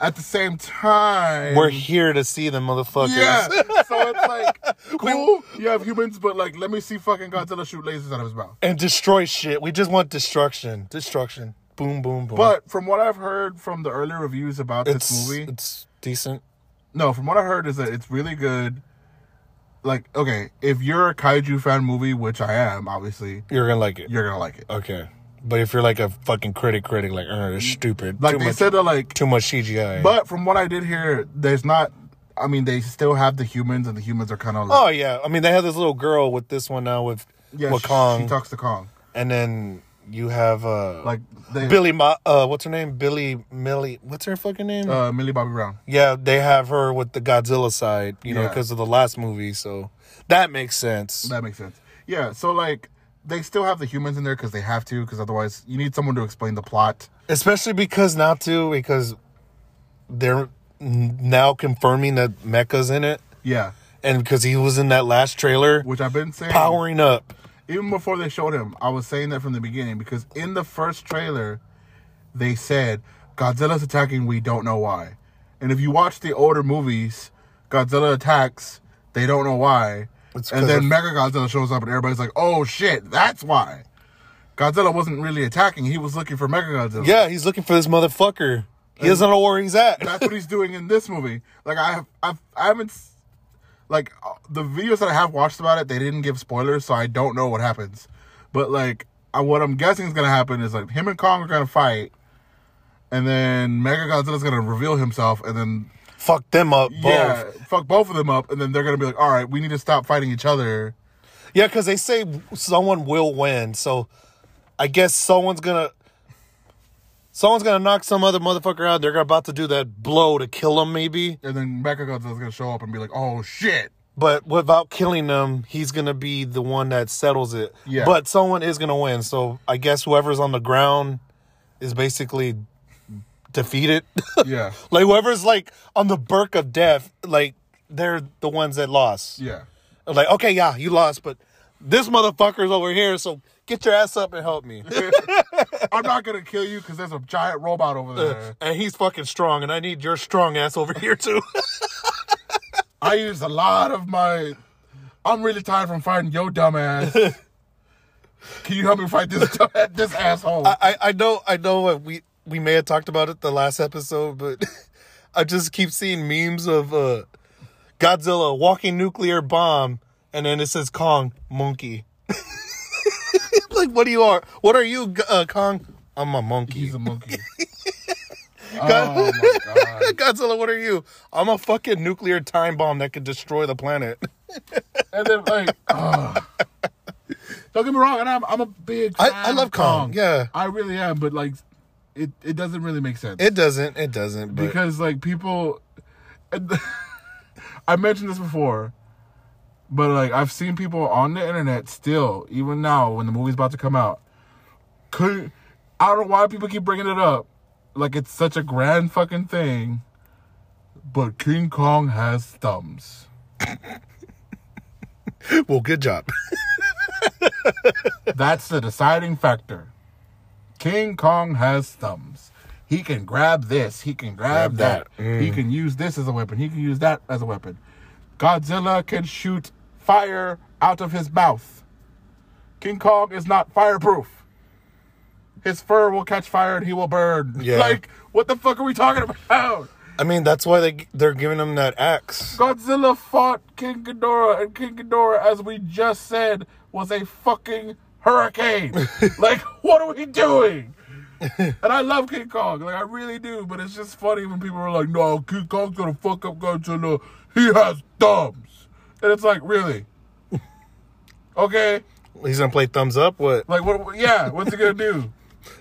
Speaker 2: at the same time,
Speaker 1: We're here to see them, motherfuckers.
Speaker 2: yeah. [LAUGHS] so
Speaker 1: [LAUGHS]
Speaker 2: it's like cool. You have humans, but like let me see fucking Godzilla shoot lasers out of his mouth.
Speaker 1: And destroy shit. We just want destruction. Destruction. Boom, boom, boom.
Speaker 2: But from what I've heard from the earlier reviews about
Speaker 1: it's
Speaker 2: this movie,
Speaker 1: it's decent.
Speaker 2: no, from what I heard is that it's really good. Like, okay, if you're a kaiju fan movie, which I am, obviously,
Speaker 1: You're gonna like it.
Speaker 2: you're gonna like it.
Speaker 1: Okay. But if you're like a fucking critic, critic, like, oh, it's stupid.
Speaker 2: Mm. Like
Speaker 1: too,
Speaker 2: they
Speaker 1: much,
Speaker 2: said that, like
Speaker 1: too much CGI.
Speaker 2: But from what I did hear, there's not. I mean, they still have the humans, and the humans are kind of like
Speaker 1: oh, yeah. I mean, they have this little girl with this one now with
Speaker 2: yeah, she-
Speaker 1: Oh, Wakong.
Speaker 2: She, talks to Kong.
Speaker 1: and then you have, uh,
Speaker 2: Like they,
Speaker 1: Billy, Ma- uh, what's her name? Billy, Millie, what's her fucking name?
Speaker 2: uh, Millie Bobby Brown.
Speaker 1: yeah, they have her with the Godzilla side, you know,
Speaker 2: Yeah.
Speaker 1: because of the last movie. So that makes sense.
Speaker 2: That makes sense. Yeah, so like they still have the humans in there because they have to, because otherwise you need someone to explain the plot.
Speaker 1: Especially because now, too, because they're n- now confirming that Mecca's in it.
Speaker 2: Yeah,
Speaker 1: And because he was in that last trailer,
Speaker 2: which I've been saying.
Speaker 1: powering up.
Speaker 2: even before they showed him, I was saying that from the beginning because in the first trailer, they said Godzilla's attacking. We don't know why. And if you watch the older movies, Godzilla attacks. They don't know why.
Speaker 1: It's
Speaker 2: and then
Speaker 1: because-
Speaker 2: Mega Godzilla shows up, and everybody's like, "Oh shit, that's why." Godzilla wasn't really attacking; he was looking for Mega Godzilla.
Speaker 1: Yeah, he's looking for this motherfucker. He doesn't know where he's at.
Speaker 2: that's what he's doing in this movie. Like I have, I've, I haven't, s- like uh, the videos that I have watched about it, they didn't give spoilers, so I don't know what happens. But like, I, what I'm guessing is gonna happen is like him and Kong are gonna fight, and then Mega Godzilla's gonna reveal himself, and then
Speaker 1: Fuck them up both.
Speaker 2: yeah,
Speaker 1: Yeah,
Speaker 2: fuck both of them up, and then they're gonna be like, all right, we need to stop fighting each other.
Speaker 1: because they say someone will win. So I guess someone's gonna someone's gonna knock some other motherfucker out. They're about to do that blow to kill him, maybe.
Speaker 2: And then Mega Godzilla's gonna show up and be like, oh shit.
Speaker 1: But without killing them, he's gonna be the one that settles it.
Speaker 2: Yeah.
Speaker 1: But someone is gonna win. So I guess whoever's on the ground is basically defeated. [LAUGHS]
Speaker 2: Yeah,
Speaker 1: like whoever's like on the berk of death, like they're the ones that lost.
Speaker 2: yeah.
Speaker 1: Like, okay, yeah, you lost, but This motherfucker's over here, so get your ass up and help me.
Speaker 2: I'm not gonna kill you because there's a giant robot
Speaker 1: [LAUGHS]
Speaker 2: over there.
Speaker 1: and he's fucking strong, and I need your strong ass over here too.
Speaker 2: I use a lot of my. I'm really tired from fighting your
Speaker 1: [LAUGHS]
Speaker 2: dumb ass. Can you help me fight this dumb- this asshole?
Speaker 1: I, I know I know what we we may have talked about it the last episode, but [LAUGHS] I just keep seeing memes of uh, Godzilla walking nuclear bomb, and then it says Kong monkey. [LAUGHS] like what do you are? What are you, G- uh, Kong? I'm a monkey.
Speaker 2: He's a monkey. oh my god.
Speaker 1: [LAUGHS] Godzilla, what are you? I'm a fucking nuclear time bomb that could destroy the planet. [LAUGHS]
Speaker 2: And then like, ugh. don't get me wrong, and I'm I'm a big.
Speaker 1: I-
Speaker 2: Fan
Speaker 1: I love
Speaker 2: of
Speaker 1: Kong, yeah.
Speaker 2: I really am, but like, it it doesn't really make sense
Speaker 1: It doesn't. It doesn't. But
Speaker 2: because like people, and [LAUGHS] I mentioned this before, but like I've seen people on the internet still, even now when the movie's about to come out, could I don't know why people keep bringing it up, like it's such a grand fucking thing, but King Kong has thumbs.
Speaker 1: [LAUGHS] well, good job.
Speaker 2: That's the deciding factor. King Kong has thumbs. He can grab this. He can grab,
Speaker 1: Grab
Speaker 2: that. Mm.
Speaker 1: that.
Speaker 2: He can use this as a weapon. He can use that as a weapon. Godzilla can shoot fire out of his mouth. King Kong is not fireproof. His fur will catch fire and he will burn.
Speaker 1: Yeah.
Speaker 2: Like, what the fuck are we talking about?
Speaker 1: I mean, that's why they they're giving him that axe.
Speaker 2: Godzilla fought King Ghidorah, and King Ghidorah, as we just said, was a fucking
Speaker 1: [LAUGHS]
Speaker 2: hurricane. like, what are we doing? and I love King Kong, like I really do, but it's just funny when people are like, "No, King Kong's gonna fuck up Godzilla. He has thumbs," and it's like,
Speaker 1: [LAUGHS]
Speaker 2: really? okay,
Speaker 1: He's gonna play thumbs up. What?
Speaker 2: like what? Yeah, what's he
Speaker 1: [LAUGHS]
Speaker 2: gonna do?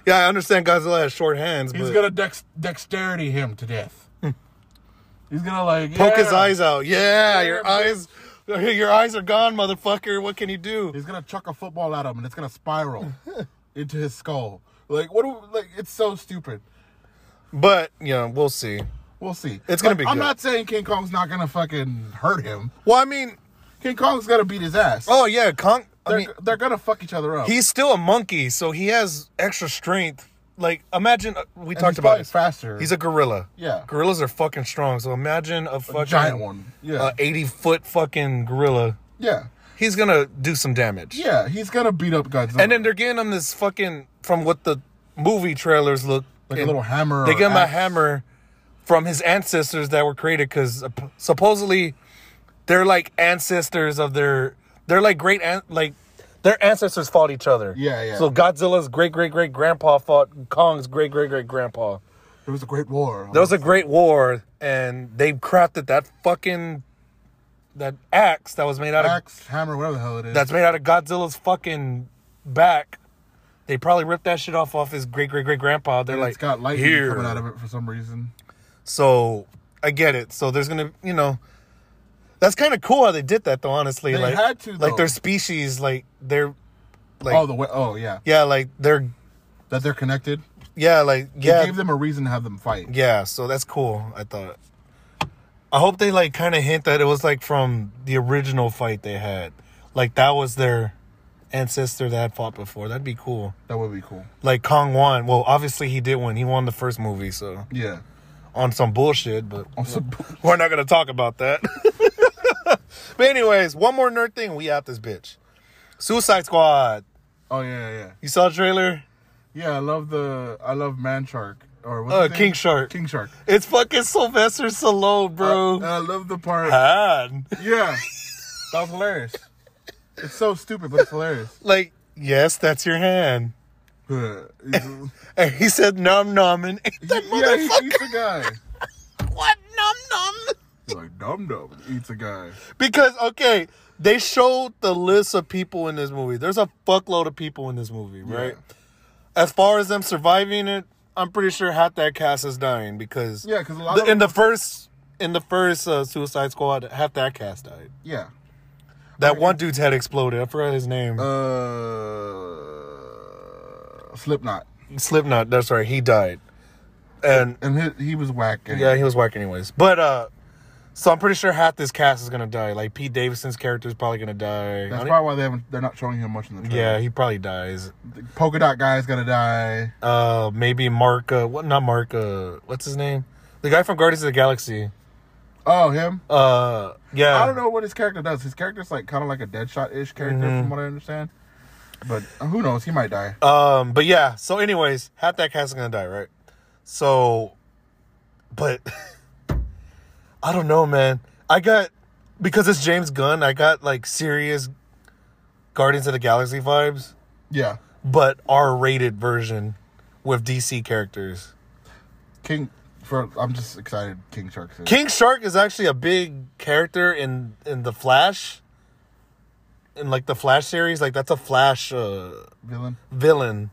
Speaker 1: Yeah, I understand Godzilla has short hands,
Speaker 2: He's
Speaker 1: but
Speaker 2: gonna dex- dexterity him to death. He's gonna like
Speaker 1: Hmm. poke his
Speaker 2: yeah.
Speaker 1: eyes out. Yeah, your
Speaker 2: Yeah,
Speaker 1: eyes, [LAUGHS] your eyes are gone, motherfucker. What can you do?
Speaker 2: He's gonna chuck a football at him, and it's
Speaker 1: [LAUGHS]
Speaker 2: gonna spiral into his skull. Like what? Do, like it's so stupid.
Speaker 1: But you know, we'll see.
Speaker 2: We'll see.
Speaker 1: It's gonna be
Speaker 2: Like, I'm
Speaker 1: good.
Speaker 2: not saying King Kong's not gonna fucking hurt him.
Speaker 1: Well, I mean,
Speaker 2: King Kong's gonna beat his ass.
Speaker 1: oh yeah, Kong. I
Speaker 2: they're,
Speaker 1: mean,
Speaker 2: they're gonna fuck each other up.
Speaker 1: he's still a monkey, so he has extra strength. Like, imagine uh, we
Speaker 2: And
Speaker 1: talked
Speaker 2: he's
Speaker 1: about
Speaker 2: probably
Speaker 1: it.
Speaker 2: faster.
Speaker 1: He's a gorilla.
Speaker 2: Yeah.
Speaker 1: gorillas are fucking strong. So imagine a fucking uh,
Speaker 2: giant one. Yeah.
Speaker 1: a eighty foot fucking gorilla.
Speaker 2: yeah,
Speaker 1: He's gonna do some damage.
Speaker 2: yeah. He's gonna beat up Godzilla.
Speaker 1: And then they're giving him this fucking from what the movie trailers look
Speaker 2: like a
Speaker 1: and
Speaker 2: little hammer.
Speaker 1: They
Speaker 2: or
Speaker 1: give him a
Speaker 2: axe.
Speaker 1: hammer from his ancestors that were created because supposedly they're like ancestors of their they're like great an- like their ancestors fought each other.
Speaker 2: Yeah, yeah.
Speaker 1: So Godzilla's great great great grandpa fought Kong's great great great grandpa.
Speaker 2: It was a great war.
Speaker 1: There was a great war, and they crafted that fucking that axe that was made out of
Speaker 2: axe, hammer, whatever the hell it is.
Speaker 1: that's made out of Godzilla's fucking back. They probably ripped that shit off off his great great great grandpa. They're
Speaker 2: And
Speaker 1: like
Speaker 2: it's got lightning
Speaker 1: here.
Speaker 2: coming out of it for some reason.
Speaker 1: So I get it. So there's gonna, you know, that's kind of cool how they did that, though. Honestly,
Speaker 2: They
Speaker 1: like,
Speaker 2: had to, though.
Speaker 1: like their species, like they're, like,
Speaker 2: oh, the way. Oh, yeah.
Speaker 1: yeah, like they're,
Speaker 2: That they're connected.
Speaker 1: yeah, like
Speaker 2: Yeah.
Speaker 1: yeah,
Speaker 2: It gave them a reason to have them fight.
Speaker 1: yeah. So that's cool. I thought. I hope they like kind of hint that it was like from the original fight they had, like that was their ancestor that had fought before. That'd be cool.
Speaker 2: That would be cool.
Speaker 1: Like Kong won. Well, obviously he did win. He won the first movie, so
Speaker 2: Yeah.
Speaker 1: on some bullshit, but
Speaker 2: Also,
Speaker 1: We're not gonna talk about that. [LAUGHS] but anyways, one more nerd thing. We out this bitch. Suicide Squad.
Speaker 2: [LAUGHS] oh yeah, yeah,
Speaker 1: You saw the trailer?
Speaker 2: yeah. I love the I love Man Shark or what's
Speaker 1: Uh,
Speaker 2: his name?
Speaker 1: King Shark.
Speaker 2: King Shark,
Speaker 1: It's fucking Sylvester Stallone,
Speaker 2: And
Speaker 1: bro.
Speaker 2: I love the part.
Speaker 1: God. [LAUGHS]
Speaker 2: yeah, that was hilarious. It's so stupid, but
Speaker 1: [LAUGHS]
Speaker 2: it's hilarious.
Speaker 1: Like, yes, that's your hand.
Speaker 2: yeah,
Speaker 1: And he said nom nom and ate that
Speaker 2: he
Speaker 1: motherfucker.
Speaker 2: eats a guy.
Speaker 1: [LAUGHS] What nom nom?
Speaker 2: He's like dum dum eats a guy.
Speaker 1: Because okay, they showed the list of people in this movie. There's a fuckload of people in this movie, right? As far as them surviving it, I'm pretty sure half that cast is dying because
Speaker 2: Yeah, because a lot
Speaker 1: the,
Speaker 2: of
Speaker 1: in the first in the first uh, Suicide Squad, half that cast died.
Speaker 2: yeah.
Speaker 1: That one dude's head exploded. I forgot his name.
Speaker 2: Uh, Slipknot,
Speaker 1: Slipknot. That's right. He died, and
Speaker 2: and he, he was whack. and-
Speaker 1: yeah, he was whack anyways. But uh, So I'm pretty sure half this cast is gonna die. Like Pete Davidson's character is probably gonna die. I
Speaker 2: That's
Speaker 1: don't-
Speaker 2: probably why they haven't. They're not showing him much in the trailer.
Speaker 1: yeah, he probably dies.
Speaker 2: The polka dot guy's gonna die.
Speaker 1: Uh, maybe Mark. Uh, what? Not Mark. Uh, what's his name? The guy from Guardians of the Galaxy.
Speaker 2: Oh, him.
Speaker 1: Uh, yeah.
Speaker 2: I don't know what his character does. His character's like kind of like a Deadshot ish character,
Speaker 1: Mm-hmm.
Speaker 2: from what I understand. But uh, who knows? He might die.
Speaker 1: Um, but yeah. So, anyways, half that cast is gonna die, right? So, but [LAUGHS] I don't know, man. I got because it's James Gunn. I got like serious Guardians of the Galaxy vibes,
Speaker 2: Yeah,
Speaker 1: but R-rated version with DC characters.
Speaker 2: King. For I'm just excited. King Shark's. in it.
Speaker 1: King Shark is actually a big character in in the Flash. In like the Flash series, like that's a Flash. Uh,
Speaker 2: villain.
Speaker 1: villain,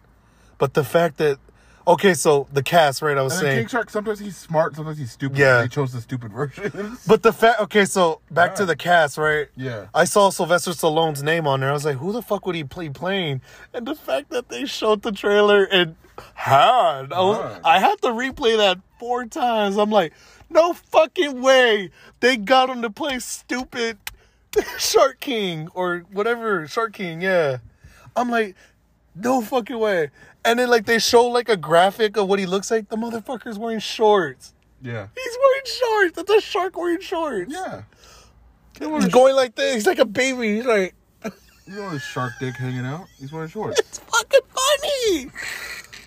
Speaker 1: but the fact that okay, so the cast, right? I was
Speaker 2: And then
Speaker 1: saying,
Speaker 2: King Shark. Sometimes he's smart. Sometimes he's stupid.
Speaker 1: Yeah.
Speaker 2: They chose the stupid [LAUGHS] version.
Speaker 1: [LAUGHS] but the fact, okay, so back to
Speaker 2: Alright.
Speaker 1: the cast, right?
Speaker 2: yeah.
Speaker 1: I saw Sylvester Stallone's name on there. I was like, who the fuck would he play playing? And the fact that they showed the trailer and hard, I, was,
Speaker 2: Hard.
Speaker 1: I had to replay that four times. I'm like, no fucking way. They got him to play stupid [LAUGHS] Shark King or whatever. Shark King, yeah. I'm like, no fucking way. And then, like, they show, like, a graphic of what he looks like. The motherfucker's wearing shorts.
Speaker 2: Yeah.
Speaker 1: He's wearing shorts. That's a shark wearing shorts.
Speaker 2: Yeah.
Speaker 1: He's going like this. He's like a baby. He's like,
Speaker 2: You know his shark dick hanging out. He's wearing
Speaker 1: [LAUGHS]
Speaker 2: shorts.
Speaker 1: It's fucking funny.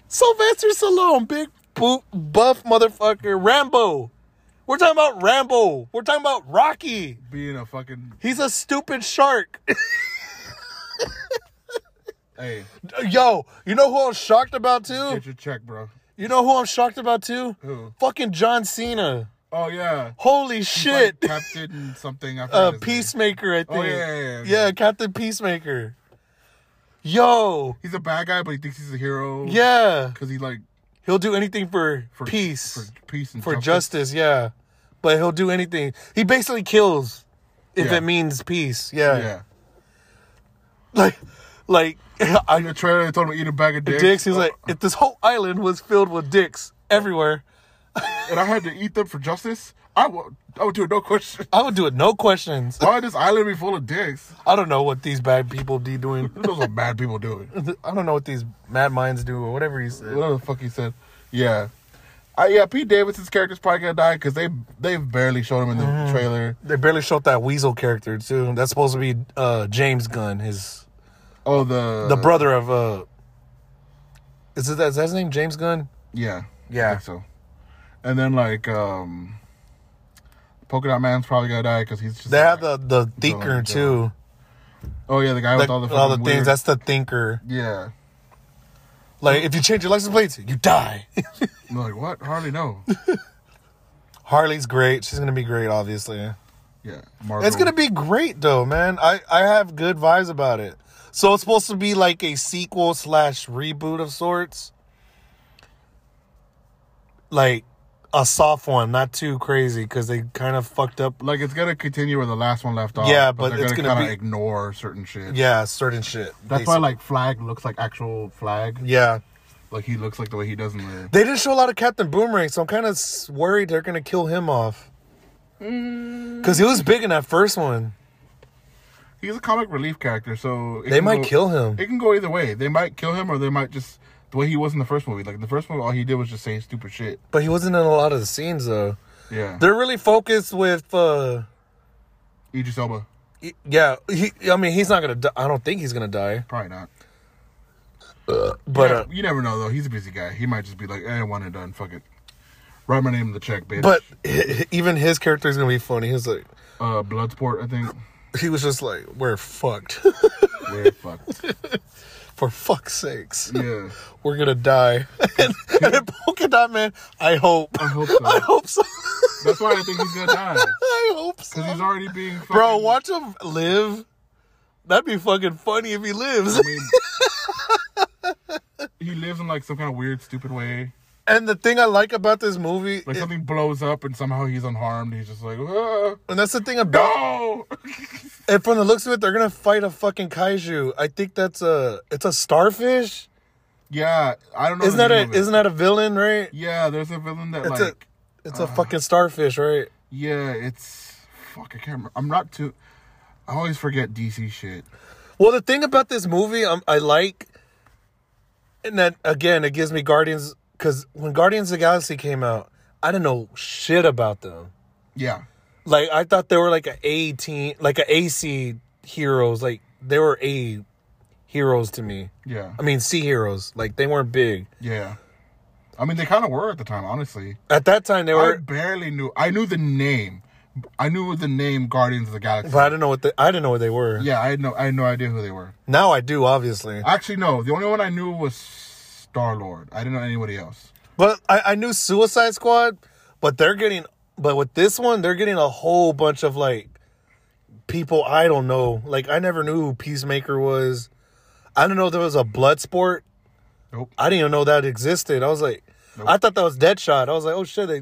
Speaker 1: Sylvester Stallone, big boot, buff motherfucker. Rambo. We're talking about Rambo. We're talking about Rocky.
Speaker 2: Being a fucking
Speaker 1: He's a stupid shark. [LAUGHS]
Speaker 2: hey,
Speaker 1: Yo, you know who I'm shocked about too?
Speaker 2: get your check, bro.
Speaker 1: You know who I'm shocked about too?
Speaker 2: Who?
Speaker 1: Fucking John Cena.
Speaker 2: Oh yeah.
Speaker 1: Holy shit.
Speaker 2: Like Captain
Speaker 1: [LAUGHS]
Speaker 2: something. I forgot
Speaker 1: uh,
Speaker 2: his name.
Speaker 1: Peacemaker, I think.
Speaker 2: yeah, yeah, yeah,
Speaker 1: Oh, yeah,
Speaker 2: yeah.
Speaker 1: Captain Peacemaker. Yo.
Speaker 2: He's a bad guy, but he thinks he's a hero.
Speaker 1: Yeah.
Speaker 2: Because he like
Speaker 1: He'll do anything for,
Speaker 2: for
Speaker 1: peace.
Speaker 2: for peace and
Speaker 1: for
Speaker 2: justice.
Speaker 1: justice, yeah. But he'll do anything. He basically kills if
Speaker 2: Yeah.
Speaker 1: it means peace. Yeah.
Speaker 2: Yeah.
Speaker 1: [LAUGHS] Like like [LAUGHS]
Speaker 2: In
Speaker 1: I
Speaker 2: the trailer, they told him to eat a bag of dicks.
Speaker 1: dicks, Uh-huh. he's like, if this whole island was filled with dicks everywhere,
Speaker 2: and I had to eat them for justice. I would, I would do it, no question. [LAUGHS]
Speaker 1: I would do it no questions.
Speaker 2: Why would this island be full of dicks?
Speaker 1: I don't know what these bad people be doing. [LAUGHS]
Speaker 2: Those are bad people do it.
Speaker 1: I don't know what these mad minds do or whatever he said.
Speaker 2: Whatever the fuck he said. Yeah. I, yeah, Pete Davidson's character's probably gonna die because they they've barely shown him in the
Speaker 1: Uh-huh.
Speaker 2: trailer.
Speaker 1: They barely showed that weasel character too. That's supposed to be uh James Gunn, his
Speaker 2: Oh, the
Speaker 1: the brother of uh is it that, is that his name James Gunn?
Speaker 2: yeah
Speaker 1: Yeah.
Speaker 2: I think so. And then like um, Polka Dot Man's probably gonna die because he's just
Speaker 1: They have the the thinker
Speaker 2: Dylan.
Speaker 1: too.
Speaker 2: oh yeah the guy with
Speaker 1: Like,
Speaker 2: all the fucking
Speaker 1: things.
Speaker 2: weird-
Speaker 1: That's the thinker.
Speaker 2: yeah.
Speaker 1: Like if you change your license plates, you die. [LAUGHS]
Speaker 2: I'm like what? Hardly know. [LAUGHS]
Speaker 1: Harley's great. She's gonna be great, obviously.
Speaker 2: yeah, Marvel.
Speaker 1: It's gonna be great though, man. I I have good vibes about it. So it's supposed to be like a sequel slash reboot of sorts, like a soft one, not too crazy because they kind of fucked up.
Speaker 2: like it's gonna continue where the last one left off.
Speaker 1: Yeah, but
Speaker 2: they're
Speaker 1: it's
Speaker 2: gonna,
Speaker 1: gonna
Speaker 2: kind
Speaker 1: be-
Speaker 2: of ignore certain shit.
Speaker 1: Yeah, certain shit.
Speaker 2: That's why
Speaker 1: basically.
Speaker 2: like Flag looks like actual Flag.
Speaker 1: Yeah.
Speaker 2: Like he looks like the way he does in the.
Speaker 1: They didn't show a lot of Captain Boomerang, so I'm kind of worried they're gonna kill him off. Cause he was big in that first one.
Speaker 2: He's a comic relief character, so it
Speaker 1: They
Speaker 2: can
Speaker 1: might
Speaker 2: go-
Speaker 1: kill him.
Speaker 2: It can go either way. They might kill him, or they might just the way he was in the first movie. Like in the first movie, all he did was just say stupid shit.
Speaker 1: But he wasn't in a lot of the scenes though.
Speaker 2: Yeah,
Speaker 1: They're really focused with uh
Speaker 2: Idris Elba
Speaker 1: y- yeah, he I mean he's not gonna die. I don't think he's gonna die.
Speaker 2: probably not.
Speaker 1: But
Speaker 2: Yeah,
Speaker 1: uh,
Speaker 2: you never know though. He's a busy guy. He might just be like, eh, one and done. Fuck it. Write my name in the check, bitch.
Speaker 1: but even his character is gonna be funny. He was like
Speaker 2: uh, Bloodsport,
Speaker 1: [LAUGHS]
Speaker 2: I think.
Speaker 1: he was just like, We're fucked. [LAUGHS]
Speaker 2: Weird fuck.
Speaker 1: For fuck's sakes.
Speaker 2: Yeah.
Speaker 1: We're gonna die. [LAUGHS] and, and then Polka Dot Man, I hope. [LAUGHS]
Speaker 2: I hope so.
Speaker 1: I hope so. [LAUGHS]
Speaker 2: That's why I think he's gonna die.
Speaker 1: I hope so.
Speaker 2: Because he's already being fucking,
Speaker 1: Bro, watch him live. That'd be fucking funny if he lives. [LAUGHS]
Speaker 2: I [LAUGHS] mean, he lives in like some kind of weird, stupid way.
Speaker 1: And the thing I like about this movie,
Speaker 2: Like
Speaker 1: it-
Speaker 2: something blows up and somehow he's unharmed. He's just like, ah,
Speaker 1: and that's the thing about,
Speaker 2: no. [LAUGHS]
Speaker 1: and from the looks of it, they're gonna fight a fucking kaiju. I think that's a, it's a starfish.
Speaker 2: yeah, I don't know.
Speaker 1: Isn't
Speaker 2: the
Speaker 1: that a,
Speaker 2: name of it.
Speaker 1: isn't that a villain, right?
Speaker 2: Yeah, there's a villain that
Speaker 1: It's a-
Speaker 2: like.
Speaker 1: It's a fucking starfish, right?
Speaker 2: yeah, it's. fuck, I can't remember. I'm not too. I always forget DC shit.
Speaker 1: Well, the thing about this movie um, I like, and that again, it gives me Guardians because when Guardians of the Galaxy came out, I didn't know shit about them.
Speaker 2: Yeah.
Speaker 1: Like I thought they were like a A team, like a AC heroes. Like they were A heroes to me.
Speaker 2: Yeah.
Speaker 1: I mean C heroes. Like they weren't big
Speaker 2: Yeah. I mean, they kind of were at the time, honestly.
Speaker 1: at that time. They
Speaker 2: I
Speaker 1: were,
Speaker 2: barely knew. I knew the name. I knew the name Guardians of the Galaxy.
Speaker 1: but I didn't know what the, I didn't know what they were.
Speaker 2: yeah, I had no, I had no idea who they were.
Speaker 1: Now I do, obviously.
Speaker 2: Actually, no. The only one I knew was Star Lord. I didn't know anybody else.
Speaker 1: But I, I knew Suicide Squad, but they're getting but with this one, they're getting a whole bunch of like people I don't know. Like I never knew who Peacemaker was. I don't know if there was a blood sport.
Speaker 2: Nope.
Speaker 1: I didn't even know that existed. I was like I thought that was Deadshot. I was like, oh shit, they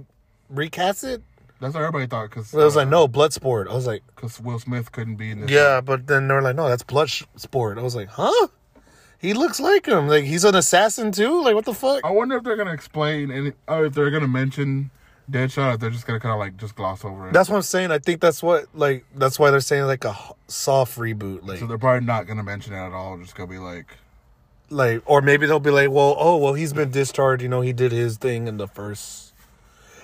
Speaker 1: recast it?
Speaker 2: That's what everybody thought because
Speaker 1: But I was like, no, blood sport. I was like,
Speaker 2: Will Smith couldn't be in this.
Speaker 1: yeah, but then they were like, no, that's blood sh- sport. I was like, huh? He looks like him. Like he's an assassin too? Like what the fuck?
Speaker 2: I wonder if they're gonna explain and or if they're gonna mention Deadshot. If they're just gonna kind of like just gloss over it.
Speaker 1: That's what I'm saying. I think that's what like that's why they're saying like a h- soft reboot, like
Speaker 2: so they're probably not gonna mention it at all. Just gonna be like,
Speaker 1: like or maybe they'll be like, well, oh well, he's been discharged. You know, he did his thing in the first.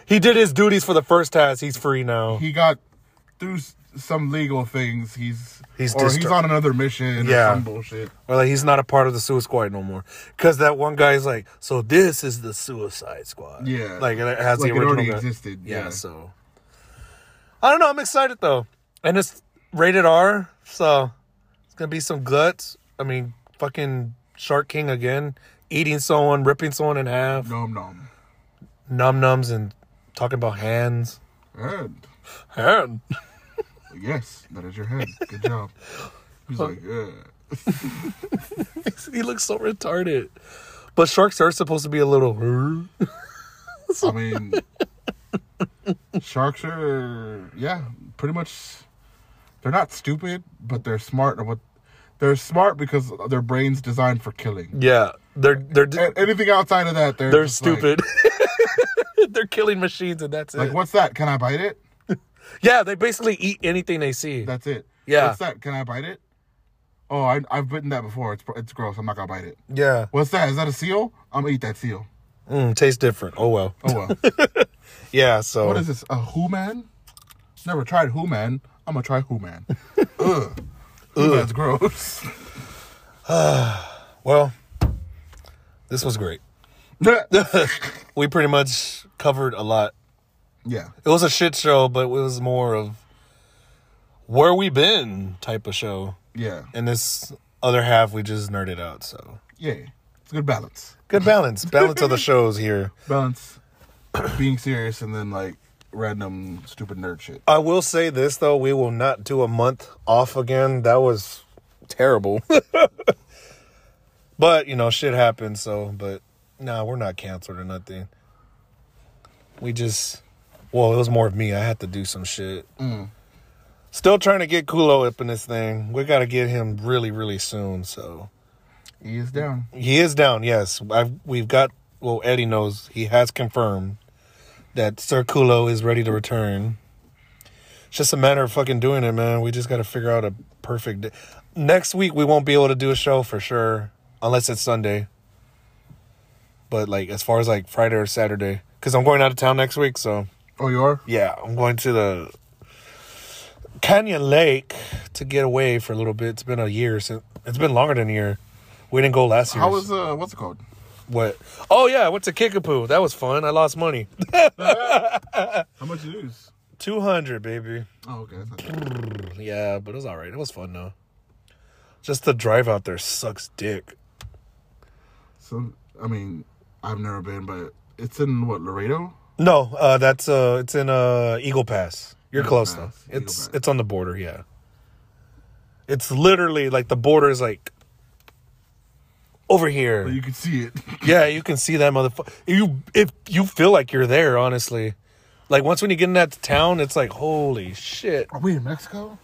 Speaker 1: He did his duties for the first task. He's free now.
Speaker 2: he got through s- some legal things. He's
Speaker 1: He's
Speaker 2: or he's
Speaker 1: distra-
Speaker 2: on another mission
Speaker 1: Yeah.
Speaker 2: or some bullshit.
Speaker 1: Or like he's not a part of the Suicide Squad no more. Because that one guy's like, so this is the Suicide Squad.
Speaker 2: Yeah.
Speaker 1: like it has
Speaker 2: Like,
Speaker 1: the
Speaker 2: it
Speaker 1: original.
Speaker 2: already
Speaker 1: guy.
Speaker 2: existed, yeah.
Speaker 1: so I don't know. I'm excited though, and it's rated R, so it's gonna be some guts. I mean, fucking Shark King again, eating someone, ripping someone in half,
Speaker 2: Nom nom.
Speaker 1: num nums, and talking about hands.
Speaker 2: And
Speaker 1: Hand. [LAUGHS]
Speaker 2: yes, that is your head. Good job. He's like, yeah.
Speaker 1: he looks so retarded. But sharks are supposed to be a little.
Speaker 2: I mean, sharks are yeah, pretty much. They're not stupid, but they're smart. Or what? They're smart because their brains designed for killing.
Speaker 1: Yeah, they're they're
Speaker 2: A- anything outside of that, they're
Speaker 1: They're
Speaker 2: just like-
Speaker 1: stupid. [LAUGHS] They're killing machines and that's
Speaker 2: Like,
Speaker 1: it.
Speaker 2: what's that? Can I bite it?
Speaker 1: Yeah, they basically eat anything they see.
Speaker 2: That's it.
Speaker 1: Yeah.
Speaker 2: What's that? Can I bite it? Oh, I, I've bitten that before. It's it's gross. I'm not gonna bite it.
Speaker 1: Yeah.
Speaker 2: What's that? Is that a seal? I'm gonna eat that seal.
Speaker 1: Mm, tastes different. Oh well.
Speaker 2: Oh well.
Speaker 1: Yeah, so
Speaker 2: what is this? A who man? Never tried who man. I'm gonna try who man. Ugh. Ooh, that's gross.
Speaker 1: well this was great.
Speaker 2: [LAUGHS]
Speaker 1: We pretty much covered a lot.
Speaker 2: yeah.
Speaker 1: It was a shit show, but it was more of where we been type of show.
Speaker 2: Yeah.
Speaker 1: And this other half we just nerded out, so
Speaker 2: Yeah. It's a good balance.
Speaker 1: good balance. Balance of
Speaker 2: [LAUGHS]
Speaker 1: the shows here.
Speaker 2: Balance [COUGHS] being serious and then like random stupid nerd shit.
Speaker 1: I will say this though, we will not do a month off again. That was terrible. [LAUGHS] but, you know, shit happens, so but nah, we're not canceled or nothing. We just well, it was more of me. I had to do some shit. Still trying to get Kulo up in this thing. We gotta get him really, really soon, so
Speaker 2: He is down.
Speaker 1: he is down, yes. I've, we've got well Eddie knows he has confirmed that Sir Kulo is ready to return. It's just a matter of fucking doing it, man. We just got to figure out a perfect day. Next week we won't be able to do a show for sure unless it's Sunday. But like as far as like Friday or Saturday cuz I'm going out of town next week, so
Speaker 2: Oh, you are?
Speaker 1: yeah, I'm going to the Canyon Lake to get away for a little bit. It's been a year since it's been longer than a year. We didn't go last year.
Speaker 2: How was uh what's it called?
Speaker 1: What? Oh yeah, I went to Kickapoo. That was fun. I lost money. [LAUGHS]
Speaker 2: How much you lose?
Speaker 1: Two hundred, baby.
Speaker 2: Oh, okay. That's not bad.
Speaker 1: Yeah, but it was all right. It was fun though. Just the drive out there sucks dick.
Speaker 2: so I mean, I've never been, but it's in what Laredo.
Speaker 1: No, uh, that's uh, it's in uh, Eagle Pass. You're close
Speaker 2: Pass,
Speaker 1: though. It's
Speaker 2: Eagle Pass.
Speaker 1: it's on the border. Yeah. It's literally like the border is like over here.
Speaker 2: You can see it.
Speaker 1: Yeah, you can see that motherfucker. You if you feel like you're there, honestly. Like once when you get in that town, it's like holy shit.
Speaker 2: [LAUGHS] Are we in Mexico?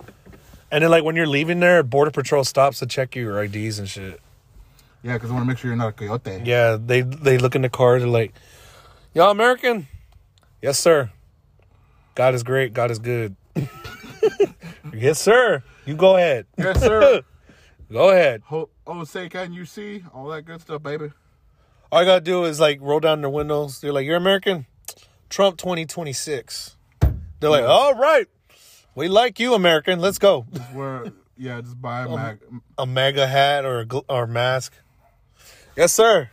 Speaker 1: And then like when you're leaving there, border patrol stops to check your IDs and shit.
Speaker 2: Yeah, because I want to make sure you're not a coyote.
Speaker 1: Yeah, they they look in the car. They're like, "Y'all American?" Yes, sir. God is great. God is good. [LAUGHS] yes, sir. You go ahead.
Speaker 2: [LAUGHS]
Speaker 1: [LAUGHS]
Speaker 2: Yes, [LAUGHS] sir.
Speaker 1: Go ahead.
Speaker 2: Ho- oh, say, can you see? All that good stuff, baby.
Speaker 1: All I gotta do is like roll down their windows. They're like, "You're American, Trump 2026." They're like, "All right, we like you, American. Let's go." [LAUGHS]
Speaker 2: Where, yeah, just buy a Mac.
Speaker 1: A mega hat or a gl- or mask. Yes, sir.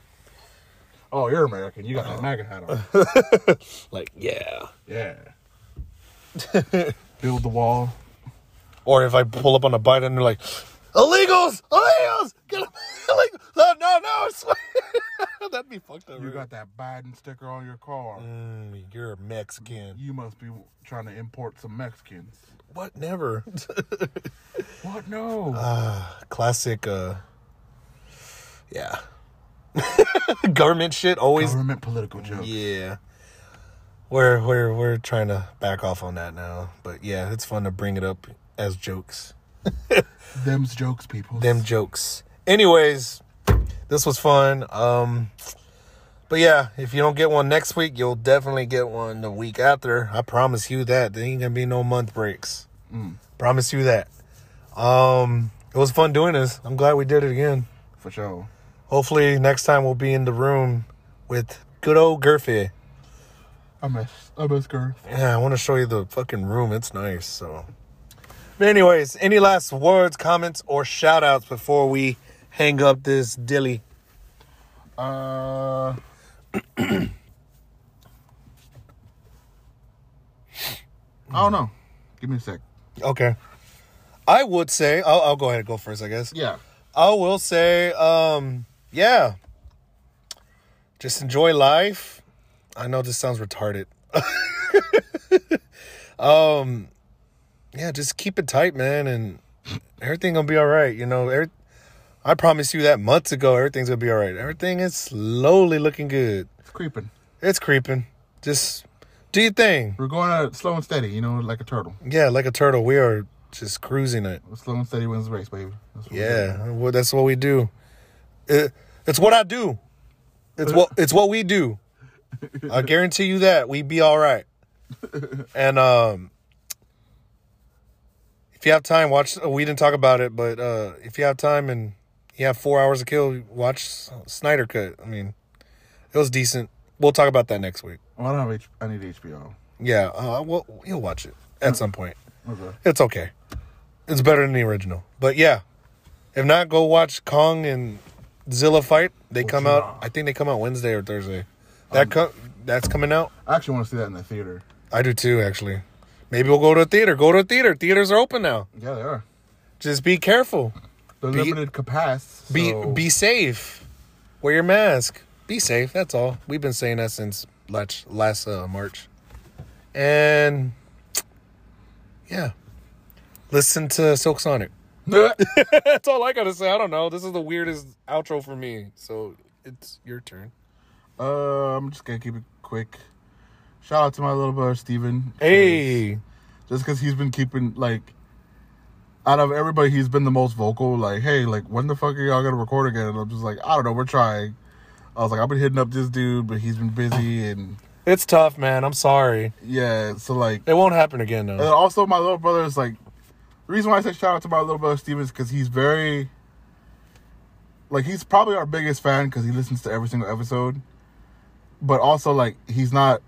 Speaker 2: Oh, you're American. You got that MAGA hat on.
Speaker 1: Like, yeah.
Speaker 2: [LAUGHS] Yeah. Build the wall.
Speaker 1: Or if I pull up on a bite and they're like, "Illegals, illegals, get [LAUGHS] them illegals." No, no, no! I swear, [LAUGHS] that'd be fucked up.
Speaker 2: You
Speaker 1: right?
Speaker 2: got that Biden sticker on your car.
Speaker 1: Mm, you're Mexican.
Speaker 2: You must be trying to import some Mexicans.
Speaker 1: What? Never.
Speaker 2: What? No.
Speaker 1: [LAUGHS] Classic. uh Yeah. [LAUGHS] Government shit always [LAUGHS]
Speaker 2: Government political jokes.
Speaker 1: Yeah. We're we're we're trying to back off on that now. But yeah, it's fun to bring it up as jokes.
Speaker 2: Them's jokes, people.
Speaker 1: Them jokes. Anyways, this was fun. Um but yeah, if you don't get one next week, you'll definitely get one the week after. I promise you that. There ain't gonna be no month breaks. Promise you that. Um it was fun doing this. I'm glad we did it again.
Speaker 2: For sure.
Speaker 1: Hopefully next time we'll be in the room with good old Gerfie.
Speaker 2: I miss. I miss girl.
Speaker 1: Yeah, I want to show you the fucking room. It's nice. So, but anyways, any last words, comments, or shout outs before we hang up this dilly?
Speaker 2: Uh. [CLEARS THROAT] I don't know. Give me a sec.
Speaker 1: Okay. I would say, I'll, I'll go ahead and go first, I guess.
Speaker 2: Yeah.
Speaker 1: I will say, um, yeah. Just enjoy life. I know this sounds retarded. [LAUGHS] um, yeah, just keep it tight, man, and everything gonna be all right. You know, every, I promised you that months ago. Everything's gonna be all right. Everything is slowly looking good.
Speaker 2: It's creeping.
Speaker 1: It's creeping. Just do your thing.
Speaker 2: We're going at it slow and steady, you know, like a turtle.
Speaker 1: Yeah, like a turtle, we are just cruising it.
Speaker 2: Slow and steady wins the race, baby. That's what we do.
Speaker 1: Yeah, well, that's what we do. It, it's what I do. It's what it's what we do. I guarantee you that we be all right. And um, if you have time, watch. We didn't talk about it, but uh, if you have time and you have four hours to kill, watch Snyder Cut. I mean, it was decent. We'll talk about that next week.
Speaker 2: Well, I don't have H- I need HBO.
Speaker 1: Yeah, uh, well, you'll watch it at some point.
Speaker 2: Okay.
Speaker 1: It's okay. It's better than the original. But yeah, if not, go watch Kong and Zilla fight. They come out. I think they come out Wednesday or Thursday. That co- that's coming out.
Speaker 2: I actually want to see that in the theater.
Speaker 1: I do too, actually. Maybe we'll go to a theater. Go to a theater. Theaters are open now.
Speaker 2: Yeah, they are.
Speaker 1: Just be careful.
Speaker 2: They're
Speaker 1: Be-
Speaker 2: limited capacity.
Speaker 1: Be
Speaker 2: so-
Speaker 1: be safe. Wear your mask. Be safe. That's all. We've been saying that since last last uh, March. And yeah, listen to Silk Sonic. [LAUGHS] That's all I gotta say. I don't know. This is the weirdest outro for me. So it's your turn.
Speaker 2: [LAUGHS]
Speaker 1: [LAUGHS]
Speaker 2: Uh, I'm just gonna keep it quick. Shout out to my little brother Steven.
Speaker 1: Hey,
Speaker 2: Just because he's been keeping like, out of everybody, he's been the most vocal. Like, hey, like when the fuck are y'all gonna record again? And I'm just like, I don't know. We're trying. I was like, I've been hitting up this dude, but he's been busy, and
Speaker 1: it's tough, man. I'm sorry.
Speaker 2: yeah. So like,
Speaker 1: It won't happen again, though.
Speaker 2: And then also, my little brother is like, the reason why I say shout out to my little brother Steven is because he's very, like, he's probably our biggest fan because he listens to every single episode. But also, like, he's not,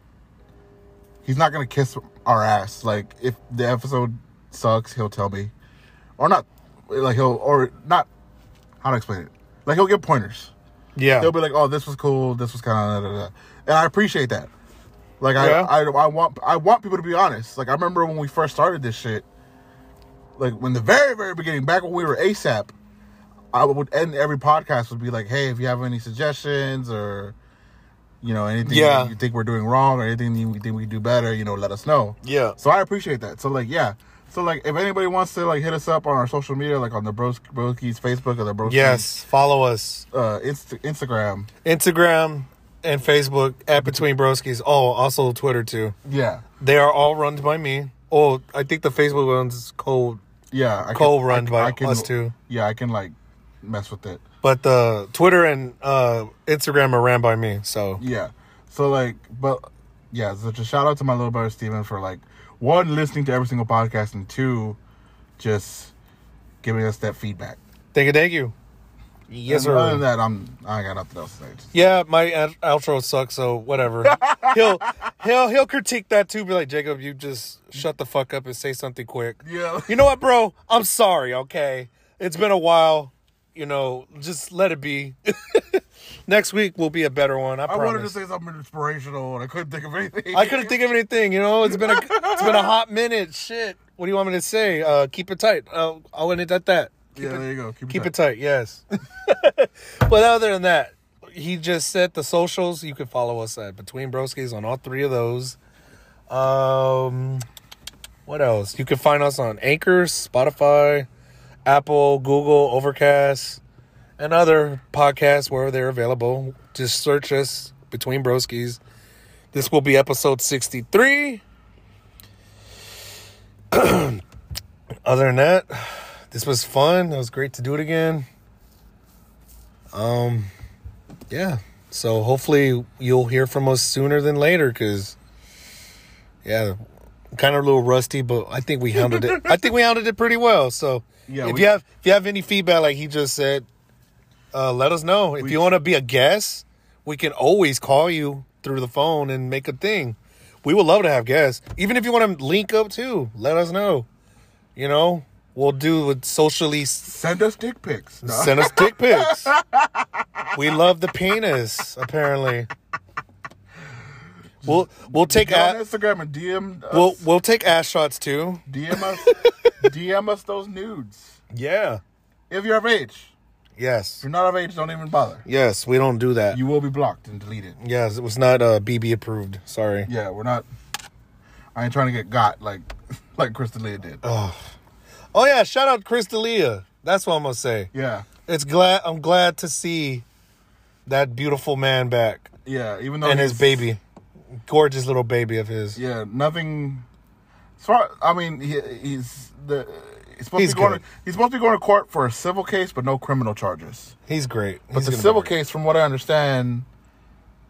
Speaker 2: he's not gonna kiss our ass. Like, if the episode sucks, he'll tell me, or not, like he'll or not. How to explain it? Like he'll give pointers.
Speaker 1: yeah,
Speaker 2: They'll be like, "Oh, this was cool. This was kind of," and I appreciate that. Like I,
Speaker 1: Yeah.
Speaker 2: I, I want, I want people to be honest. Like I remember when we first started this shit. Like when the very, very beginning, back when we were ASAP, I would end every podcast would be like, "Hey, if you have any suggestions or, you know, anything
Speaker 1: Yeah.
Speaker 2: that you think we're doing wrong or anything you think we could do better, you know, let us know."
Speaker 1: yeah.
Speaker 2: So I appreciate that. So like, yeah. So like, if anybody wants to like hit us up on our social media, like on the Bros Broskies Facebook or the Broskies
Speaker 1: Yes, follow us
Speaker 2: uh, Inst- Instagram,
Speaker 1: Instagram and Facebook at Between Broskies. Oh, also Twitter too.
Speaker 2: yeah.
Speaker 1: They are all run by me. Oh, I think the Facebook one's cold,
Speaker 2: Yeah, I
Speaker 1: Cole run by us too.
Speaker 2: Yeah, I can like mess with it.
Speaker 1: but the Twitter and uh, Instagram are ran by me. So
Speaker 2: Yeah, so like, but yeah, so just shout out to my little brother Steven for like one listening to every single podcast, and two, just giving us that feedback.
Speaker 1: Thank you, thank you. uh, Yes,
Speaker 2: And Other than
Speaker 1: sir.
Speaker 2: that, I'm I got nothing else to say. Just-
Speaker 1: Yeah, my out- outro sucks, so whatever. he'll he'll he'll critique that too. Be like, Jacob, you just shut the fuck up and say something quick.
Speaker 2: Yeah. [LAUGHS]
Speaker 1: You know what, bro? I'm sorry. Okay, it's been a while. You know, just let it be. [LAUGHS] Next week will be a better one. I,
Speaker 2: I
Speaker 1: promise.
Speaker 2: wanted to say something inspirational, and I couldn't think of anything.
Speaker 1: I couldn't think of anything. You know, it's been a it's been a hot minute. Shit. What do you want me to say? Uh, keep it tight. Uh, I'll end it at that.
Speaker 2: yeah, there you go. Keep,
Speaker 1: Keep
Speaker 2: it.
Speaker 1: it tight. Yes. [LAUGHS] but other than that, he just said the socials. You can follow us at Between Broskies on all three of those. Um, what else? You can find us on Anchor, Spotify, Apple, Google, Overcast, and other podcasts wherever they're available. Just search us Between Broskies. This will be episode 63. [CLEARS THROAT] other than that, this was fun. It was great to do it again. Um, yeah. So hopefully you'll hear from us sooner than later, cause yeah, kind of a little rusty, but I think we handled it. I think we handled it pretty well. So
Speaker 2: Yeah,
Speaker 1: if
Speaker 2: we-
Speaker 1: you have if you have any feedback, like he just said, uh, let us know. If
Speaker 2: We-
Speaker 1: you want to be a guest, we can always call you through the phone and make a thing. We would love to have guests. Even if you want to link up too, let us know. You know, we'll do it socially. s-
Speaker 2: Send us dick pics. No.
Speaker 1: Send us dick pics. we love the penis, apparently. We'll we'll take
Speaker 2: Get on
Speaker 1: a,
Speaker 2: Instagram and DM us.
Speaker 1: we'll we'll take ass shots too.
Speaker 2: DM us. DM us those nudes.
Speaker 1: Yeah.
Speaker 2: If you're of age, if
Speaker 1: Yes.
Speaker 2: you're not of age, don't even bother.
Speaker 1: Yes. We don't do that.
Speaker 2: You will be blocked and deleted.
Speaker 1: yes. It was not uh, BB approved. Sorry.
Speaker 2: Yeah, we're not. I ain't trying to get got like [LAUGHS] like Kristen Leah did.
Speaker 1: Oh yeah. Shout out Chris D'Elia. That's what I'm gonna say.
Speaker 2: Yeah,
Speaker 1: It's glad I'm glad to see that beautiful man back
Speaker 2: yeah. Even though
Speaker 1: and his
Speaker 2: he's-
Speaker 1: baby, gorgeous little baby of his.
Speaker 2: Yeah, nothing. As far I mean, he, he's the he's supposed
Speaker 1: He's
Speaker 2: to be going.
Speaker 1: good.
Speaker 2: To, he's supposed to be going to court for a civil case, but no criminal charges.
Speaker 1: He's great.
Speaker 2: But the civil case, from what I understand,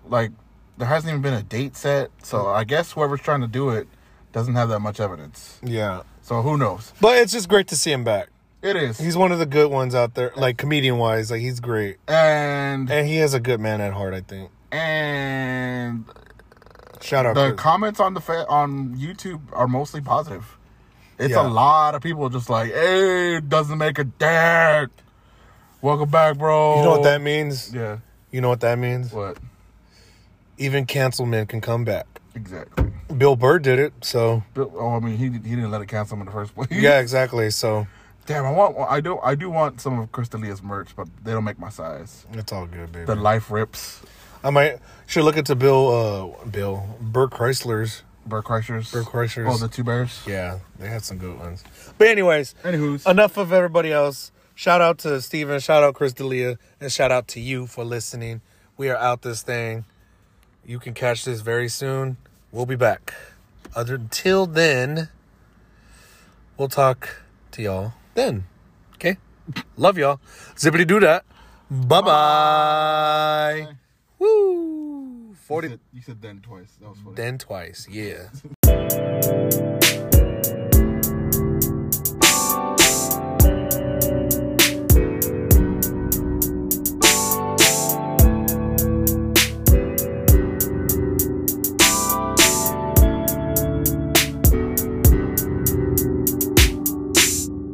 Speaker 2: like there hasn't even been a date set. So
Speaker 1: Mm-hmm.
Speaker 2: I guess whoever's trying to do it doesn't have that much evidence.
Speaker 1: Yeah.
Speaker 2: So who knows?
Speaker 1: But it's just great to see him back.
Speaker 2: It is.
Speaker 1: He's one of the good ones out there, like comedian wise. Like he's great,
Speaker 2: and
Speaker 1: and he is a good man at heart. I think.
Speaker 2: and
Speaker 1: Shout out.
Speaker 2: the
Speaker 1: Chris.
Speaker 2: comments on the fa- on YouTube are mostly positive. It's
Speaker 1: Yeah.
Speaker 2: a lot of people just like, "Hey, doesn't make a dent." Welcome back, bro.
Speaker 1: you know what that means?
Speaker 2: Oh. Yeah.
Speaker 1: You know what that means?
Speaker 2: What?
Speaker 1: Even cancel men can come back.
Speaker 2: Exactly.
Speaker 1: Bill Burr did it, so
Speaker 2: Bill, oh, I mean, he he didn't let it cancel him in the first place.
Speaker 1: yeah, exactly. So
Speaker 2: [LAUGHS] Damn, I want. I do. I do want some of Crystalia's merch, but they don't make my size.
Speaker 1: it's all good, baby.
Speaker 2: The life rips,
Speaker 1: I might should look into Bill. Uh, Bill Burr Chrysler's.
Speaker 2: Burr Crushers.
Speaker 1: Burr Crushers.
Speaker 2: Oh, the two bears.
Speaker 1: Yeah, they had some good ones. But anyways,
Speaker 2: Anywho's.
Speaker 1: enough of everybody else. Shout out to Steven, shout out Chris D'Elia, and shout out to you for listening. We are out this thing. You can catch this very soon. We'll be back. Other until then, we'll talk to y'all then. Okay? Love y'all. Zippity do that. Bye bye. Woo.
Speaker 2: you
Speaker 1: 40
Speaker 2: said, you said then twice. That was funny.
Speaker 1: then twice. Yeah.